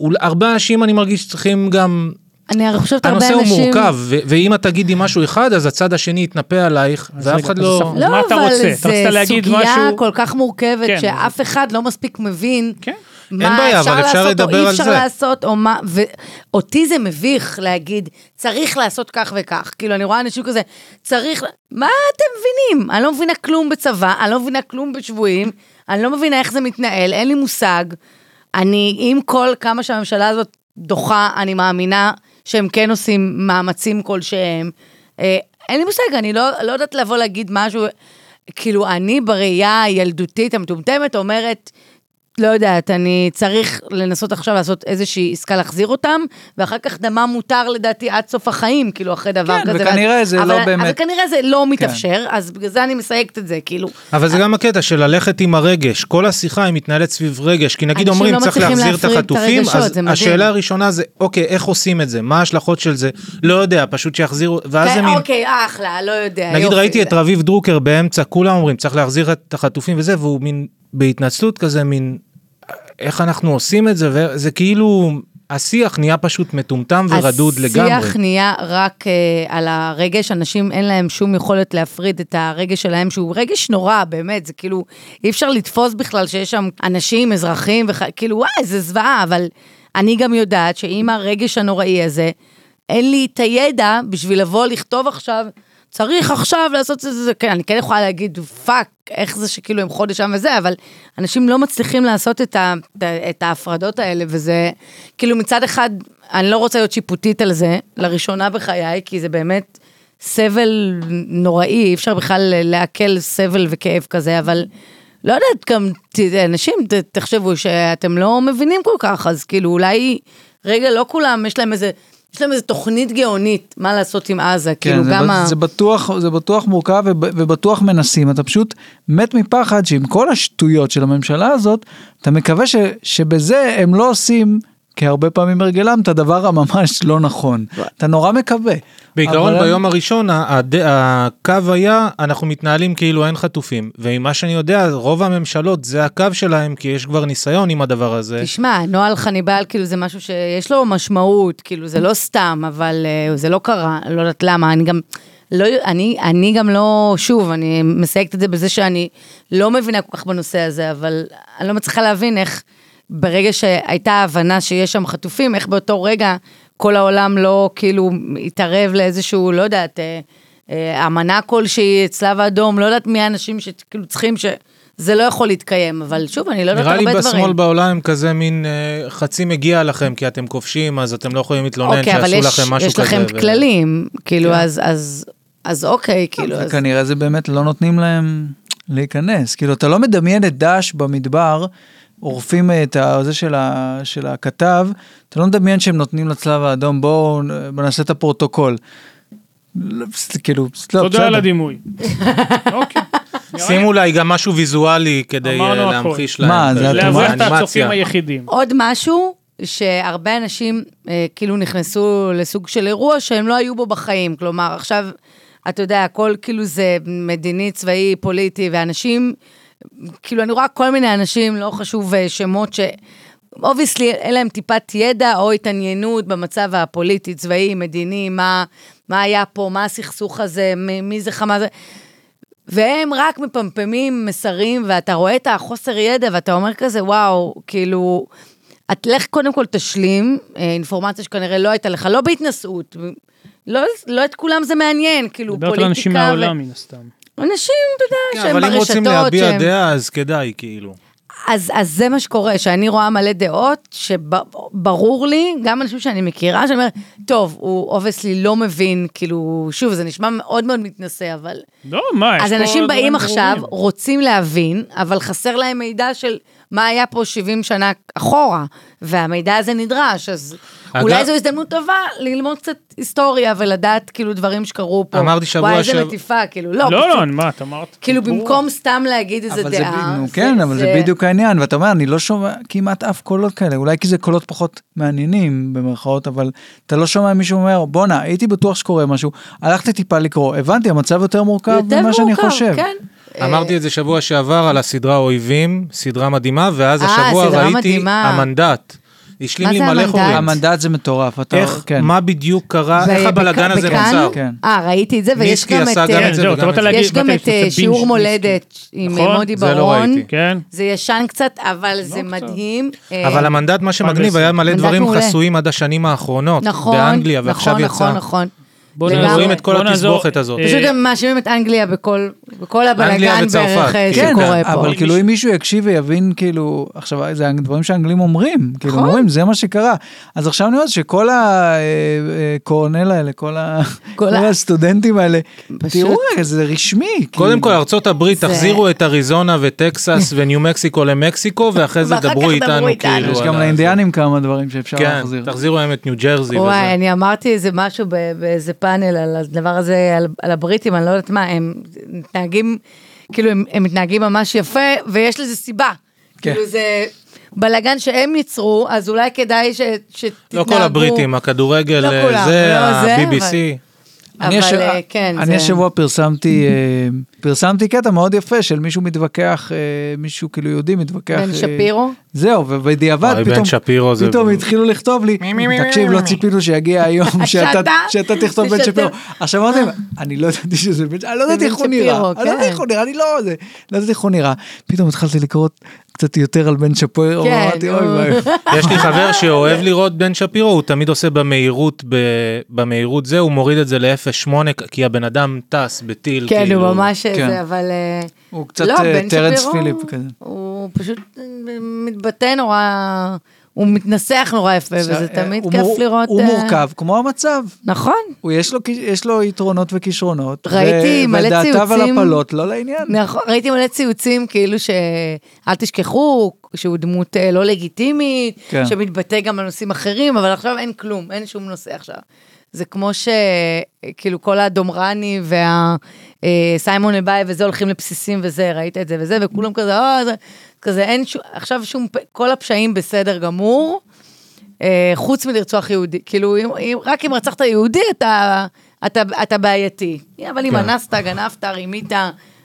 S4: אול- הרבה אנשים אני מרגיש שצריכים גם...
S1: אני חושבת הרבה
S4: הנושא
S1: אנשים...
S4: הוא מורכב, ו- ואם את תגידי משהו אחד, אז הצד השני יתנפה עלייך,
S2: אז
S4: ואף
S2: רגע,
S4: אחד
S2: אז
S4: לא...
S2: אז מה אתה
S1: אבל
S2: רוצה? אתה רצית
S1: זה
S2: להגיד
S1: סוגיה
S2: משהו-
S1: כל כך מורכבת,
S2: כן,
S1: שאף אחד לא מספיק מבין
S2: כן.
S1: מה
S4: בעיה,
S1: אפשר
S4: אבל אפשר
S1: לעשות או
S4: לדבר
S1: אי
S4: על
S1: אפשר
S4: זה.
S1: לעשות, או מה, ואותי זה מביך להגיד, צריך לעשות כך וכך. כאילו, אני רואה אנשים כזה, צריך, מה אתם מבינים? אני לא מבינה כלום בצבא, אני לא מבינה כלום בשבויים, אני לא מבינה איך זה מתנהל, אין לי מושג. אני, עם כל כמה שהממשלה הזאת דוחה, אני מאמינה שהם כן עושים מאמצים כלשהם. אה, אין לי מושג, אני לא, לא יודעת לבוא להגיד משהו, כאילו, אני בראייה הילדותית המטומטמת אומרת, לא יודעת, אני צריך לנסות עכשיו לעשות איזושהי עסקה להחזיר אותם, ואחר כך דמם מותר לדעתי עד סוף החיים, כאילו, אחרי דבר
S3: כן,
S1: כזה.
S3: וכנראה
S1: ואז-
S3: זה לא
S1: אבל- אבל
S3: באמת- כן.
S1: כנראה זה לא מתאפשר, אז בגלל זה אני מסייגת את זה, כאילו.
S4: אבל זה גם הקטע של ללכת עם הרגש. כל השיחה היא מתנהלת סביב רגש, כי נגיד
S1: אנשים
S4: אומרים,
S1: לא
S4: צריך
S1: מצליחים
S4: להחזיר את
S1: להפריד את
S4: החטופים,
S1: הרגשות,
S4: אז
S1: זה מדהים.
S4: השאלה הראשונה זה, אוקיי, איך עושים את זה? מה ההשלכות של זה? לא יודע, פשוט שיחזירו, ואז זה
S1: כן,
S4: מין...
S1: אוקיי, אחלה, לא יודע.
S4: נגיד
S1: יופי,
S4: ראיתי
S1: זה-
S4: את רביב דרוקר באמצע, כולם אומרים, צריך להחזיר את החטופים וזה, והוא מין בהתנצלות כזה, מין, איך אנחנו עושים את זה? וזה כאילו, השיח נהיה פשוט מטומטם ורדוד לגמרי.
S1: השיח נהיה רק אה, על הרגש, אנשים אין להם שום יכולת להפריד את הרגש שלהם, שהוא רגש נורא, באמת, זה כאילו, אי אפשר לתפוס בכלל שיש שם אנשים, אזרחים, וח... כאילו, וואי, זה זוועה, אבל אני גם יודעת שעם הרגש הנוראי הזה, אין לי את הידע בשביל לבוא לכתוב עכשיו. צריך עכשיו לעשות את זה, כן, אני כן יכולה להגיד, פאק, איך זה שכאילו הם חודש שם וזה, אבל אנשים לא מצליחים לעשות את, ה, את ה- את ההפרדות האלה, וזה, כאילו מצד אחד, אני לא רוצה להיות שיפוטית על זה, לראשונה בחיי, כי זה באמת סבל נוראי, אי אפשר בכלל לעכל סבל וכאב כזה, אבל לא יודעת, גם ת- אנשים, ת- תחשבו שאתם לא מבינים כל כך, אז כאילו אולי, רגע, לא כולם, יש להם איזה... יש להם איזו תוכנית גאונית, מה לעשות עם עזה,
S3: כן,
S1: כאילו
S3: זה,
S1: גם
S3: ב-
S1: ה...
S3: זה בטוח, זה בטוח מורכב וב, ובטוח מנסים. אתה פשוט מת מפחד שעם כל השטויות של הממשלה הזאת, אתה מקווה ש, שבזה הם לא עושים, כי הרבה פעמים הרגלם, את הדבר הממש לא נכון. אתה נורא מקווה.
S4: בעיקרון
S3: אבל-
S4: ביום הראשון ה- הד- הקו היה אנחנו מתנהלים כאילו אין חטופים וממה שאני יודע רוב הממשלות זה הקו שלהם כי יש כבר ניסיון עם הדבר הזה.
S1: תשמע, נוהל חניבל, כאילו, זה משהו שיש לו משמעות, כאילו, זה לא סתם, אבל אה, זה לא קרה, לא יודעת למה, אני גם... לא, אני, אני גם לא, שוב, אני מסייגת את זה בזה שאני לא מבינה כל כך בנושא הזה, אבל אני לא מצליחה להבין איך ברגע שהייתה ההבנה שיש שם חטופים, איך באותו רגע כל העולם לא כאילו התערב לאיזשהו, לא יודעת, אה, אה, אמנה כלשהי, צלב האדום, לא יודעת מי האנשים שכאילו צריכים ש... זה לא יכול להתקיים, אבל שוב, אני לא יודעת
S4: נראה
S1: הרבה
S4: לי
S1: דברים.
S4: בשמאל בעולם הם כזה מין אה, חצי מגיע לכם כי אתם כובשים אז אתם לא יכולים להתלונן
S1: אוקיי, אבל
S4: שעשו
S1: יש,
S4: לכם משהו
S1: יש
S4: כזה.
S1: לכם
S4: ו- כן.
S3: כן,
S1: כללים, כאילו, אז, אז, אז אוקיי, כאילו, אז...
S3: וכנראה זה באמת לא נותנים להם להיכנס. כאילו, אתה לא מדמיין את דש במדבר, עורפים את ה- זה של, ה, של הכתב, אתה לא מדמיין שהם נותנים לצלב האדום, בואו בוא נעשה את הפרוטוקול. לא, פס- כאילו, פס- לא,
S2: תודה על
S3: בסדר.
S2: הדימוי. אוקיי.
S4: שים אולי גם משהו ויזואלי כדי אה,
S2: אמרנו הכל.
S4: להמחיש
S3: מה,
S4: להם.
S3: זה
S4: את
S3: אתם-
S2: להבריח את הצופים
S4: האנימציה.
S2: היחידים.
S1: עוד משהו, שהרבה אנשים אה, כאילו נכנסו לסוג של אירוע שהם לא היו בו בחיים. כלומר, עכשיו, אתה יודע, הכל כאילו זה מדיני, צבאי, פוליטי, ואנשים, כאילו, אני רואה כל מיני אנשים, לא חשוב אה, שמות, ש... אובייסלי, אין להם טיפת ידע או התעניינות במצב הפוליטי, צבאי, מדיני, מה, מה היה פה, מה הסכסוך הזה, מי, מי זה חמה זה. והם רק מפמפמים מסרים, ואתה רואה את החוסר ידע, ואתה אומר כזה, וואו, כאילו, את לך קודם כל תשלים אה, אינפורמציה שכנראה לא הייתה לך, לא בהתנשאות, לא, לא את כולם זה מעניין, כאילו, פוליטיקה.
S2: מדברת על אנשים מהעולם מן הסתם.
S1: ו... אנשים, אתה יודע,
S4: כן,
S1: שהם
S4: אבל
S1: ברשתות,
S4: אם רוצים להביע
S1: שהם...
S4: דעה, אז כדאי, כאילו.
S1: אז, אז זה מה שקורה, שאני רואה מלא דעות, שברור לי, גם אנשים שאני מכירה, שאני אומרת, טוב, הוא אובייסלי לא מבין, כאילו, שוב, זה נשמע מאוד מאוד מתנשא, אבל...
S2: לא, מה, יש פה...
S1: אז אנשים
S2: דברים
S1: באים עכשיו,
S2: ברורים.
S1: רוצים להבין, אבל חסר להם מידע של מה היה פה 70 שנה אחורה, והמידע הזה נדרש, אז
S4: אגב-
S1: אולי זו הזדמנות טובה ללמוד קצת היסטוריה ולדעת, כאילו, דברים שקרו פה.
S4: אמרתי שבוע
S1: וואי, איזה
S4: שעבר-
S1: נטיפה, כאילו, לא,
S2: לא,
S1: פשוט,
S2: לא, מה, את אמרת?
S1: כאילו,
S2: ברור.
S1: במקום סתם להגיד איזה
S3: אבל זה
S1: דעה.
S3: ב- נו, כן, אבל זה בדיוק העניין, ואתה אומר, אני לא שומע כמעט אף קולות כאלה, אולי כי זה קולות פחות מעניינים במרכאות, אבל אתה לא שומע מישהו אומר, בואנה, הייתי בטוח שקורה משהו, הלכתי טיפה לקרוא, הבנתי, המצב יותר מורכב
S1: יותר
S3: ממה שאני
S1: מורכב,
S3: חושב.
S1: כן.
S4: אמרתי את זה שבוע שעבר על הסדרה אויבים, סדרה מדהימה, ואז
S1: אה,
S4: השבוע
S1: סדרה
S4: ראיתי
S1: מדהימה.
S4: המנדט. השלים
S1: מה
S4: לי
S1: זה
S4: מלא
S1: המנדט?
S4: חורים.
S3: המנדט זה מטורף, אתה...
S4: איך,
S3: כן.
S4: מה בדיוק קרה,
S1: ו-
S4: איך הבלגן
S1: בכ-
S4: הזה
S1: אה, בכאן?
S4: נוצר.
S3: כן.
S1: אה, ראיתי את זה, ויש
S4: מיסקי
S1: גם
S4: עשה
S1: את...
S4: גם
S1: אה,
S2: כן,
S4: את זה
S2: זהו,
S4: וגם
S2: אתה באת
S4: את זה.
S2: להגיד...
S1: יש גם
S2: באת
S1: את
S2: לעשות
S1: אה,
S2: בינג'
S1: שיעור
S2: מיסקי.
S1: מולדת עם אה,
S2: נכון?
S1: מודי
S4: זה לא
S1: ברון.
S4: ראיתי.
S2: כן.
S1: זה ישן קצת, אבל זה
S2: קצת.
S1: מדהים.
S4: אבל
S1: אה,
S4: המנדט, מה שמגניב,
S2: בעשר.
S4: היה מלא
S1: מנדט
S4: דברים
S1: מעולה.
S4: חסויים עד השנים האחרונות.
S1: נכון,
S4: באנגליה, ועכשיו
S1: נכון,
S4: יצא.
S1: נכון, נכון.
S2: בוא
S1: לגמרי.
S2: נעזור-
S1: רואים
S4: את כל
S2: בוא נעזור,
S4: התסבוכת הזאת.
S2: אה,
S1: פשוט הם מאשימים את אנגליה בכל בכל
S4: אנגליה
S1: הבלאגן
S4: וצרפת,
S1: בערך אה,
S4: כן,
S1: שקורה פה.
S3: אבל כאילו אם מישהו יקשיב ויבין כאילו, עכשיו זה דברים שהאנגלים אומרים, כאילו הם
S1: נכון.
S3: אומרים זה מה שקרה. אז עכשיו אני אומר שכל הקורנל האלה, כל ה- כל
S1: ה-
S3: הסטודנטים האלה,
S1: פשוט-
S3: תראו רגע זה רשמי.
S4: קודם
S3: כאילו.
S4: כל, ארצות הברית,
S1: זה-
S4: תחזירו את אריזונה וטקסס וניו מקסיקו למקסיקו, ואחרי זה
S1: ואחר כך
S4: דברו
S1: דברו
S4: איתנו,
S1: איתנו.
S4: כאילו.
S3: יש
S4: על
S3: גם
S4: ה-
S3: לאינדיאנים כמה דברים שאפשר
S4: כן,
S3: להחזיר.
S4: תחזירו להם את ניו ג'רזי
S1: וואי,
S4: וזה.
S1: אני אמרתי איזה משהו ב- באיזה פאנל על הדבר הזה, על, על הבריטים, אני לא יודעת מה, הם מתנהגים, כאילו הם, הם מתנהגים ממש יפה, ויש לזה סיבה.
S3: כן.
S1: כאילו זה בלאגן שהם ייצרו, אז אולי כדאי ש, שתתנהגו.
S4: לא כל הבריטים, הכדורגל,
S1: לא כולם,
S4: אה, זה,
S1: לא זה,
S4: ה-BBC.
S1: אבל
S3: אני השב-
S1: אה, כן,
S3: אני
S1: זה...
S3: השבוע פרסמתי, אה, פרסמתי קטע מאוד יפה של מישהו מתווכח, אה, מישהו כאילו יהודי מתווכח.
S1: בן
S3: אה,
S1: שפירו?
S3: זהו, ובדיעבד
S4: אוי, בן
S3: פתאום,
S4: שפירו זה-
S3: פתאום התחילו לכתוב לי, תקשיב, לא ציפינו שיגיע היום שאתה
S1: שאתה-
S3: שאתה תכתוב בן
S1: שאתה-
S3: שפירו. עכשיו אמרתי, להם, אני לא ידעתי שזה בן, אני לא ידעתי איך הוא
S1: בן
S3: נראה,
S1: שפירו,
S3: אני לא ידעתי
S1: כן.
S3: איך הוא נראה, אני לא זה, לא ידעתי איך הוא נראה. פתאום התחלתי לקרוא קצת יותר על בן שפירו,
S1: כן,
S3: אמרתי, אוי
S1: הוא-
S3: ואי.
S4: יש לי חבר שאוהב לראות בן שפירו, הוא תמיד עושה במהירות, ב... במהירות זה, הוא מוריד את זה ל-0.8, כי הבן אדם טס בטיל,
S1: כן,
S4: כאילו.
S1: הוא ממש
S3: כן.
S1: זה, אבל... אה,
S3: הוא קצת,
S1: לא,
S3: אה,
S1: בן
S3: טרנס
S1: שפירו,
S3: פיליפ כזה.
S1: הוא פשוט אה, מתבטא נורא, הוא מתנסח נורא יפה, וזה תמיד
S3: אה, הוא
S1: כיף
S3: מור-
S1: לראות...
S3: הוא
S1: אה,
S3: מורכב כמו המצב.
S1: נכון.
S3: הוא יש לו, כיש- יש לו יתרונות וכישרונות.
S1: ראיתי
S3: ו-
S1: מלא
S3: ודעתיו על
S1: ציוצים.
S3: הפלות לא לעניין.
S1: נכון, ראיתי מלא ציוצים כאילו ש... אל תשכחו שהוא דמות אה, לא לגיטימית,
S3: כן.
S1: כן. שמתבטא גם על נושאים אחרים, אבל עכשיו אין כלום, אין שום נושא עכשיו. זה כמו שכאילו כל הדומרני וה... אה, סיימון לבאי וזה הולכים לבסיסים וזה, ראית את זה וזה, וכולם כזה, אה, זה, כזה אין שום, עכשיו שום, פ- כל הפשעים בסדר גמור, אה, חוץ מלרצוח יהודי, כאילו, אם, אם, רק אם רצחת יהודי, אתה, אתה, אתה בעייתי. אבל אם אנסת, גנבת, רימית,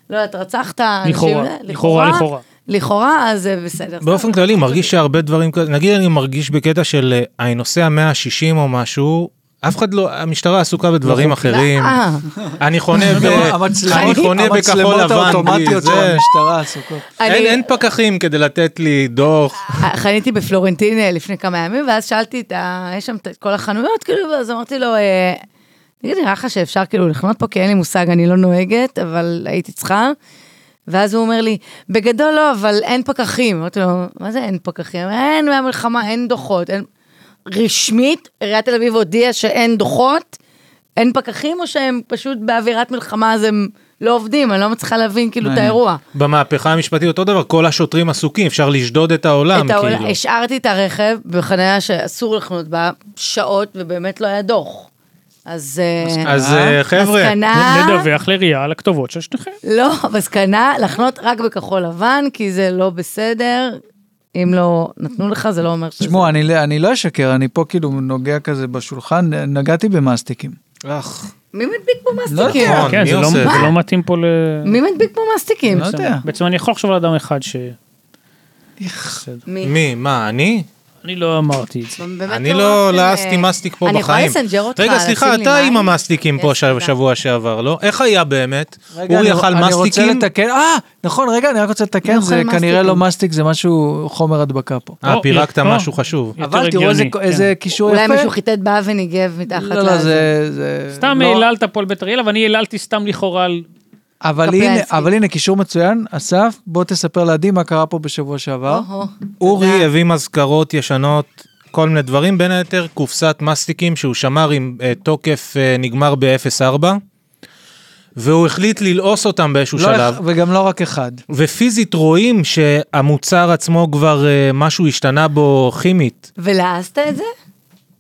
S1: לא יודעת, רצחת, אנשים-
S2: כן.
S1: אה,
S2: לכאורה, לכאורה, לכאורה.
S1: לכאורה, אז אה, בסדר.
S4: באופן כללי, מרגיש שהרבה דברים כזה, נגיד אני מרגיש בקטע של אה, הנוסע 160 או משהו, אף אחד לא, המשטרה עסוקה בדברים אחרים.
S1: אה,
S4: אני
S3: לא,
S4: חונה ב... אני חונה בכחול
S3: המצלמות
S4: לבן, בלי
S3: האוטומטיות של
S4: זה.
S3: המשטרה עסוקות.
S4: אין
S1: אני-
S4: אין פקחים כדי לתת לי דוח.
S1: חניתי בפלורנטין אה, לפני כמה ימים, ואז שאלתי את ה... יש שם את כל החנויות, כאילו, ואז אמרתי לו, אה, תגיד, נראה לך שאפשר כאילו לחנות פה? כי אין לי מושג, אני לא נוהגת, אבל הייתי צריכה. ואז הוא אומר לי, בגדול לא, אבל אין פקחים. אמרתי לו, מה זה אין פקחים? אין מהמלחמה, אין דוחות. אין... רשמית, עיריית תל אביב הודיעה שאין דוחות, אין פקחים או שהם פשוט באווירת מלחמה אז הם לא עובדים? אני לא מצליחה להבין כאילו את
S3: מעניין.
S1: האירוע.
S4: במהפכה המשפטית אותו דבר, כל השוטרים עסוקים, אפשר לשדוד את העולם,
S1: את העול...
S4: כאילו.
S1: השארתי את הרכב בחניה שאסור לחנות בה שעות ובאמת לא היה דוח. אז... אה,
S4: אז אה, חבר'ה,
S1: מסקנה,
S2: לדווח לעירייה על הכתובות של שניכם.
S1: לא, מסקנה, לחנות רק בכחול לבן, כי זה לא בסדר. אם לא נתנו לך, זה לא אומר שזה...
S3: תשמעו, אני, לא- אני לא אשקר, אני פה כאילו נוגע כזה בשולחן, נגעתי במאסטיקים.
S4: אך,
S1: מי מדביק פה
S3: לא
S1: מסטיקים?
S4: נכון.
S2: כן,
S4: מי
S2: זה לא-
S4: עושה את
S2: זה
S4: זה?
S2: לא מתאים פה ל...
S1: מי מדביק פה מסטיקים?
S3: לא יודע.
S2: בעצם אני יכול לחשוב על אדם אחד ש...
S1: מי?
S4: מי, מה, אני?
S2: אני לא אמרתי את זה.
S1: באמת
S4: אני לא
S1: באופן,
S4: לאסתי
S1: אה,
S4: מסטיק פה בחיים.
S1: אני יכולה לסנג'ר אותך,
S4: רגע,
S1: לשים
S4: סליחה,
S1: לי
S4: אתה
S1: מים?
S4: עם המסטיקים פה
S1: יש, תודה.
S4: שבוע שעבר, לא? איך היה באמת?
S3: רגע,
S4: אורי
S3: אני-
S4: אכל
S3: אני רוצה
S4: מסטיקים?
S3: לתקן, אה, נכון, רגע, אני רק רוצה לתקן,
S1: אני
S3: זה
S1: אוכל
S3: כנראה לא
S1: מסטיקים.
S3: מסטיק, זה משהו, חומר הדבקה פה.
S4: אה,
S2: או,
S4: פירקת
S2: או.
S4: משהו חשוב.
S2: יותר
S3: אבל תראו איזה-
S2: הגיוני,
S3: איזה קישור יפה.
S1: אולי מישהו חיטט בה וניגב מתחת
S3: לא, לא, זה... זה-
S2: סתם
S3: לא.
S2: העללת פה על בית אריאלה, ואני העללתי סתם לכאורה על...
S3: אבל
S1: קפלנסקי.
S3: הנה, אבל הנה, קישור מצוין. אסף, בוא תספר לעדי מה קרה פה בשבוע שעבר.
S1: אוהו,
S4: אורי
S1: תודה.
S4: הביא מזכרות ישנות, כל מיני דברים, בין היתר קופסת מסטיקים שהוא שמר עם אה, תוקף אה, נגמר ב-04, והוא החליט ללעוס אותם באיזשהו
S3: לא
S4: שלב.
S3: אח- וגם לא רק אחד.
S4: ופיזית רואים שהמוצר עצמו כבר אה, משהו השתנה בו כימית.
S1: ולעסת את זה?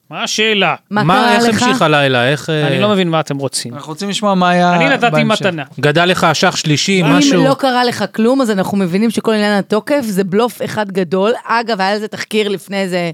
S2: מה השאלה?
S1: מה קרה
S4: איך
S1: לך?
S4: המשיך הלילה? איך... אה,
S2: אני לא מבין מה אתם רוצים.
S3: אנחנו רוצים לשמוע מה היה
S2: אני נתתי
S3: אה, בהמשך.
S2: מתנה.
S4: גדל לך אשך שלישי, משהו?
S1: אם לא קרה לך כלום, אז אנחנו מבינים שכל עניין התוקף זה בלוף אחד גדול. אגב, היה לזה תחקיר לפני איזה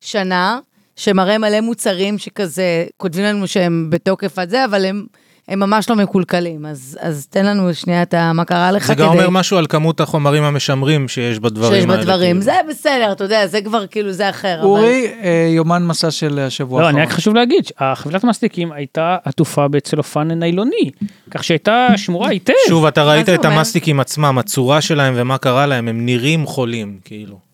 S1: שנה, שמראה מלא מוצרים שכזה, כותבים לנו שהם בתוקף עד זה, אבל הם, הם ממש לא מקולקלים. אז, אז תן לנו שנייה את ה- מה קרה לך
S4: זה
S1: כדי...
S4: גם אומר משהו על כמות החומרים המשמרים שיש בדברים
S1: שיש
S4: האלה.
S1: בדברים.
S4: כאילו.
S1: זה בסדר, אתה יודע, זה כבר כאילו, זה אחר. אבל...
S3: אורי, אה, יומן מסע של השבוע
S2: לא,
S3: האחרון.
S2: אני רק חשוב להגיד, החבילת מסטיקים הייתה עטופה בצלופן ניילוני, כך שהייתה שמורה היטב.
S4: שוב, אתה ראית
S1: זה
S4: את
S1: אומר?
S4: המסטיקים עצמם, הצורה שלהם ומה קרה להם, הם נראים חולים, כאילו.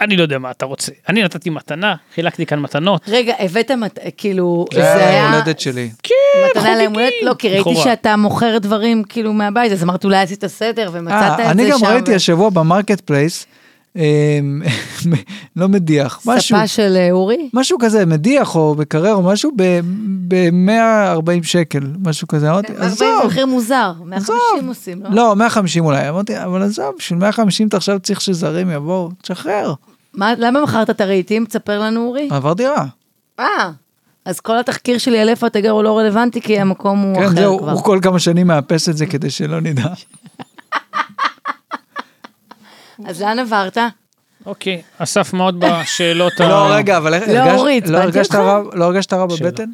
S2: אני לא יודע מה אתה רוצה. אני נתתי מתנה, חילקתי כאן מתנות.
S1: רגע, הבאת, מת... כאילו,
S3: זה היה ההולדת שלי.
S1: מתנה ליום הולדת? לא, כי ראיתי
S2: כן, לכאורה.
S1: שאתה מוכר דברים כאילו מהבית, אז אמרת אולי עשית סדר ומצאת את זה
S3: אה,
S1: שם.
S3: אני גם
S1: ו-
S3: ראיתי השבוע במרקט פלייס, אה, לא מדיח, משהו.
S1: ספה של אה, אורי?
S3: משהו כזה, מדיח או מקרר או משהו ב-140 שקל, משהו כזה. אמרתי,
S1: זה
S3: עזוב,
S1: מחיר מוזר,
S3: עזוב.
S1: 150 עושים, לא?
S3: לא, 150 אולי. אמרתי, אבל עזוב, בשביל 150 אתה עכשיו צריך שזרים יבואו, תשחרר.
S1: מה- למה מכרת את הרהיטים? תספר לנו אורי.
S3: עבר דירה.
S1: אה, אז כל התחקיר שלי על איפה אתה גר הוא לא רלוונטי, כי המקום הוא
S3: כן,
S1: אחר
S3: זהו,
S1: כבר.
S3: הוא כל כמה שנים מאפס את זה כדי שלא נדע.
S1: אז לאן עברת?
S2: אוקיי, אסף, מה עוד בשאלות ה...
S3: לא, רגע, אבל איך-
S1: לא,
S3: הרגש-
S1: אורי, הצבעתי
S3: לא
S1: אותך?
S3: הרגשת רע- לא הרגשת רע
S2: שאלה.
S3: בבטן?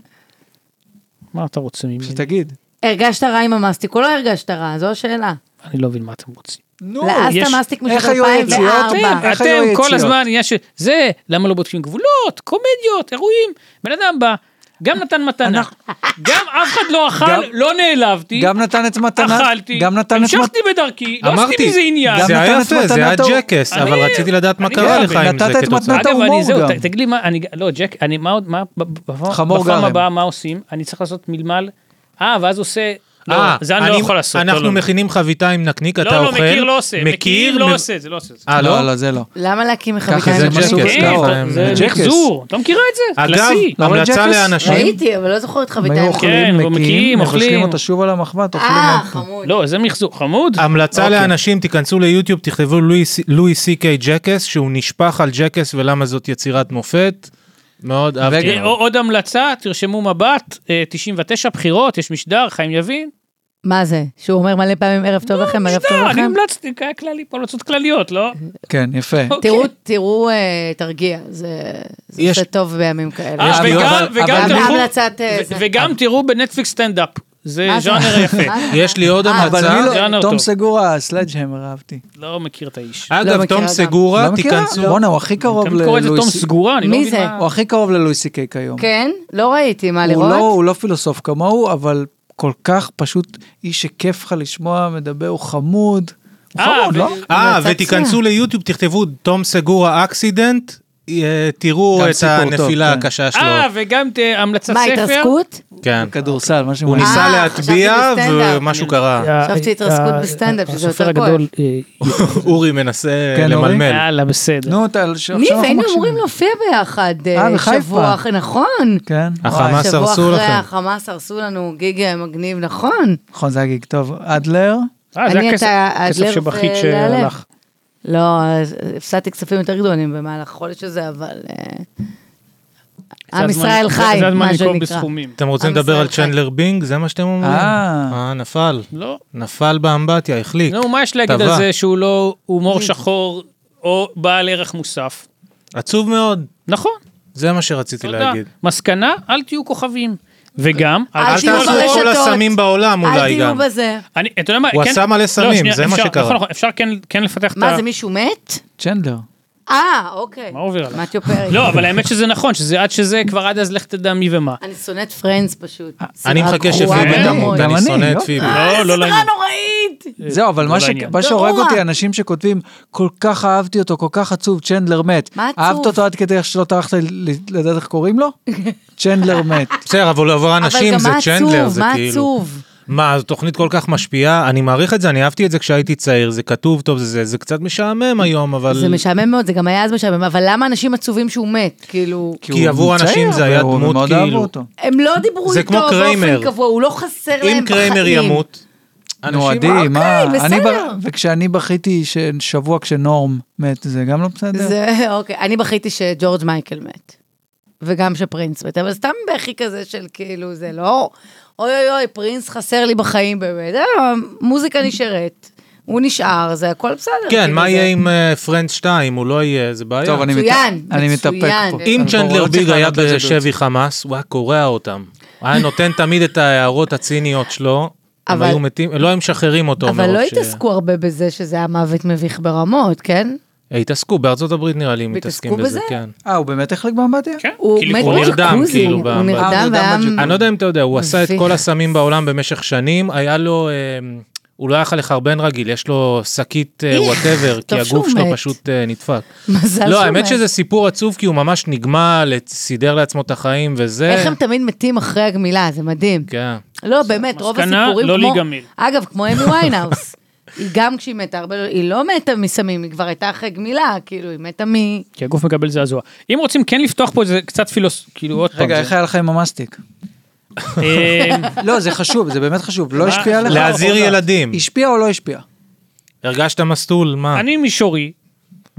S2: מה אתה רוצה ממני?
S3: שתגיד.
S1: הרגשת רע עם המאסטיק או לא הרגשת רע? זו השאלה.
S2: אני לא מבין מה אתם רוצים.
S3: נו,
S1: לאסת
S2: יש-
S1: מאסטיק משנת
S3: איך היו
S1: לא,
S3: היציאות? כן.
S1: 2004.
S3: איך היו
S2: אתם כל
S3: היציאות?
S2: הזמן עניין של זה, למה לא בודקים גבולות, קומדיות, אירועים. בן אדם בא, גם נתן מתנה, גם אף אחד לא
S3: גם-
S2: אכל, לא נעלבתי,
S3: גם נתן את מתנה,
S2: אכלתי,
S3: גם נתן את מת-
S2: המשכתי בדרכי, לא עשיתי מזה עניין.
S3: גם
S4: זה היה
S3: נתן את
S4: יפה, זה היה
S3: מתנת האור-
S4: ג'קס,
S2: אני-
S4: אבל רציתי לדעת מה
S2: אני
S4: קרה לך
S2: מכבד.
S4: עם זה
S3: נתת את
S4: כתוצאה.
S3: מתנת- אתה
S2: אגב, אני
S3: הומור
S2: זהו,
S3: גם.
S2: ת- תגיד לי מה, אני, לא, ג'ק, אני, מה עוד, מה, ב- ב- בפעם-
S3: חמור
S2: בפעם
S3: גרם.
S2: הבאה מה עושים? אני צריך לעשות מלמל, אה, ואז עושה, לא,
S4: אה,
S2: זה אני לא
S4: אני-
S2: יכול לעשות. לא,
S4: אנחנו
S2: לא.
S4: מכינים חביתה עם נקניק,
S2: לא,
S4: אתה
S2: לא,
S4: אוכל.
S2: מכיר לא עושה, מכיר
S4: מב-
S2: לא עושה, זה לא עושה.
S4: אה, לא?
S3: לא, לא, זה לא.
S1: למה להקים
S3: ככה
S1: מחביקה?
S3: זה
S1: עם
S3: ג'קט.
S1: המאסטיק? אה,
S2: כן,
S3: לא,
S2: אתה- זה
S3: ג'קס.
S2: מחזור, אתה מכירה את זה?
S4: אגב,
S2: קלאסי.
S3: לא, אבל
S4: המלצה
S3: ג'קס-
S4: לאנשים,
S1: ראיתי, אבל לא זוכרת
S3: הם
S1: חביתה
S3: היו
S1: עם
S3: אוכלים,
S2: כן,
S3: מקים,
S2: ומכים,
S3: מבשלים
S2: אוכלים.
S3: אותה שוב על המחבת, אוכלים
S1: אה,
S3: עוד פעם.
S1: חמוד.
S2: לא, זה מחזור חמוד.
S4: המלצה
S2: אוקיי.
S4: לאנשים, תיכנסו ליוטיוב, תכתבו לואי סי- לואי סי קיי ג'קס, שהוא נשפך על ג'קס ולמה זאת יצירת מופת. מאוד אהבתי.
S2: אה,
S4: מאוד.
S2: עוד המלצה, תרשמו מבט, אה, 99 בחירות, יש משדר, חיים יבין.
S1: מה זה? שהוא אומר מלא פעמים ערב
S3: לא,
S1: טוב לכם, ערב טוב
S2: משדר, אני
S1: לכם?
S2: המלצתי, כ- כללי, פה המלצות כלליות, לא?
S3: כן, יפה.
S1: תראו,
S2: אוקיי.
S1: תראו, אה, תרגיע, זה זה
S4: יש-
S1: עושה טוב בימים כאלה.
S2: אה,
S4: לי,
S2: וגם-
S4: אבל-
S2: וגם
S1: אבל
S2: תלכו-
S1: בהמלצת, אה,
S2: ו-
S1: זה.
S2: וגם תראו בנטפליקס סטנדאפ, זה
S1: מה זה?
S2: ז'אנר יפה.
S1: מה זה?
S4: יש לי עוד
S1: אה,
S3: אבל
S4: המלצה.
S3: אני
S2: ג'אנר
S3: לא,
S2: טוב.
S3: תום סגורה, סלאג'המר אהבתי.
S2: לא מכיר את האיש.
S1: לא
S4: אגב,
S1: מכירה
S4: תום
S1: גם.
S4: סגורה,
S3: לא מכירה?
S4: תיכנסו.
S3: בואנה, הוא הכי קרוב
S2: אתה קורא לזה תום
S3: ללואי סי-
S2: סגורה, אני לא
S1: מי
S2: מבין
S1: זה?
S2: מה...
S3: הוא הכי קרוב ללואי סי קיי כיום.
S1: כן? לא ראיתי, מה
S3: הוא לא-
S1: לראות?
S3: הוא לא פילוסוף כמוהו, אבל כל כך פשוט איש שכיף לך לשמוע מדבר, הוא חמוד. הוא
S2: אה,
S3: חמוד,
S2: ו-
S3: לא?
S4: אה,
S1: המלצה
S4: ותיכנסו ליוטיוב, תכתבו תום סגורה אקסידנט, אה, תראו
S3: גם
S4: את
S3: סיפור טוב,
S4: הנפילה
S3: כן.
S4: הקשה שלו.
S2: אה, וגם ת- המלצת
S1: מה,
S2: ספר.
S1: התרסקות?
S4: כן.
S3: כדורסל, מה שהוא
S4: הוא ניסה
S1: אה,
S4: להטביע
S1: חשבתי בסטנדאפ.
S4: ומשהו
S2: אה,
S4: קרה.
S3: אה.
S1: חשבתי התרסקות
S2: ה-
S1: בסטנדאפ, שזה
S2: הסופר
S1: יותר
S2: הגדול, אה,
S4: אורי מנסה
S3: כן, אורי?
S4: למלמל.
S2: יאללה, בסדר.
S3: נו, אתה... עכשיו
S1: ניב,
S3: אנחנו
S1: היינו
S3: מקשיבים.
S1: אמורים להופיע ביחד אה,
S3: אה, בחיפה.
S1: שבוע אחרי, נכון.
S3: כן.
S4: החמאס
S1: שבוע
S4: הרסו
S1: אחרי,
S4: לכם.
S1: החמאס הרסו לנו גיג אה, מגניב, נכון.
S3: נכון, זה היה גיג טוב. אדלר?
S2: אה, זה
S1: אני,
S2: הכסף
S1: אתה,
S2: כסף
S1: אדלר
S2: שבכית
S1: ולהלב.
S2: שהלך.
S1: לא, אז הפסדתי כספים יותר גדולים במהלך החודש הזה, אבל... אה,
S2: זה
S1: עם
S2: הזמן-
S1: ישראל
S2: זה-
S1: חי,
S2: זה הזמן
S1: מה
S2: לנקוב
S1: שנקרא.
S2: בסכומים.
S4: אתם רוצים
S1: עם
S4: לדבר
S1: ישראל
S4: על
S2: כן.
S1: חי.
S4: צ'נדלר בינג? זה מה שאתם אומרים?
S3: אה.
S4: אה, נפל.
S2: לא.
S4: נפל באמבטיה, החליק.
S2: נו, מה יש להגיד על
S4: טבע.
S2: זה שהוא לא הומור שחור או בעל ערך מוסף?
S4: עצוב מאוד.
S2: נכון,
S4: זה מה שרציתי
S2: תודה.
S4: להגיד.
S2: מסקנה, אל תהיו כוכבים. וגם,
S1: אה, אל
S2: תהיו
S4: אל
S1: תהיו
S4: תעשו
S2: כוכבים.
S4: כל
S1: ברשתות.
S4: הסמים בעולם
S1: אל
S4: אולי
S1: תהיו
S4: גם.
S1: בזה.
S2: אני, אתה יודע מה,
S4: הוא
S2: כן-
S4: עשה מלא
S2: לא,
S4: סמים,
S2: שנייה,
S4: זה מה
S2: אפשר-
S4: שקרה.
S2: נכון, נכון, אפשר כן- כן לפתח את ה...
S1: מה, זה מישהו מת?
S3: צ'נדלר.
S1: אה, אוקיי.
S2: מה עובר עליך?
S1: מתיו פרק.
S2: לא, אבל האמת שזה נכון, שזה עד שזה, כבר עד אז לך תדע מי ומה.
S1: אני שונאת פרנדס פשוט.
S4: אני
S1: סדרה
S4: מחכה
S1: גרועה
S4: שפיבי
S2: מאוד.
S4: תמות,
S3: גם
S4: אני
S3: אני,
S4: שונא את
S3: לא?
S4: פיבי.
S2: לא, לא
S1: סדרה
S2: לעניין.
S1: נוראית!
S3: זהו, אבל
S2: לא
S3: מה ש-
S2: לעניין.
S3: מה שהורג
S1: גרוע.
S3: אותי, אנשים שכותבים, כל כך אהבתי אותו, כל כך עצוב, צ'נדלר מת.
S1: מה עצוב?
S3: אהבת אותו עד כדי איך שלא טרחת ל- לדעת איך קוראים לו? צ'נדלר מת.
S4: בסדר, אבל עבור אנשים זה צ'נדלר,
S1: אבל
S4: זה
S1: גם מה עצוב, מה
S4: כאילו...
S1: עצוב?
S4: מה, זו תוכנית כל כך משפיעה? אני מעריך את זה, אני אהבתי את זה כשהייתי צעיר, זה כתוב טוב, זה- זה זה קצת משעמם היום, אבל...
S1: זה משעמם מאוד, זה גם היה אז משעמם, אבל למה אנשים עצובים שהוא מת? כאילו,
S4: כי עבור
S3: הוא
S4: אנשים
S3: צעיר,
S4: זה היה
S3: והוא-
S4: דמות
S3: ומאוד אהבו
S4: כאילו-
S3: אותו.
S1: הם לא דיברו
S4: זה
S1: איתו
S4: כמו
S1: באופן
S4: קריימר.
S1: קבוע, הוא לא חסר להם בחיים.
S4: אם קריימר ימות,
S3: נו,
S4: אנשים...
S3: עדי, מה?
S1: אוקיי,
S3: אני
S1: בסדר.
S3: ב- וכשאני בכיתי שבוע כשנורם מת, זה גם לא בסדר?
S1: זה, אוקיי, אני בכיתי שג'ורג' מייקל מת. וגם שפרינס מת, אבל סתם בכי כזה של כאילו, זה לא, אוי אוי אוי, פרינס חסר לי בחיים באמת, אה, המוזיקה נשארת, הוא נשאר, זה הכל בסדר.
S4: כן,
S1: כאילו,
S4: מה
S1: זה-
S4: יהיה עם פרנד 2? הוא לא יהיה, זה בעיה.
S3: טוב, אני מת-
S1: מצוין,
S3: אני מתאפק
S1: מצוין.
S3: פה.
S4: אם
S3: אני
S4: צ'נדלר
S3: כבר לא
S4: ביג
S3: צריך
S4: היה
S3: לענות לזה
S4: בשבי חמאס, הוא היה קורע אותם. הוא היה נותן תמיד את ההערות הציניות שלו, הם
S1: אבל-
S4: היו מתים, לא היו משחררים אותו.
S1: אבל
S4: מרוב
S1: לא
S4: ש-
S1: התעסקו הרבה בזה שזה היה מוות מביך ברמות, כן?
S4: אה, התעסקו, בארצות הברית נראה לי הם
S1: התעסקו
S4: מתעסקים בזה,
S1: בזה?
S4: כן.
S3: אה, הוא באמת החלק באמבטיה?
S2: כן,
S1: הוא
S2: כאילו,
S1: מת
S4: הוא
S2: נרדם.
S4: נרדם,
S1: בג'קוזי,
S4: כאילו,
S1: הוא
S4: ב-
S3: אה,
S1: נרדם
S3: הוא נרדם
S1: והיה...
S3: בג'קוזי.
S4: אני לא יודע אם אתה יודע, הוא עשה את
S1: מביך.
S4: כל הסמים בעולם במשך שנים, היה לו, אה, הוא לא היה יכול לחרבן רגיל, יש לו שקית
S1: איך,
S4: וואטאבר, כי
S1: טוב שהוא
S4: הגוף שלו
S1: מת.
S4: פשוט אה, נדפק.
S1: מזל שהוא
S4: לא, האמת
S1: מת.
S4: שזה סיפור עצוב, כי הוא ממש נגמל, סידר לעצמו את החיים וזה.
S1: איך הם תמיד מתים אחרי הגמילה, זה מדהים.
S4: כן.
S1: לא, באמת, רוב
S2: מסקנה,
S1: הסיפורים
S2: לא
S1: כמו...
S2: להיגמל.
S1: אגב, כמו אמי ויינהאוס. היא גם כשהיא מתה הרבה, היא לא מתה מסמים, היא כבר הייתה אחרי גמילה, כאילו, היא מתה מ...
S2: כי הגוף מקבל זעזוע. אם רוצים כן לפתוח פה איזה קצת פילוס... כאילו עוד פעם.
S3: רגע,
S2: זה-
S3: איך היה לך עם המאסטיק?
S2: אמ,
S1: אה.
S3: לא, זה חשוב, זה באמת חשוב. לא השפיע עליך?
S4: להזהיר ילדים.
S3: השפיע או לא השפיע?
S4: הרגשת מסטול, מה?
S2: אני מישורי,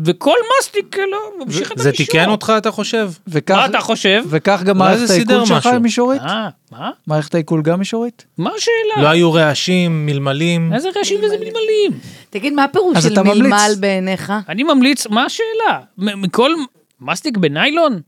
S2: וכל מסטיק, לא, ממשיך את
S4: זה
S2: המישור.
S4: תיקן אותך, אתה לא, חושב?
S3: וכך-
S2: מה אתה חושב?
S3: וכך גם
S4: אולי
S3: מערכת
S4: זה סידר
S3: העיכול שלך
S4: משהו.
S3: היא מישורית?
S2: אה, מה?
S3: מערכת העיכול גם מישורית?
S2: מה
S4: לא
S2: השאלה?
S4: היו רעשים, מלמלים.
S2: איזה רעשים וזה מלמלים.
S1: תגיד, מה הפירוש
S3: אז
S1: של
S3: אתה ממליץ.
S1: מלמל בעיניך?
S2: אני ממליץ, מה השאלה? מ- מכל מסטיק בניילון?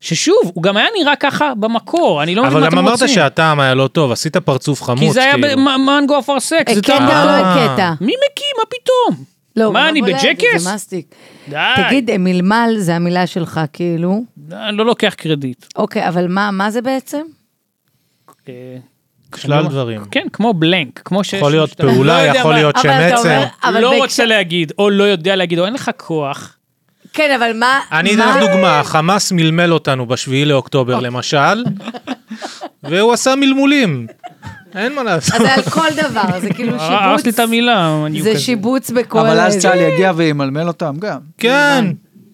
S2: ששוב, הוא גם היה נראה ככה במקור, אני לא מבין
S4: אבל
S2: מה
S4: גם
S2: אתם
S4: אמרת
S2: רוצים.
S4: שהטעם היה לא טוב, עשית פרצוף חמוץ.
S2: כי זה היה
S4: כאילו.
S2: במנגו אפרסק, זה
S1: הקטע
S2: טעם...
S1: או לא
S4: אה.
S1: הקטע?
S2: מי מקיא? מה פתאום?
S1: לא, הוא
S2: מה,
S1: גם
S2: אני אה.
S1: בולע את זה,
S2: בג'קס?
S1: זה מסטיק.
S2: די,
S1: תגיד, מלמל זה המילה שלך, כאילו.
S2: אני לא לוקח קרדיט.
S1: אוקיי, אבל מה, מה זה בעצם?
S2: אה,
S4: שלל דברים.
S2: כן, כמו בלנק, כמו שיש...
S4: יכול להיות
S2: שאתה- לא
S4: פעולה,
S2: יודע
S4: יכול
S2: מה-
S4: להיות אה,
S1: אבל אתה
S4: שמצם.
S1: אומר- אבל
S2: לא
S1: בהקשר-
S2: רוצה להגיד, או לא יודע להגיד, או אין לך כוח.
S1: כן, אבל מה...
S4: אני אתן
S1: מה-
S4: לך דוגמה, החמאס מלמל אותנו בשביעי לאוקטובר
S2: אוקיי.
S4: למשל, והוא עשה מלמולים. אין מה לעשות.
S1: אז זה על כל דבר, זה כאילו
S2: הרס לי אה, את
S1: שיבוץ.
S2: המילה. אני
S1: זה
S2: כזה.
S1: שיבוץ בכל...
S3: אבל אז
S1: זה.
S3: צה"ל יגיע וימלמל אותם גם.
S4: כן,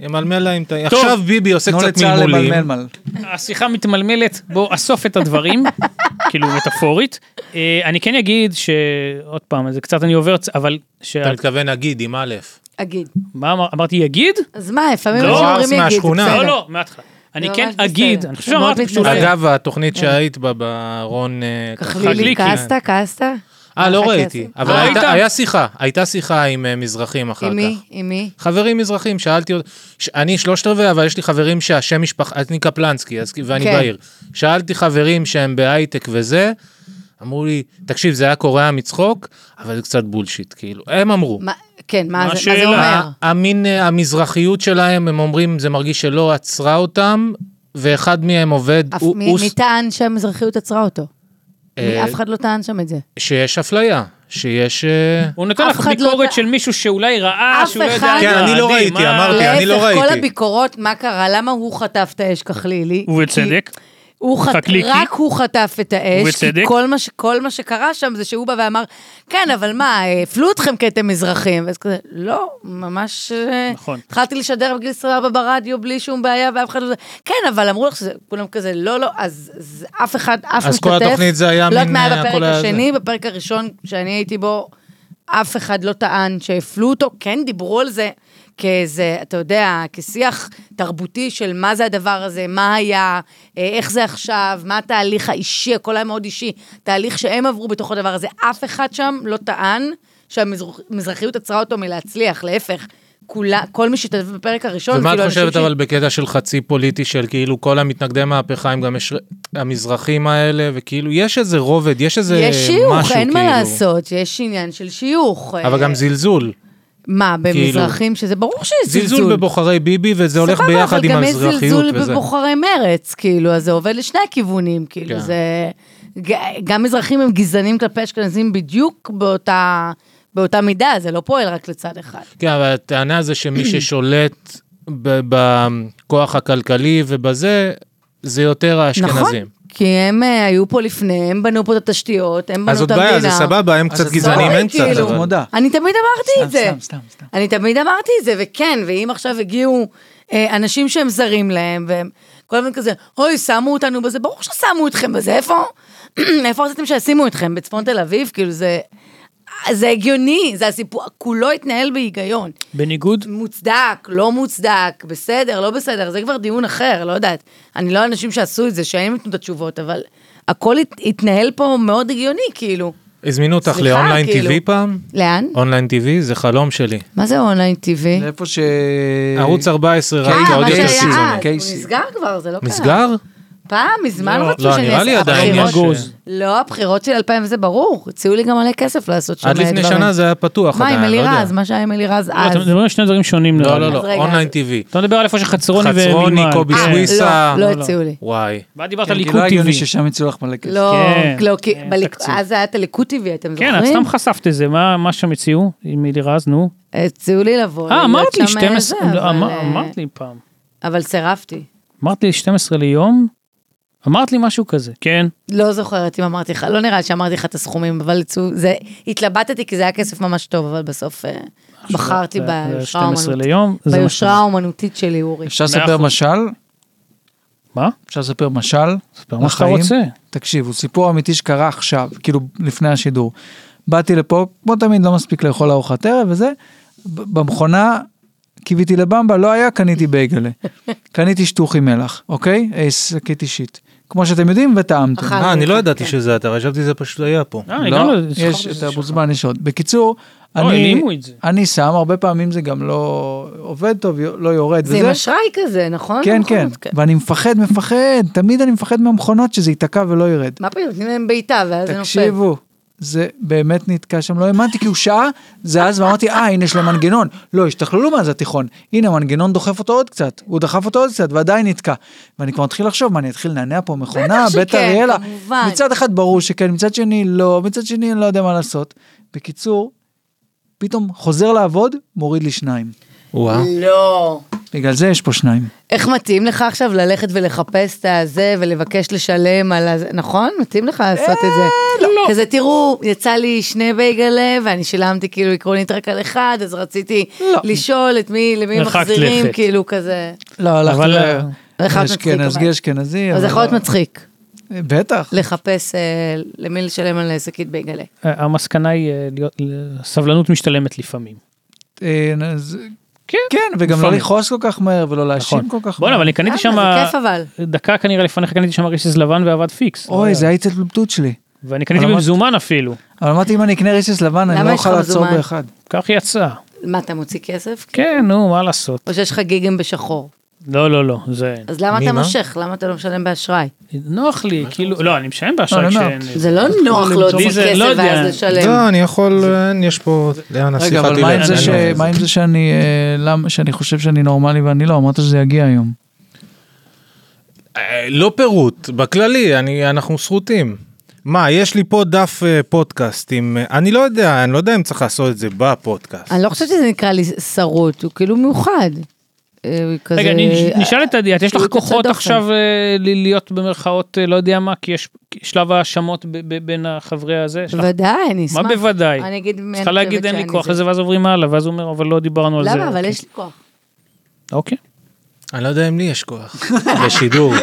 S4: ימלמל להם את ה... עכשיו ביבי עושה
S3: תנו
S4: קצת
S3: לצה"ל
S4: מלמולים.
S3: למלמל מל.
S2: השיחה מתמלמלת, בוא אסוף את הדברים, כאילו מטאפורית. אה, אני כן אגיד שעוד פעם, זה קצת אני עובר, צ- אבל...
S4: אתה
S2: שה-
S4: מתכוון נגיד עם א',
S1: אגיד.
S2: מה אמר- אמרתי יגיד?
S1: אז מה, לפעמים
S2: לא,
S1: אנשים
S4: אז
S1: אומרים יגיד,
S4: מהשכונה.
S1: בסדר.
S2: לא, לא, מההתחלה. אני
S1: ממש
S2: כן
S1: בסדר.
S2: אגיד, אני חושב
S1: מאוד
S2: שאמרתי פשוט...
S1: מתנצל.
S4: אגב, התוכנית
S2: כן.
S4: שהיית בה ברון... אה,
S1: כחלילי,
S2: חגליקי.
S1: כעסת? כעסת?
S4: אה, לא
S1: חכה,
S4: ראיתי,
S1: עשי.
S4: אבל
S2: אה,
S4: הייתה-
S2: ראית?
S4: היה שיחה, הייתה שיחה עם אה, מזרחים אחר
S1: עם מי?
S4: כך.
S1: עם מי?
S4: חברים מזרחים, שאלתי, אות- ש- אני שלושת רבעי, אבל יש לי חברים שהשם משפחה, אני קפלנסקי, אז, כי- ואני
S1: כן.
S4: בעיר. שאלתי חברים שהם בהייטק וזה, אמרו לי, תקשיב, זה היה קורע מצחוק, אבל זה קצת בולשיט, כאילו. הם אמרו.
S1: מה- כן, מה
S2: מה
S1: זה- מה זה
S2: השאלה?
S1: אומר?
S4: ה- המין, אה, המזרחיות שלהם, הם אומרים, זה מרגיש שלא עצרה אותם, ואחד מהם עובד,
S1: אף-
S4: הוא-
S1: מי
S4: הוא-
S1: מי טען שהמזרחיות עצרה אותו? מי-
S4: אה,
S1: אף אחד לא טען שם את זה.
S4: שיש אפליה, שיש... אה,
S2: הוא נותן
S1: אף
S2: לך
S1: אחד לא
S2: ביקורת
S1: יודע-
S2: של מישהו שאולי ראה,
S1: אף
S2: שהוא לא
S1: אחד-
S2: יודע...
S1: כן,
S4: אני לא
S2: מדהים,
S4: ראיתי,
S2: מה?
S4: אמרתי, אני לא
S1: להפך, כל
S4: ראיתי.
S1: הביקורות, מה קרה, למה הוא חטף את האש כך לילי?
S2: ובצדק.
S1: כי הוא חט...
S2: חקליקי.
S1: רק הוא חטף את האש, כי
S2: ובצדק.
S1: כל מה, ש... כל מה שקרה שם זה שהוא בא ואמר, כן, אבל מה, הפלו אתכם כי אתם אזרחים. ואז כזה, לא, ממש... אה,
S2: נכון.
S1: התחלתי לשדר בגיל 24 ברדיו בלי שום בעיה, ואף אחד לא... כן, אבל אמרו לך שזה, כולם כזה, לא, לא, אז, אז אף אחד, אף משתתף.
S4: אז כל התוכנית זה היה
S1: לא יודעת
S4: מין,
S1: מה
S4: אה,
S1: היה בפרק
S4: הכל היה זה.
S1: השני, בפרק הראשון שאני הייתי בו, אף אחד לא טען שהפלו אותו, כן דיברו על זה כאיזה, אתה יודע, כשיח תרבותי של מה זה הדבר הזה, מה היה, אה, איך זה עכשיו, מה התהליך האישי, הכל היה מאוד אישי, תהליך שהם עברו בתוך הדבר הזה, אף אחד שם לא טען שהמזרחיות עצרה אותו מלהצליח, להפך. כולה, כל מי שהשתתף בפרק הראשון, כאילו,
S4: ומה את
S1: אנשים
S4: חושבת
S1: ש-
S4: אבל בקטע של חצי פוליטי של כאילו כל המתנגדי מהפכה הם גם יש... המזרחים האלה וכאילו יש איזה רובד יש איזה
S1: יש שיוך,
S4: משהו
S1: אין מה
S4: כאילו.
S1: לעשות, יש עניין של שיוך.
S4: אבל
S1: אה,
S4: גם זלזול
S1: מה, במזרחים שזה ברור שיש זלזול.
S4: זלזול בבוחרי ביבי וזה הולך
S1: סבבה,
S4: ביחד עם
S1: אבל גם יש
S4: המזרחיות
S1: זלזול
S4: וזה.
S1: בבוחרי מרץ, כאילו, אז זה עובד לשני הכיוונים, כאילו,
S4: כן.
S1: זה... ג- גם מזרחים הם גזענים כלפי אשכנזים בדיוק באותה... באותה מידה, זה לא פועל רק לצד אחד.
S4: כן, אבל הטענה זה שמי ששולט ב- בכוח הכלכלי ובזה, זה יותר
S1: נכון,
S4: האשכנזים.
S1: כי הם אה, היו פה לפני, הם בנו פה את התשתיות, הם
S4: אז
S1: בנו את
S4: עוד
S1: המדינה.
S4: בעיה, זה סבבה, הם
S3: אז
S4: קצת
S3: את
S4: גזענים,
S1: סורי,
S4: אין קצת.
S1: כאילו.
S4: אבל-
S3: מודה.
S1: אני תמיד אמרתי את זה.
S3: סתם, סתם, סתם.
S1: אני תמיד אמרתי את זה, וכן, ואם עכשיו הגיעו אה, אנשים שהם זרים להם, והם כל הזמן כזה, אוי, שמו אותנו בזה, ברור ששמו אתכם בזה, איפה? איפה רציתם שישימו אתכם? בצפון תל אביב? כאילו זה... זה הגיוני, זה הסיפור, כולו התנהל בהיגיון.
S2: בניגוד
S1: מוצדק, לא מוצדק, בסדר, לא בסדר, זה כבר דיון אחר, לא יודעת. אני לא האנשים שעשו את זה, שהם ייתנו את התשובות, אבל הכל הת- התנהל פה מאוד הגיוני, כאילו.
S4: הזמינו אותך
S1: סליחה,
S4: לאונליין
S1: כאילו.
S4: טיווי פעם?
S1: לאן?
S4: אונליין טיווי זה חלום שלי.
S1: מה זה אונליין טיווי?
S3: זה
S2: אה,
S3: איפה ש... כן,
S4: ערוץ 14 רק
S1: אה,
S4: עוד
S1: מה שהיה
S4: יותר קיצוני.
S1: אז, הוא
S3: קייסי.
S1: נסגר כבר, זה לא קרה.
S4: נסגר?
S1: פעם, מזמן
S2: לא,
S1: רצו
S4: לא,
S1: שאני
S4: נראה לי עדיין
S2: יש,
S1: הבחירות-
S2: אה,
S1: לא, הבחירות של 2000 זה ברור, הציעו לי גם מלא כסף לעשות שם
S4: עד לפני
S1: דברים.
S4: שנה זה היה פתוח
S1: מה עם
S4: עדיין, לא
S1: אלירז?
S4: יודע.
S1: מה שהיה עם אלירז
S2: לא,
S1: אז?
S2: אתם מדברים על שני דברים שונים.
S4: לא,
S2: נראה
S4: לא,
S2: לי.
S1: אז
S4: לא,
S1: רגע,
S4: אונליין
S1: אז-
S4: טיווי.
S2: אתה מדבר על איפה שחצרוני ומימן.
S4: חצרוני, קובי
S2: כן.
S4: סוויסה.
S1: לא,
S2: לא.
S1: לא הציעו לי.
S4: וואי.
S2: ואז דיברת
S3: כן,
S2: על
S3: כי
S2: ליקוד
S3: לא הגיוני
S2: טבעי.
S3: ששם יצאו לך מלא כסף.
S1: לא,
S2: כן,
S1: לא, כי
S2: כן,
S1: בליק-
S2: תקציב.
S1: אז היה את הליקוד טבעי, אתם זוכרים?
S2: כן, את סתם חשפת את זה, מה מה שם הציעו עם אלירז, נו?
S1: הציעו לי לבוא.
S2: אה,
S1: להיות
S2: אמרת לי
S1: שם
S2: 12,
S1: זה,
S2: לא,
S1: אבל,
S2: אמר-
S1: אה,
S2: אמרת לי פעם.
S1: אבל סירבתי.
S2: אמרת לי 12 ליום? אמרת לי משהו כזה. כן.
S1: לא זוכרת אם אמרתי לך, לא נראה לי שאמרתי לך את הסכומים, אבל הציעו- זה, התלבטתי כי זה היה כסף ממש טוב, אבל בסוף אה, בחרתי
S2: זה- זה
S1: ביושרה
S2: 12
S1: האומנותית.
S2: ליום. זה מה
S1: ביושרה
S2: שזה.
S1: האומנותית שלי, אורי.
S3: אפשר
S2: מאה
S3: לספר
S2: אחוז.
S3: משל?
S2: מה?
S3: אפשר לספר משל?
S2: ספר מה שאתה
S3: לחיים?
S2: רוצה.
S3: תקשיב, הוא סיפור אמיתי שקרה עכשיו, כאילו לפני השידור. באתי לפה, כמו תמיד, לא מספיק לאכול ארוחת ערב וזה, ב- במכונה קיוויתי לבמבה, לא היה, קניתי בייגלה. קניתי שטוח עם מלח, אוקיי? אה, שקית אישית. כמו שאתם יודעים, וטעמתם.
S1: אכלנו.
S4: אה, אני לא
S1: כן.
S4: ידעתי שזה אתה, חשבתי שזה פשוט היה פה.
S2: אה, אני
S3: לא,
S2: גם לא...
S3: יש,
S2: זכרתי
S3: אתה
S2: שזה שלך.
S3: מוזמן, יש עוד. בקיצור,
S2: לא,
S3: אני,
S2: העלימו את זה.
S3: אני שם, הרבה פעמים זה גם לא עובד טוב, לא יורד
S1: זה
S3: וזה.
S1: עם אשראי כזה, נכון?
S3: כן, כן,
S1: המכונות,
S3: ואני מפחד, מפחד, תמיד אני מפחד מהמכונות שזה ייתקע ולא ירד.
S1: מה פעמים? נותנים להם בעיטה ואז זה נופל.
S3: תקשיבו, זה באמת נתקע שם, לא האמנתי כי הוא שעה זז ואמרתי, אה, הנה יש לו מנגנון. לא, השתכללו מאז התיכון. הנה, המנגנון דוחף אותו עוד קצת, הוא דחף אותו עוד קצת ועדיין נתקע. ואני כבר מתחיל לחשוב, מה, אני אתחיל לנענע פה מכונה,
S1: בטח
S3: בית
S1: שכן,
S3: אריאלה?
S1: כמובן.
S3: מצד אחד ברור שכן, מצד שני לא, מצד שני אני לא יודע מה לעשות. בקיצור, פתאום חוזר לעבוד, מוריד לי שניים.
S4: וואו.
S1: לא.
S3: בגלל זה יש פה שניים.
S1: איך מתאים לך עכשיו ללכת ולחפש את הזה ולבקש לשלם על הזה, נכון? מתאים לך לעשות את זה. כזה, תראו, יצא לי שני בייגלה ואני שילמתי כאילו עקרונית רק על אחד, אז רציתי
S3: לא.
S1: לשאול את מי, למי
S2: מרחק
S1: מחזירים,
S2: לכת.
S1: כאילו כזה.
S3: לא, הלכתי
S2: אבל,
S3: ל-
S1: אחד מצחיק,
S3: אשכנזי,
S1: אבל.
S3: אשכנזי.
S1: אבל זה
S3: אבל
S1: יכול להיות
S3: לא-
S1: מצחיק,
S3: בטח.
S1: לחפש אה, למי לשלם על שקית בייגלה.
S2: אה, המסקנה היא אה, להיות- ל- סבלנות משתלמת לפעמים.
S3: אה, אז-
S2: כן.
S3: כן, וגם לא
S4: נכון.
S2: לפעמים.
S3: לכעוס כל כך מהר ולא להאשים כל כך
S2: בוא'נה,
S3: מהר.
S2: אבל אני קניתי שם...
S1: אה, זה כיף אבל.
S2: דקה כנראה לפניך קניתי שם ריסס לבן ועבד פיקס.
S3: אוי, זה היה התלבטות שלי.
S2: ואני קניתי
S3: אבל אמרת-
S2: במזומן אפילו.
S3: אבל אמרתי, אם אני אקנה ריסס לבן,
S1: למה
S3: אני לא
S1: יש לך
S3: אוכל לעצור
S1: מזומן?
S3: באחד.
S2: כך יצא.
S1: מה, אתה מוציא כסף?
S2: כן, נו, מה לעשות?
S1: או שיש לך גיגים בשחור?
S2: לא, לא, לא, זה...
S1: אז למה
S4: מי,
S1: אתה
S4: מה?
S1: מושך? למה אתה לא משלם באשראי?
S2: נוח לי, כאילו... לא, אני משלם באשראי
S3: לא, לא,
S2: כשאין...
S1: זה לא נוח
S2: למצוא
S1: להוציא
S2: מה- לא
S1: כסף
S2: יודע.
S1: ואז לשלם.
S4: אני יכול, אין, יש פה, לאן
S3: רגע, אבל מה עם זה ש-
S4: לא-
S3: מה עם זה שאני אה, למ- שאני חושב שאני נורמלי ואני לא? אמרת שזה יגיע היום.
S4: אה, לא פירוט, בכללי, אני- אנחנו שרוטים. מה, יש לי פה דף אה, פודקאסט עם... אה, אני לא יודע, אני לא יודע אם צריך לעשות את זה בפודקאסט.
S1: אני לא חושבת שזה נקרא לי שרות, הוא כאילו מיוחד. אה, הוא כזה-
S2: רגע, אני- נשאל את עדי, את יש לך
S1: הוא יוצא
S2: כוחות
S1: דופן.
S2: עכשיו אה, ל- להיות במרכאות אה, לא יודע מה, כי יש שלב האשמות ב- ב- בין החברי הזה? יש לך-
S1: בוודאי, אה, אני אשמח.
S2: מה בוודאי?
S1: אני אגיד, אני
S2: צריכה להגיד
S1: חושבת
S2: אין לי
S1: שאני
S2: כוח
S1: זה."
S2: לזה ואז עוברים הלאה ואז הוא אומר אבל לא דיברנו על זה.
S1: למה? אבל
S2: אוקיי.
S1: יש לי כוח.
S2: אוקיי.
S4: אני לא יודע אם לי יש כוח. בשידור.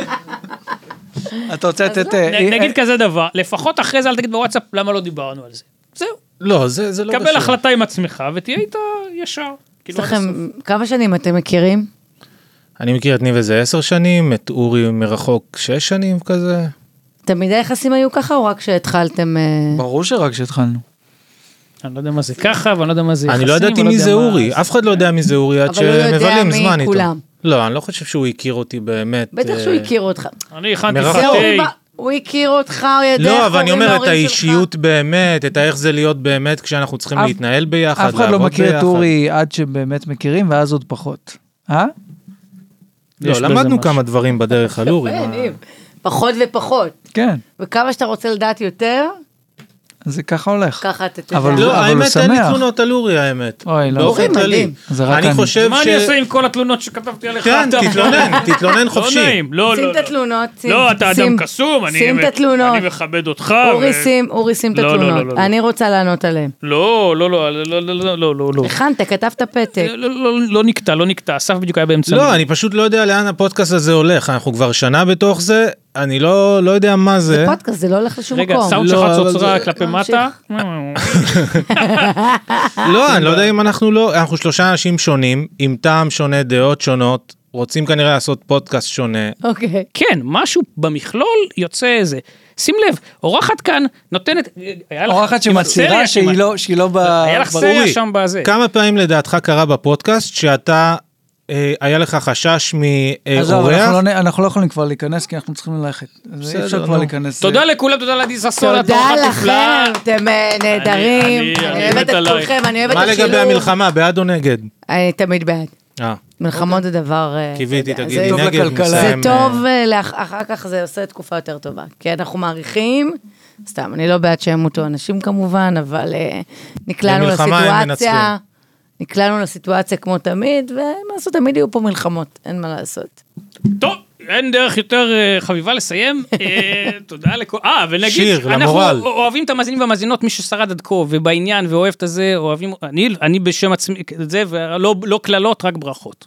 S3: אתה רוצה לתת...
S1: לא.
S2: נ-
S3: אה, אה,
S2: נגיד כזה דבר לפחות אחרי זה אל תגיד בוואטסאפ למה לא דיברנו על זה. זהו.
S4: לא, זה זה לא קשור.
S2: קבל החלטה עם עצמך ותהיה איתה ישר.
S1: יש
S2: כאילו, עד
S1: לכם,
S2: הסוף.
S1: כמה שנים אתם מכירים?
S4: אני מכיר את ניב איזה עשר שנים, את אורי מרחוק שש שנים כזה.
S1: תמיד היחסים היו ככה או רק כשהתחלתם? אה,
S3: ברור שרק כשהתחלנו.
S2: אני לא יודע מה זה ככה ואני לא יודע מה זה יחסים.
S4: אני לא ידעתי
S2: ואני
S4: מי זה
S2: יודע מה-
S4: אורי, אף אחד לא יודע מי זה אורי עד
S1: אבל הוא יודע
S4: שמבלים
S1: מי
S4: זמן איתו.
S1: כולם.
S4: לא, אני לא חושב שהוא הכיר אותי באמת.
S1: בטח שהוא
S4: אה,
S1: הכיר אותך.
S2: אני הכנתי
S4: מרחוק.
S1: זה
S2: פאטי.
S1: אורי בא- הוא הכיר אותך, הוא ידע איך
S4: לא, אבל אני
S1: קוראים
S4: אומר את
S1: להורים שלך.
S4: האישיות באמת, את האיך זה להיות באמת כשאנחנו צריכים
S3: אף-
S4: להתנהל ביחד,
S3: אף אחד לא
S4: לעבוד
S3: מכיר את
S4: ביחד.
S3: אורי עד שבאמת מכירים, ואז עוד פחות. אה?
S2: יש
S4: לא,
S2: בזה
S4: למדנו
S2: משהו.
S4: כמה דברים בדרך על אורי.
S1: אה,
S4: מה-
S1: ניב. פחות ופחות.
S3: כן,
S1: וכמה שאתה רוצה לדעת יותר,
S3: זה ככה הולך.
S1: ככה אתה תדע.
S3: אבל הוא-
S4: לא, האמת,
S3: הוא
S4: אין לי
S3: שמח.
S4: תלונות על אורי, האמת.
S3: אוי, לא.
S4: באופן
S1: אורי
S4: כללי.
S1: מדהים.
S3: זה רק
S4: אני
S3: אני.
S4: חושב
S2: מה
S4: ש...
S2: אני אעשה עם כל התלונות שכתבתי עליך?
S4: כן,
S2: אתה-
S4: תתלונן, תתלונן
S2: לא
S4: חופשי.
S2: נעים, לא,
S1: שים
S2: לא.
S1: את התלונות, שים.
S2: לא, אתה אדם
S1: שים.
S2: קסום, אני-
S1: שים את התלונות.
S2: אני מכבד אותך.
S1: אורי
S2: ו-
S1: שים, אורי שים את
S2: לא, לא, לא, לא,
S1: התלונות.
S2: לא.
S1: אני רוצה לענות עליהם.
S2: לא, לא, לא, לא, לא, לא, לא, לא, לא.
S1: הכנת, כתבת פתק.
S2: לא, לא, לא נקטע, לא נקטע, אסף בדיוק היה באמצע.
S4: לא, אני פשוט לא יודע לאן הפודקאסט הזה הולך, אנחנו כבר שנה בתוך זה, אני לא לא יודע מה זה.
S1: פודקאסט, זה לא הולך לשום
S2: רגע,
S1: מקום.
S2: הסאונד
S4: לא,
S2: שלך
S4: אבל
S2: צוצרה
S4: זה-
S2: כלפי
S1: תמשיך.
S2: מטה.
S4: לא, אני לא יודע אם אנחנו לא, אנחנו שלושה אנשים שונים, עם טעם שונה, דעות שונות, רוצים כנראה לעשות פודקאסט שונה.
S1: אוקיי.
S2: כן, משהו במכלול יוצא איזה. שים לב, אורחת כאן נותנת... היה לך-
S3: אורחת
S2: עם הסריה
S3: שמצהירה שהיא
S2: כמעט.
S3: לא- שהיא לא ב...
S2: היה לך סריה
S4: אורי,
S2: שם בזה.
S4: כמה פעמים לדעתך קרה בפודקאסט שאתה, אה, היה לך חשש אה,
S3: עזוב, אנחנו
S4: מאורח?
S3: לא נ- אנחנו לא יכולים כבר להיכנס, כי אנחנו צריכים ללכת. אז אי אפשר
S4: בסדר,
S3: כבר
S4: נו.
S3: להיכנס.
S2: תודה לכולם, תודה לעדי ששון, את
S1: תודה
S2: אורחת נפלאה.
S1: לכם, אתם אה, נהדרים.
S2: אני- אני-
S1: אני
S2: אני
S1: אוהבת
S2: מת
S1: את
S2: עלייך.
S1: כולכם, אני אוהבת את
S4: מה
S1: השילוב.
S4: לגבי המלחמה, בעד או נגד?
S1: אני תמיד בעד.
S4: אה,
S1: מלחמות זה דבר... אה,
S4: קיוויתי,
S1: אתה יודע,
S4: תגידי
S1: זה-
S3: טוב
S4: נגד,
S3: לכלכלה.
S1: זה
S4: נסיים, אה,
S1: טוב, אה, לאח- אחר כך זה עושה תקופה יותר טובה. כי אנחנו מעריכים, סתם, אני לא בעד שימותו אנשים כמובן, אבל אה, נקלענו
S4: במלחמה הם
S1: לסיטואציה.
S4: מנצחים.
S1: נקלענו לסיטואציה כמו תמיד, ומה לעשות, תמיד יהיו פה מלחמות, אין מה לעשות.
S2: טוב, אין דרך יותר אה, חביבה לסיים. אה, תודה לכל... אה, ונגיד...
S4: שיר,
S2: אנחנו
S4: למורל.
S2: אוהבים את המאזינים והמאזינות, מי ששרד עד כה, ובעניין, ואוהב את הזה, אוהבים... אני- אני בשם עצמי, את זה, ולא לא קללות, רק ברכות.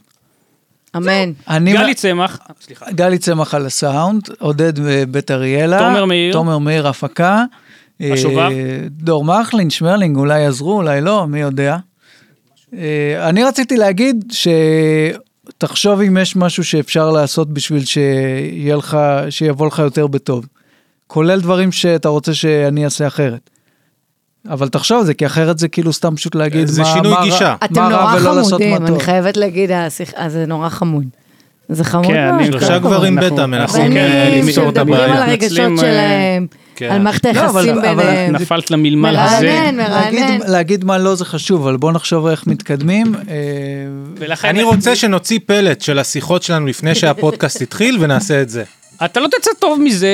S1: אמן.
S3: אני- כן,
S2: גלי צמח, אה, סליחה.
S3: גלי צמח על הסאונד, עודד אה, בית אריאלה.
S2: תומר מאיר.
S3: תומר מאיר הפקה. אה,
S2: השובב.
S3: דור מחלין, שמרלינג, אולי יעזרו, אולי לא, מי יודע. אה, אני רציתי להגיד ש... תחשוב אם יש משהו שאפשר לעשות בשביל שיהיה לך, שיבוא לך יותר בטוב. כולל דברים שאתה רוצה שאני אעשה אחרת. אבל תחשוב על זה, כי אחרת זה כאילו סתם פשוט להגיד
S4: זה
S3: מה,
S4: שינוי
S3: מה, רע-
S4: גישה.
S3: מה
S1: אתם
S3: רע
S1: נורא
S3: ולא לעשות מה
S1: חמודים,
S3: טוב.
S1: אני חייבת להגיד, השיח- אה, זה נורא חמוד. זה חמוד
S2: כן,
S1: מאוד.
S2: אני-
S1: כל
S4: שלושה
S1: הכבוד.
S4: גברים
S2: אנחנו-
S4: בטא מנסים
S2: אנחנו-
S4: אה,
S1: בנים
S4: לפתור את
S1: שמדברים על
S4: הבעיה.
S1: הרגשות אה,
S2: מתנצלים, אה,
S1: שלהם,
S4: כן.
S1: על מערכת
S3: לא, אבל-
S1: היחסים
S3: אבל-
S1: ביניהם.
S2: נפלת למלמל הזה.
S1: מרענן, מרענן.
S3: להגיד, להגיד מה לא זה חשוב, אבל בוא נחשוב איך מתקדמים. אה,
S2: ולכן-
S4: אני רוצה שנוציא פלט של השיחות שלנו לפני שהפודקאסט התחיל ונעשה את זה.
S2: אתה לא תצא טוב מזה,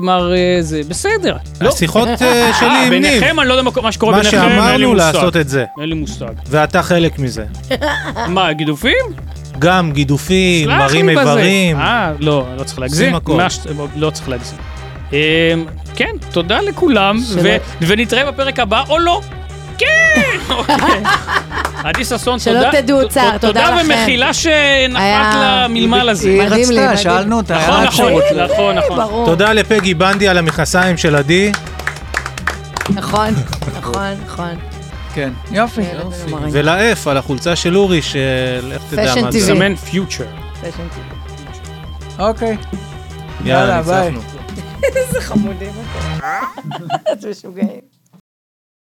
S2: מר אה, זה, בסדר. לא.
S4: השיחות אה, שלי
S2: אה,
S4: עם ניב,
S2: ביניכם, אני לא יודע מה- מה שקורה
S4: מה
S2: ביניכם, אין לי
S4: שאמרנו
S2: מושג.
S4: לעשות את זה,
S2: אין לי מושג.
S4: ואתה חלק מזה.
S2: מה, גידופים? לא
S4: גם גידופים,
S2: סלח
S4: מרים
S2: לי בזה.
S4: איברים.
S2: אה, לא, לא צריך
S4: עושים
S2: להגזים.
S4: הכל.
S2: מה ש- לא צריך להגזים. אמ, כן, תודה לכולם, ו- ונתראה בפרק הבא, או לא. כן! אוקיי. עדי ששון,
S1: שלא
S2: תודה.
S1: תדעו
S2: ת-
S1: צער, תודה
S2: תודה
S1: לכם.
S2: ומחילה שנפלת
S1: היה-
S2: למלמל הזה.
S3: היא
S1: מדהים לי,
S3: רצתה,
S1: מדהים.
S3: שאלנו אותה, היה
S2: נכון,
S3: לה
S2: נכון,
S3: אפשרות. לה-
S2: נכון, נכון.
S1: ברור.
S4: תודה לפגי בנדי על המכנסיים של עדי.
S1: נכון, נכון, נכון.
S3: כן, יופי.
S4: ולאף על החולצה של אורי, של איך תדע
S1: Fashion
S4: מה זה.
S1: TV.
S2: סמן פיוטר.
S3: אוקיי.
S4: יאללה,
S3: יאללה, ביי.
S4: ניצחנו.
S1: איזה חמודים אתם. אתם משוגעים.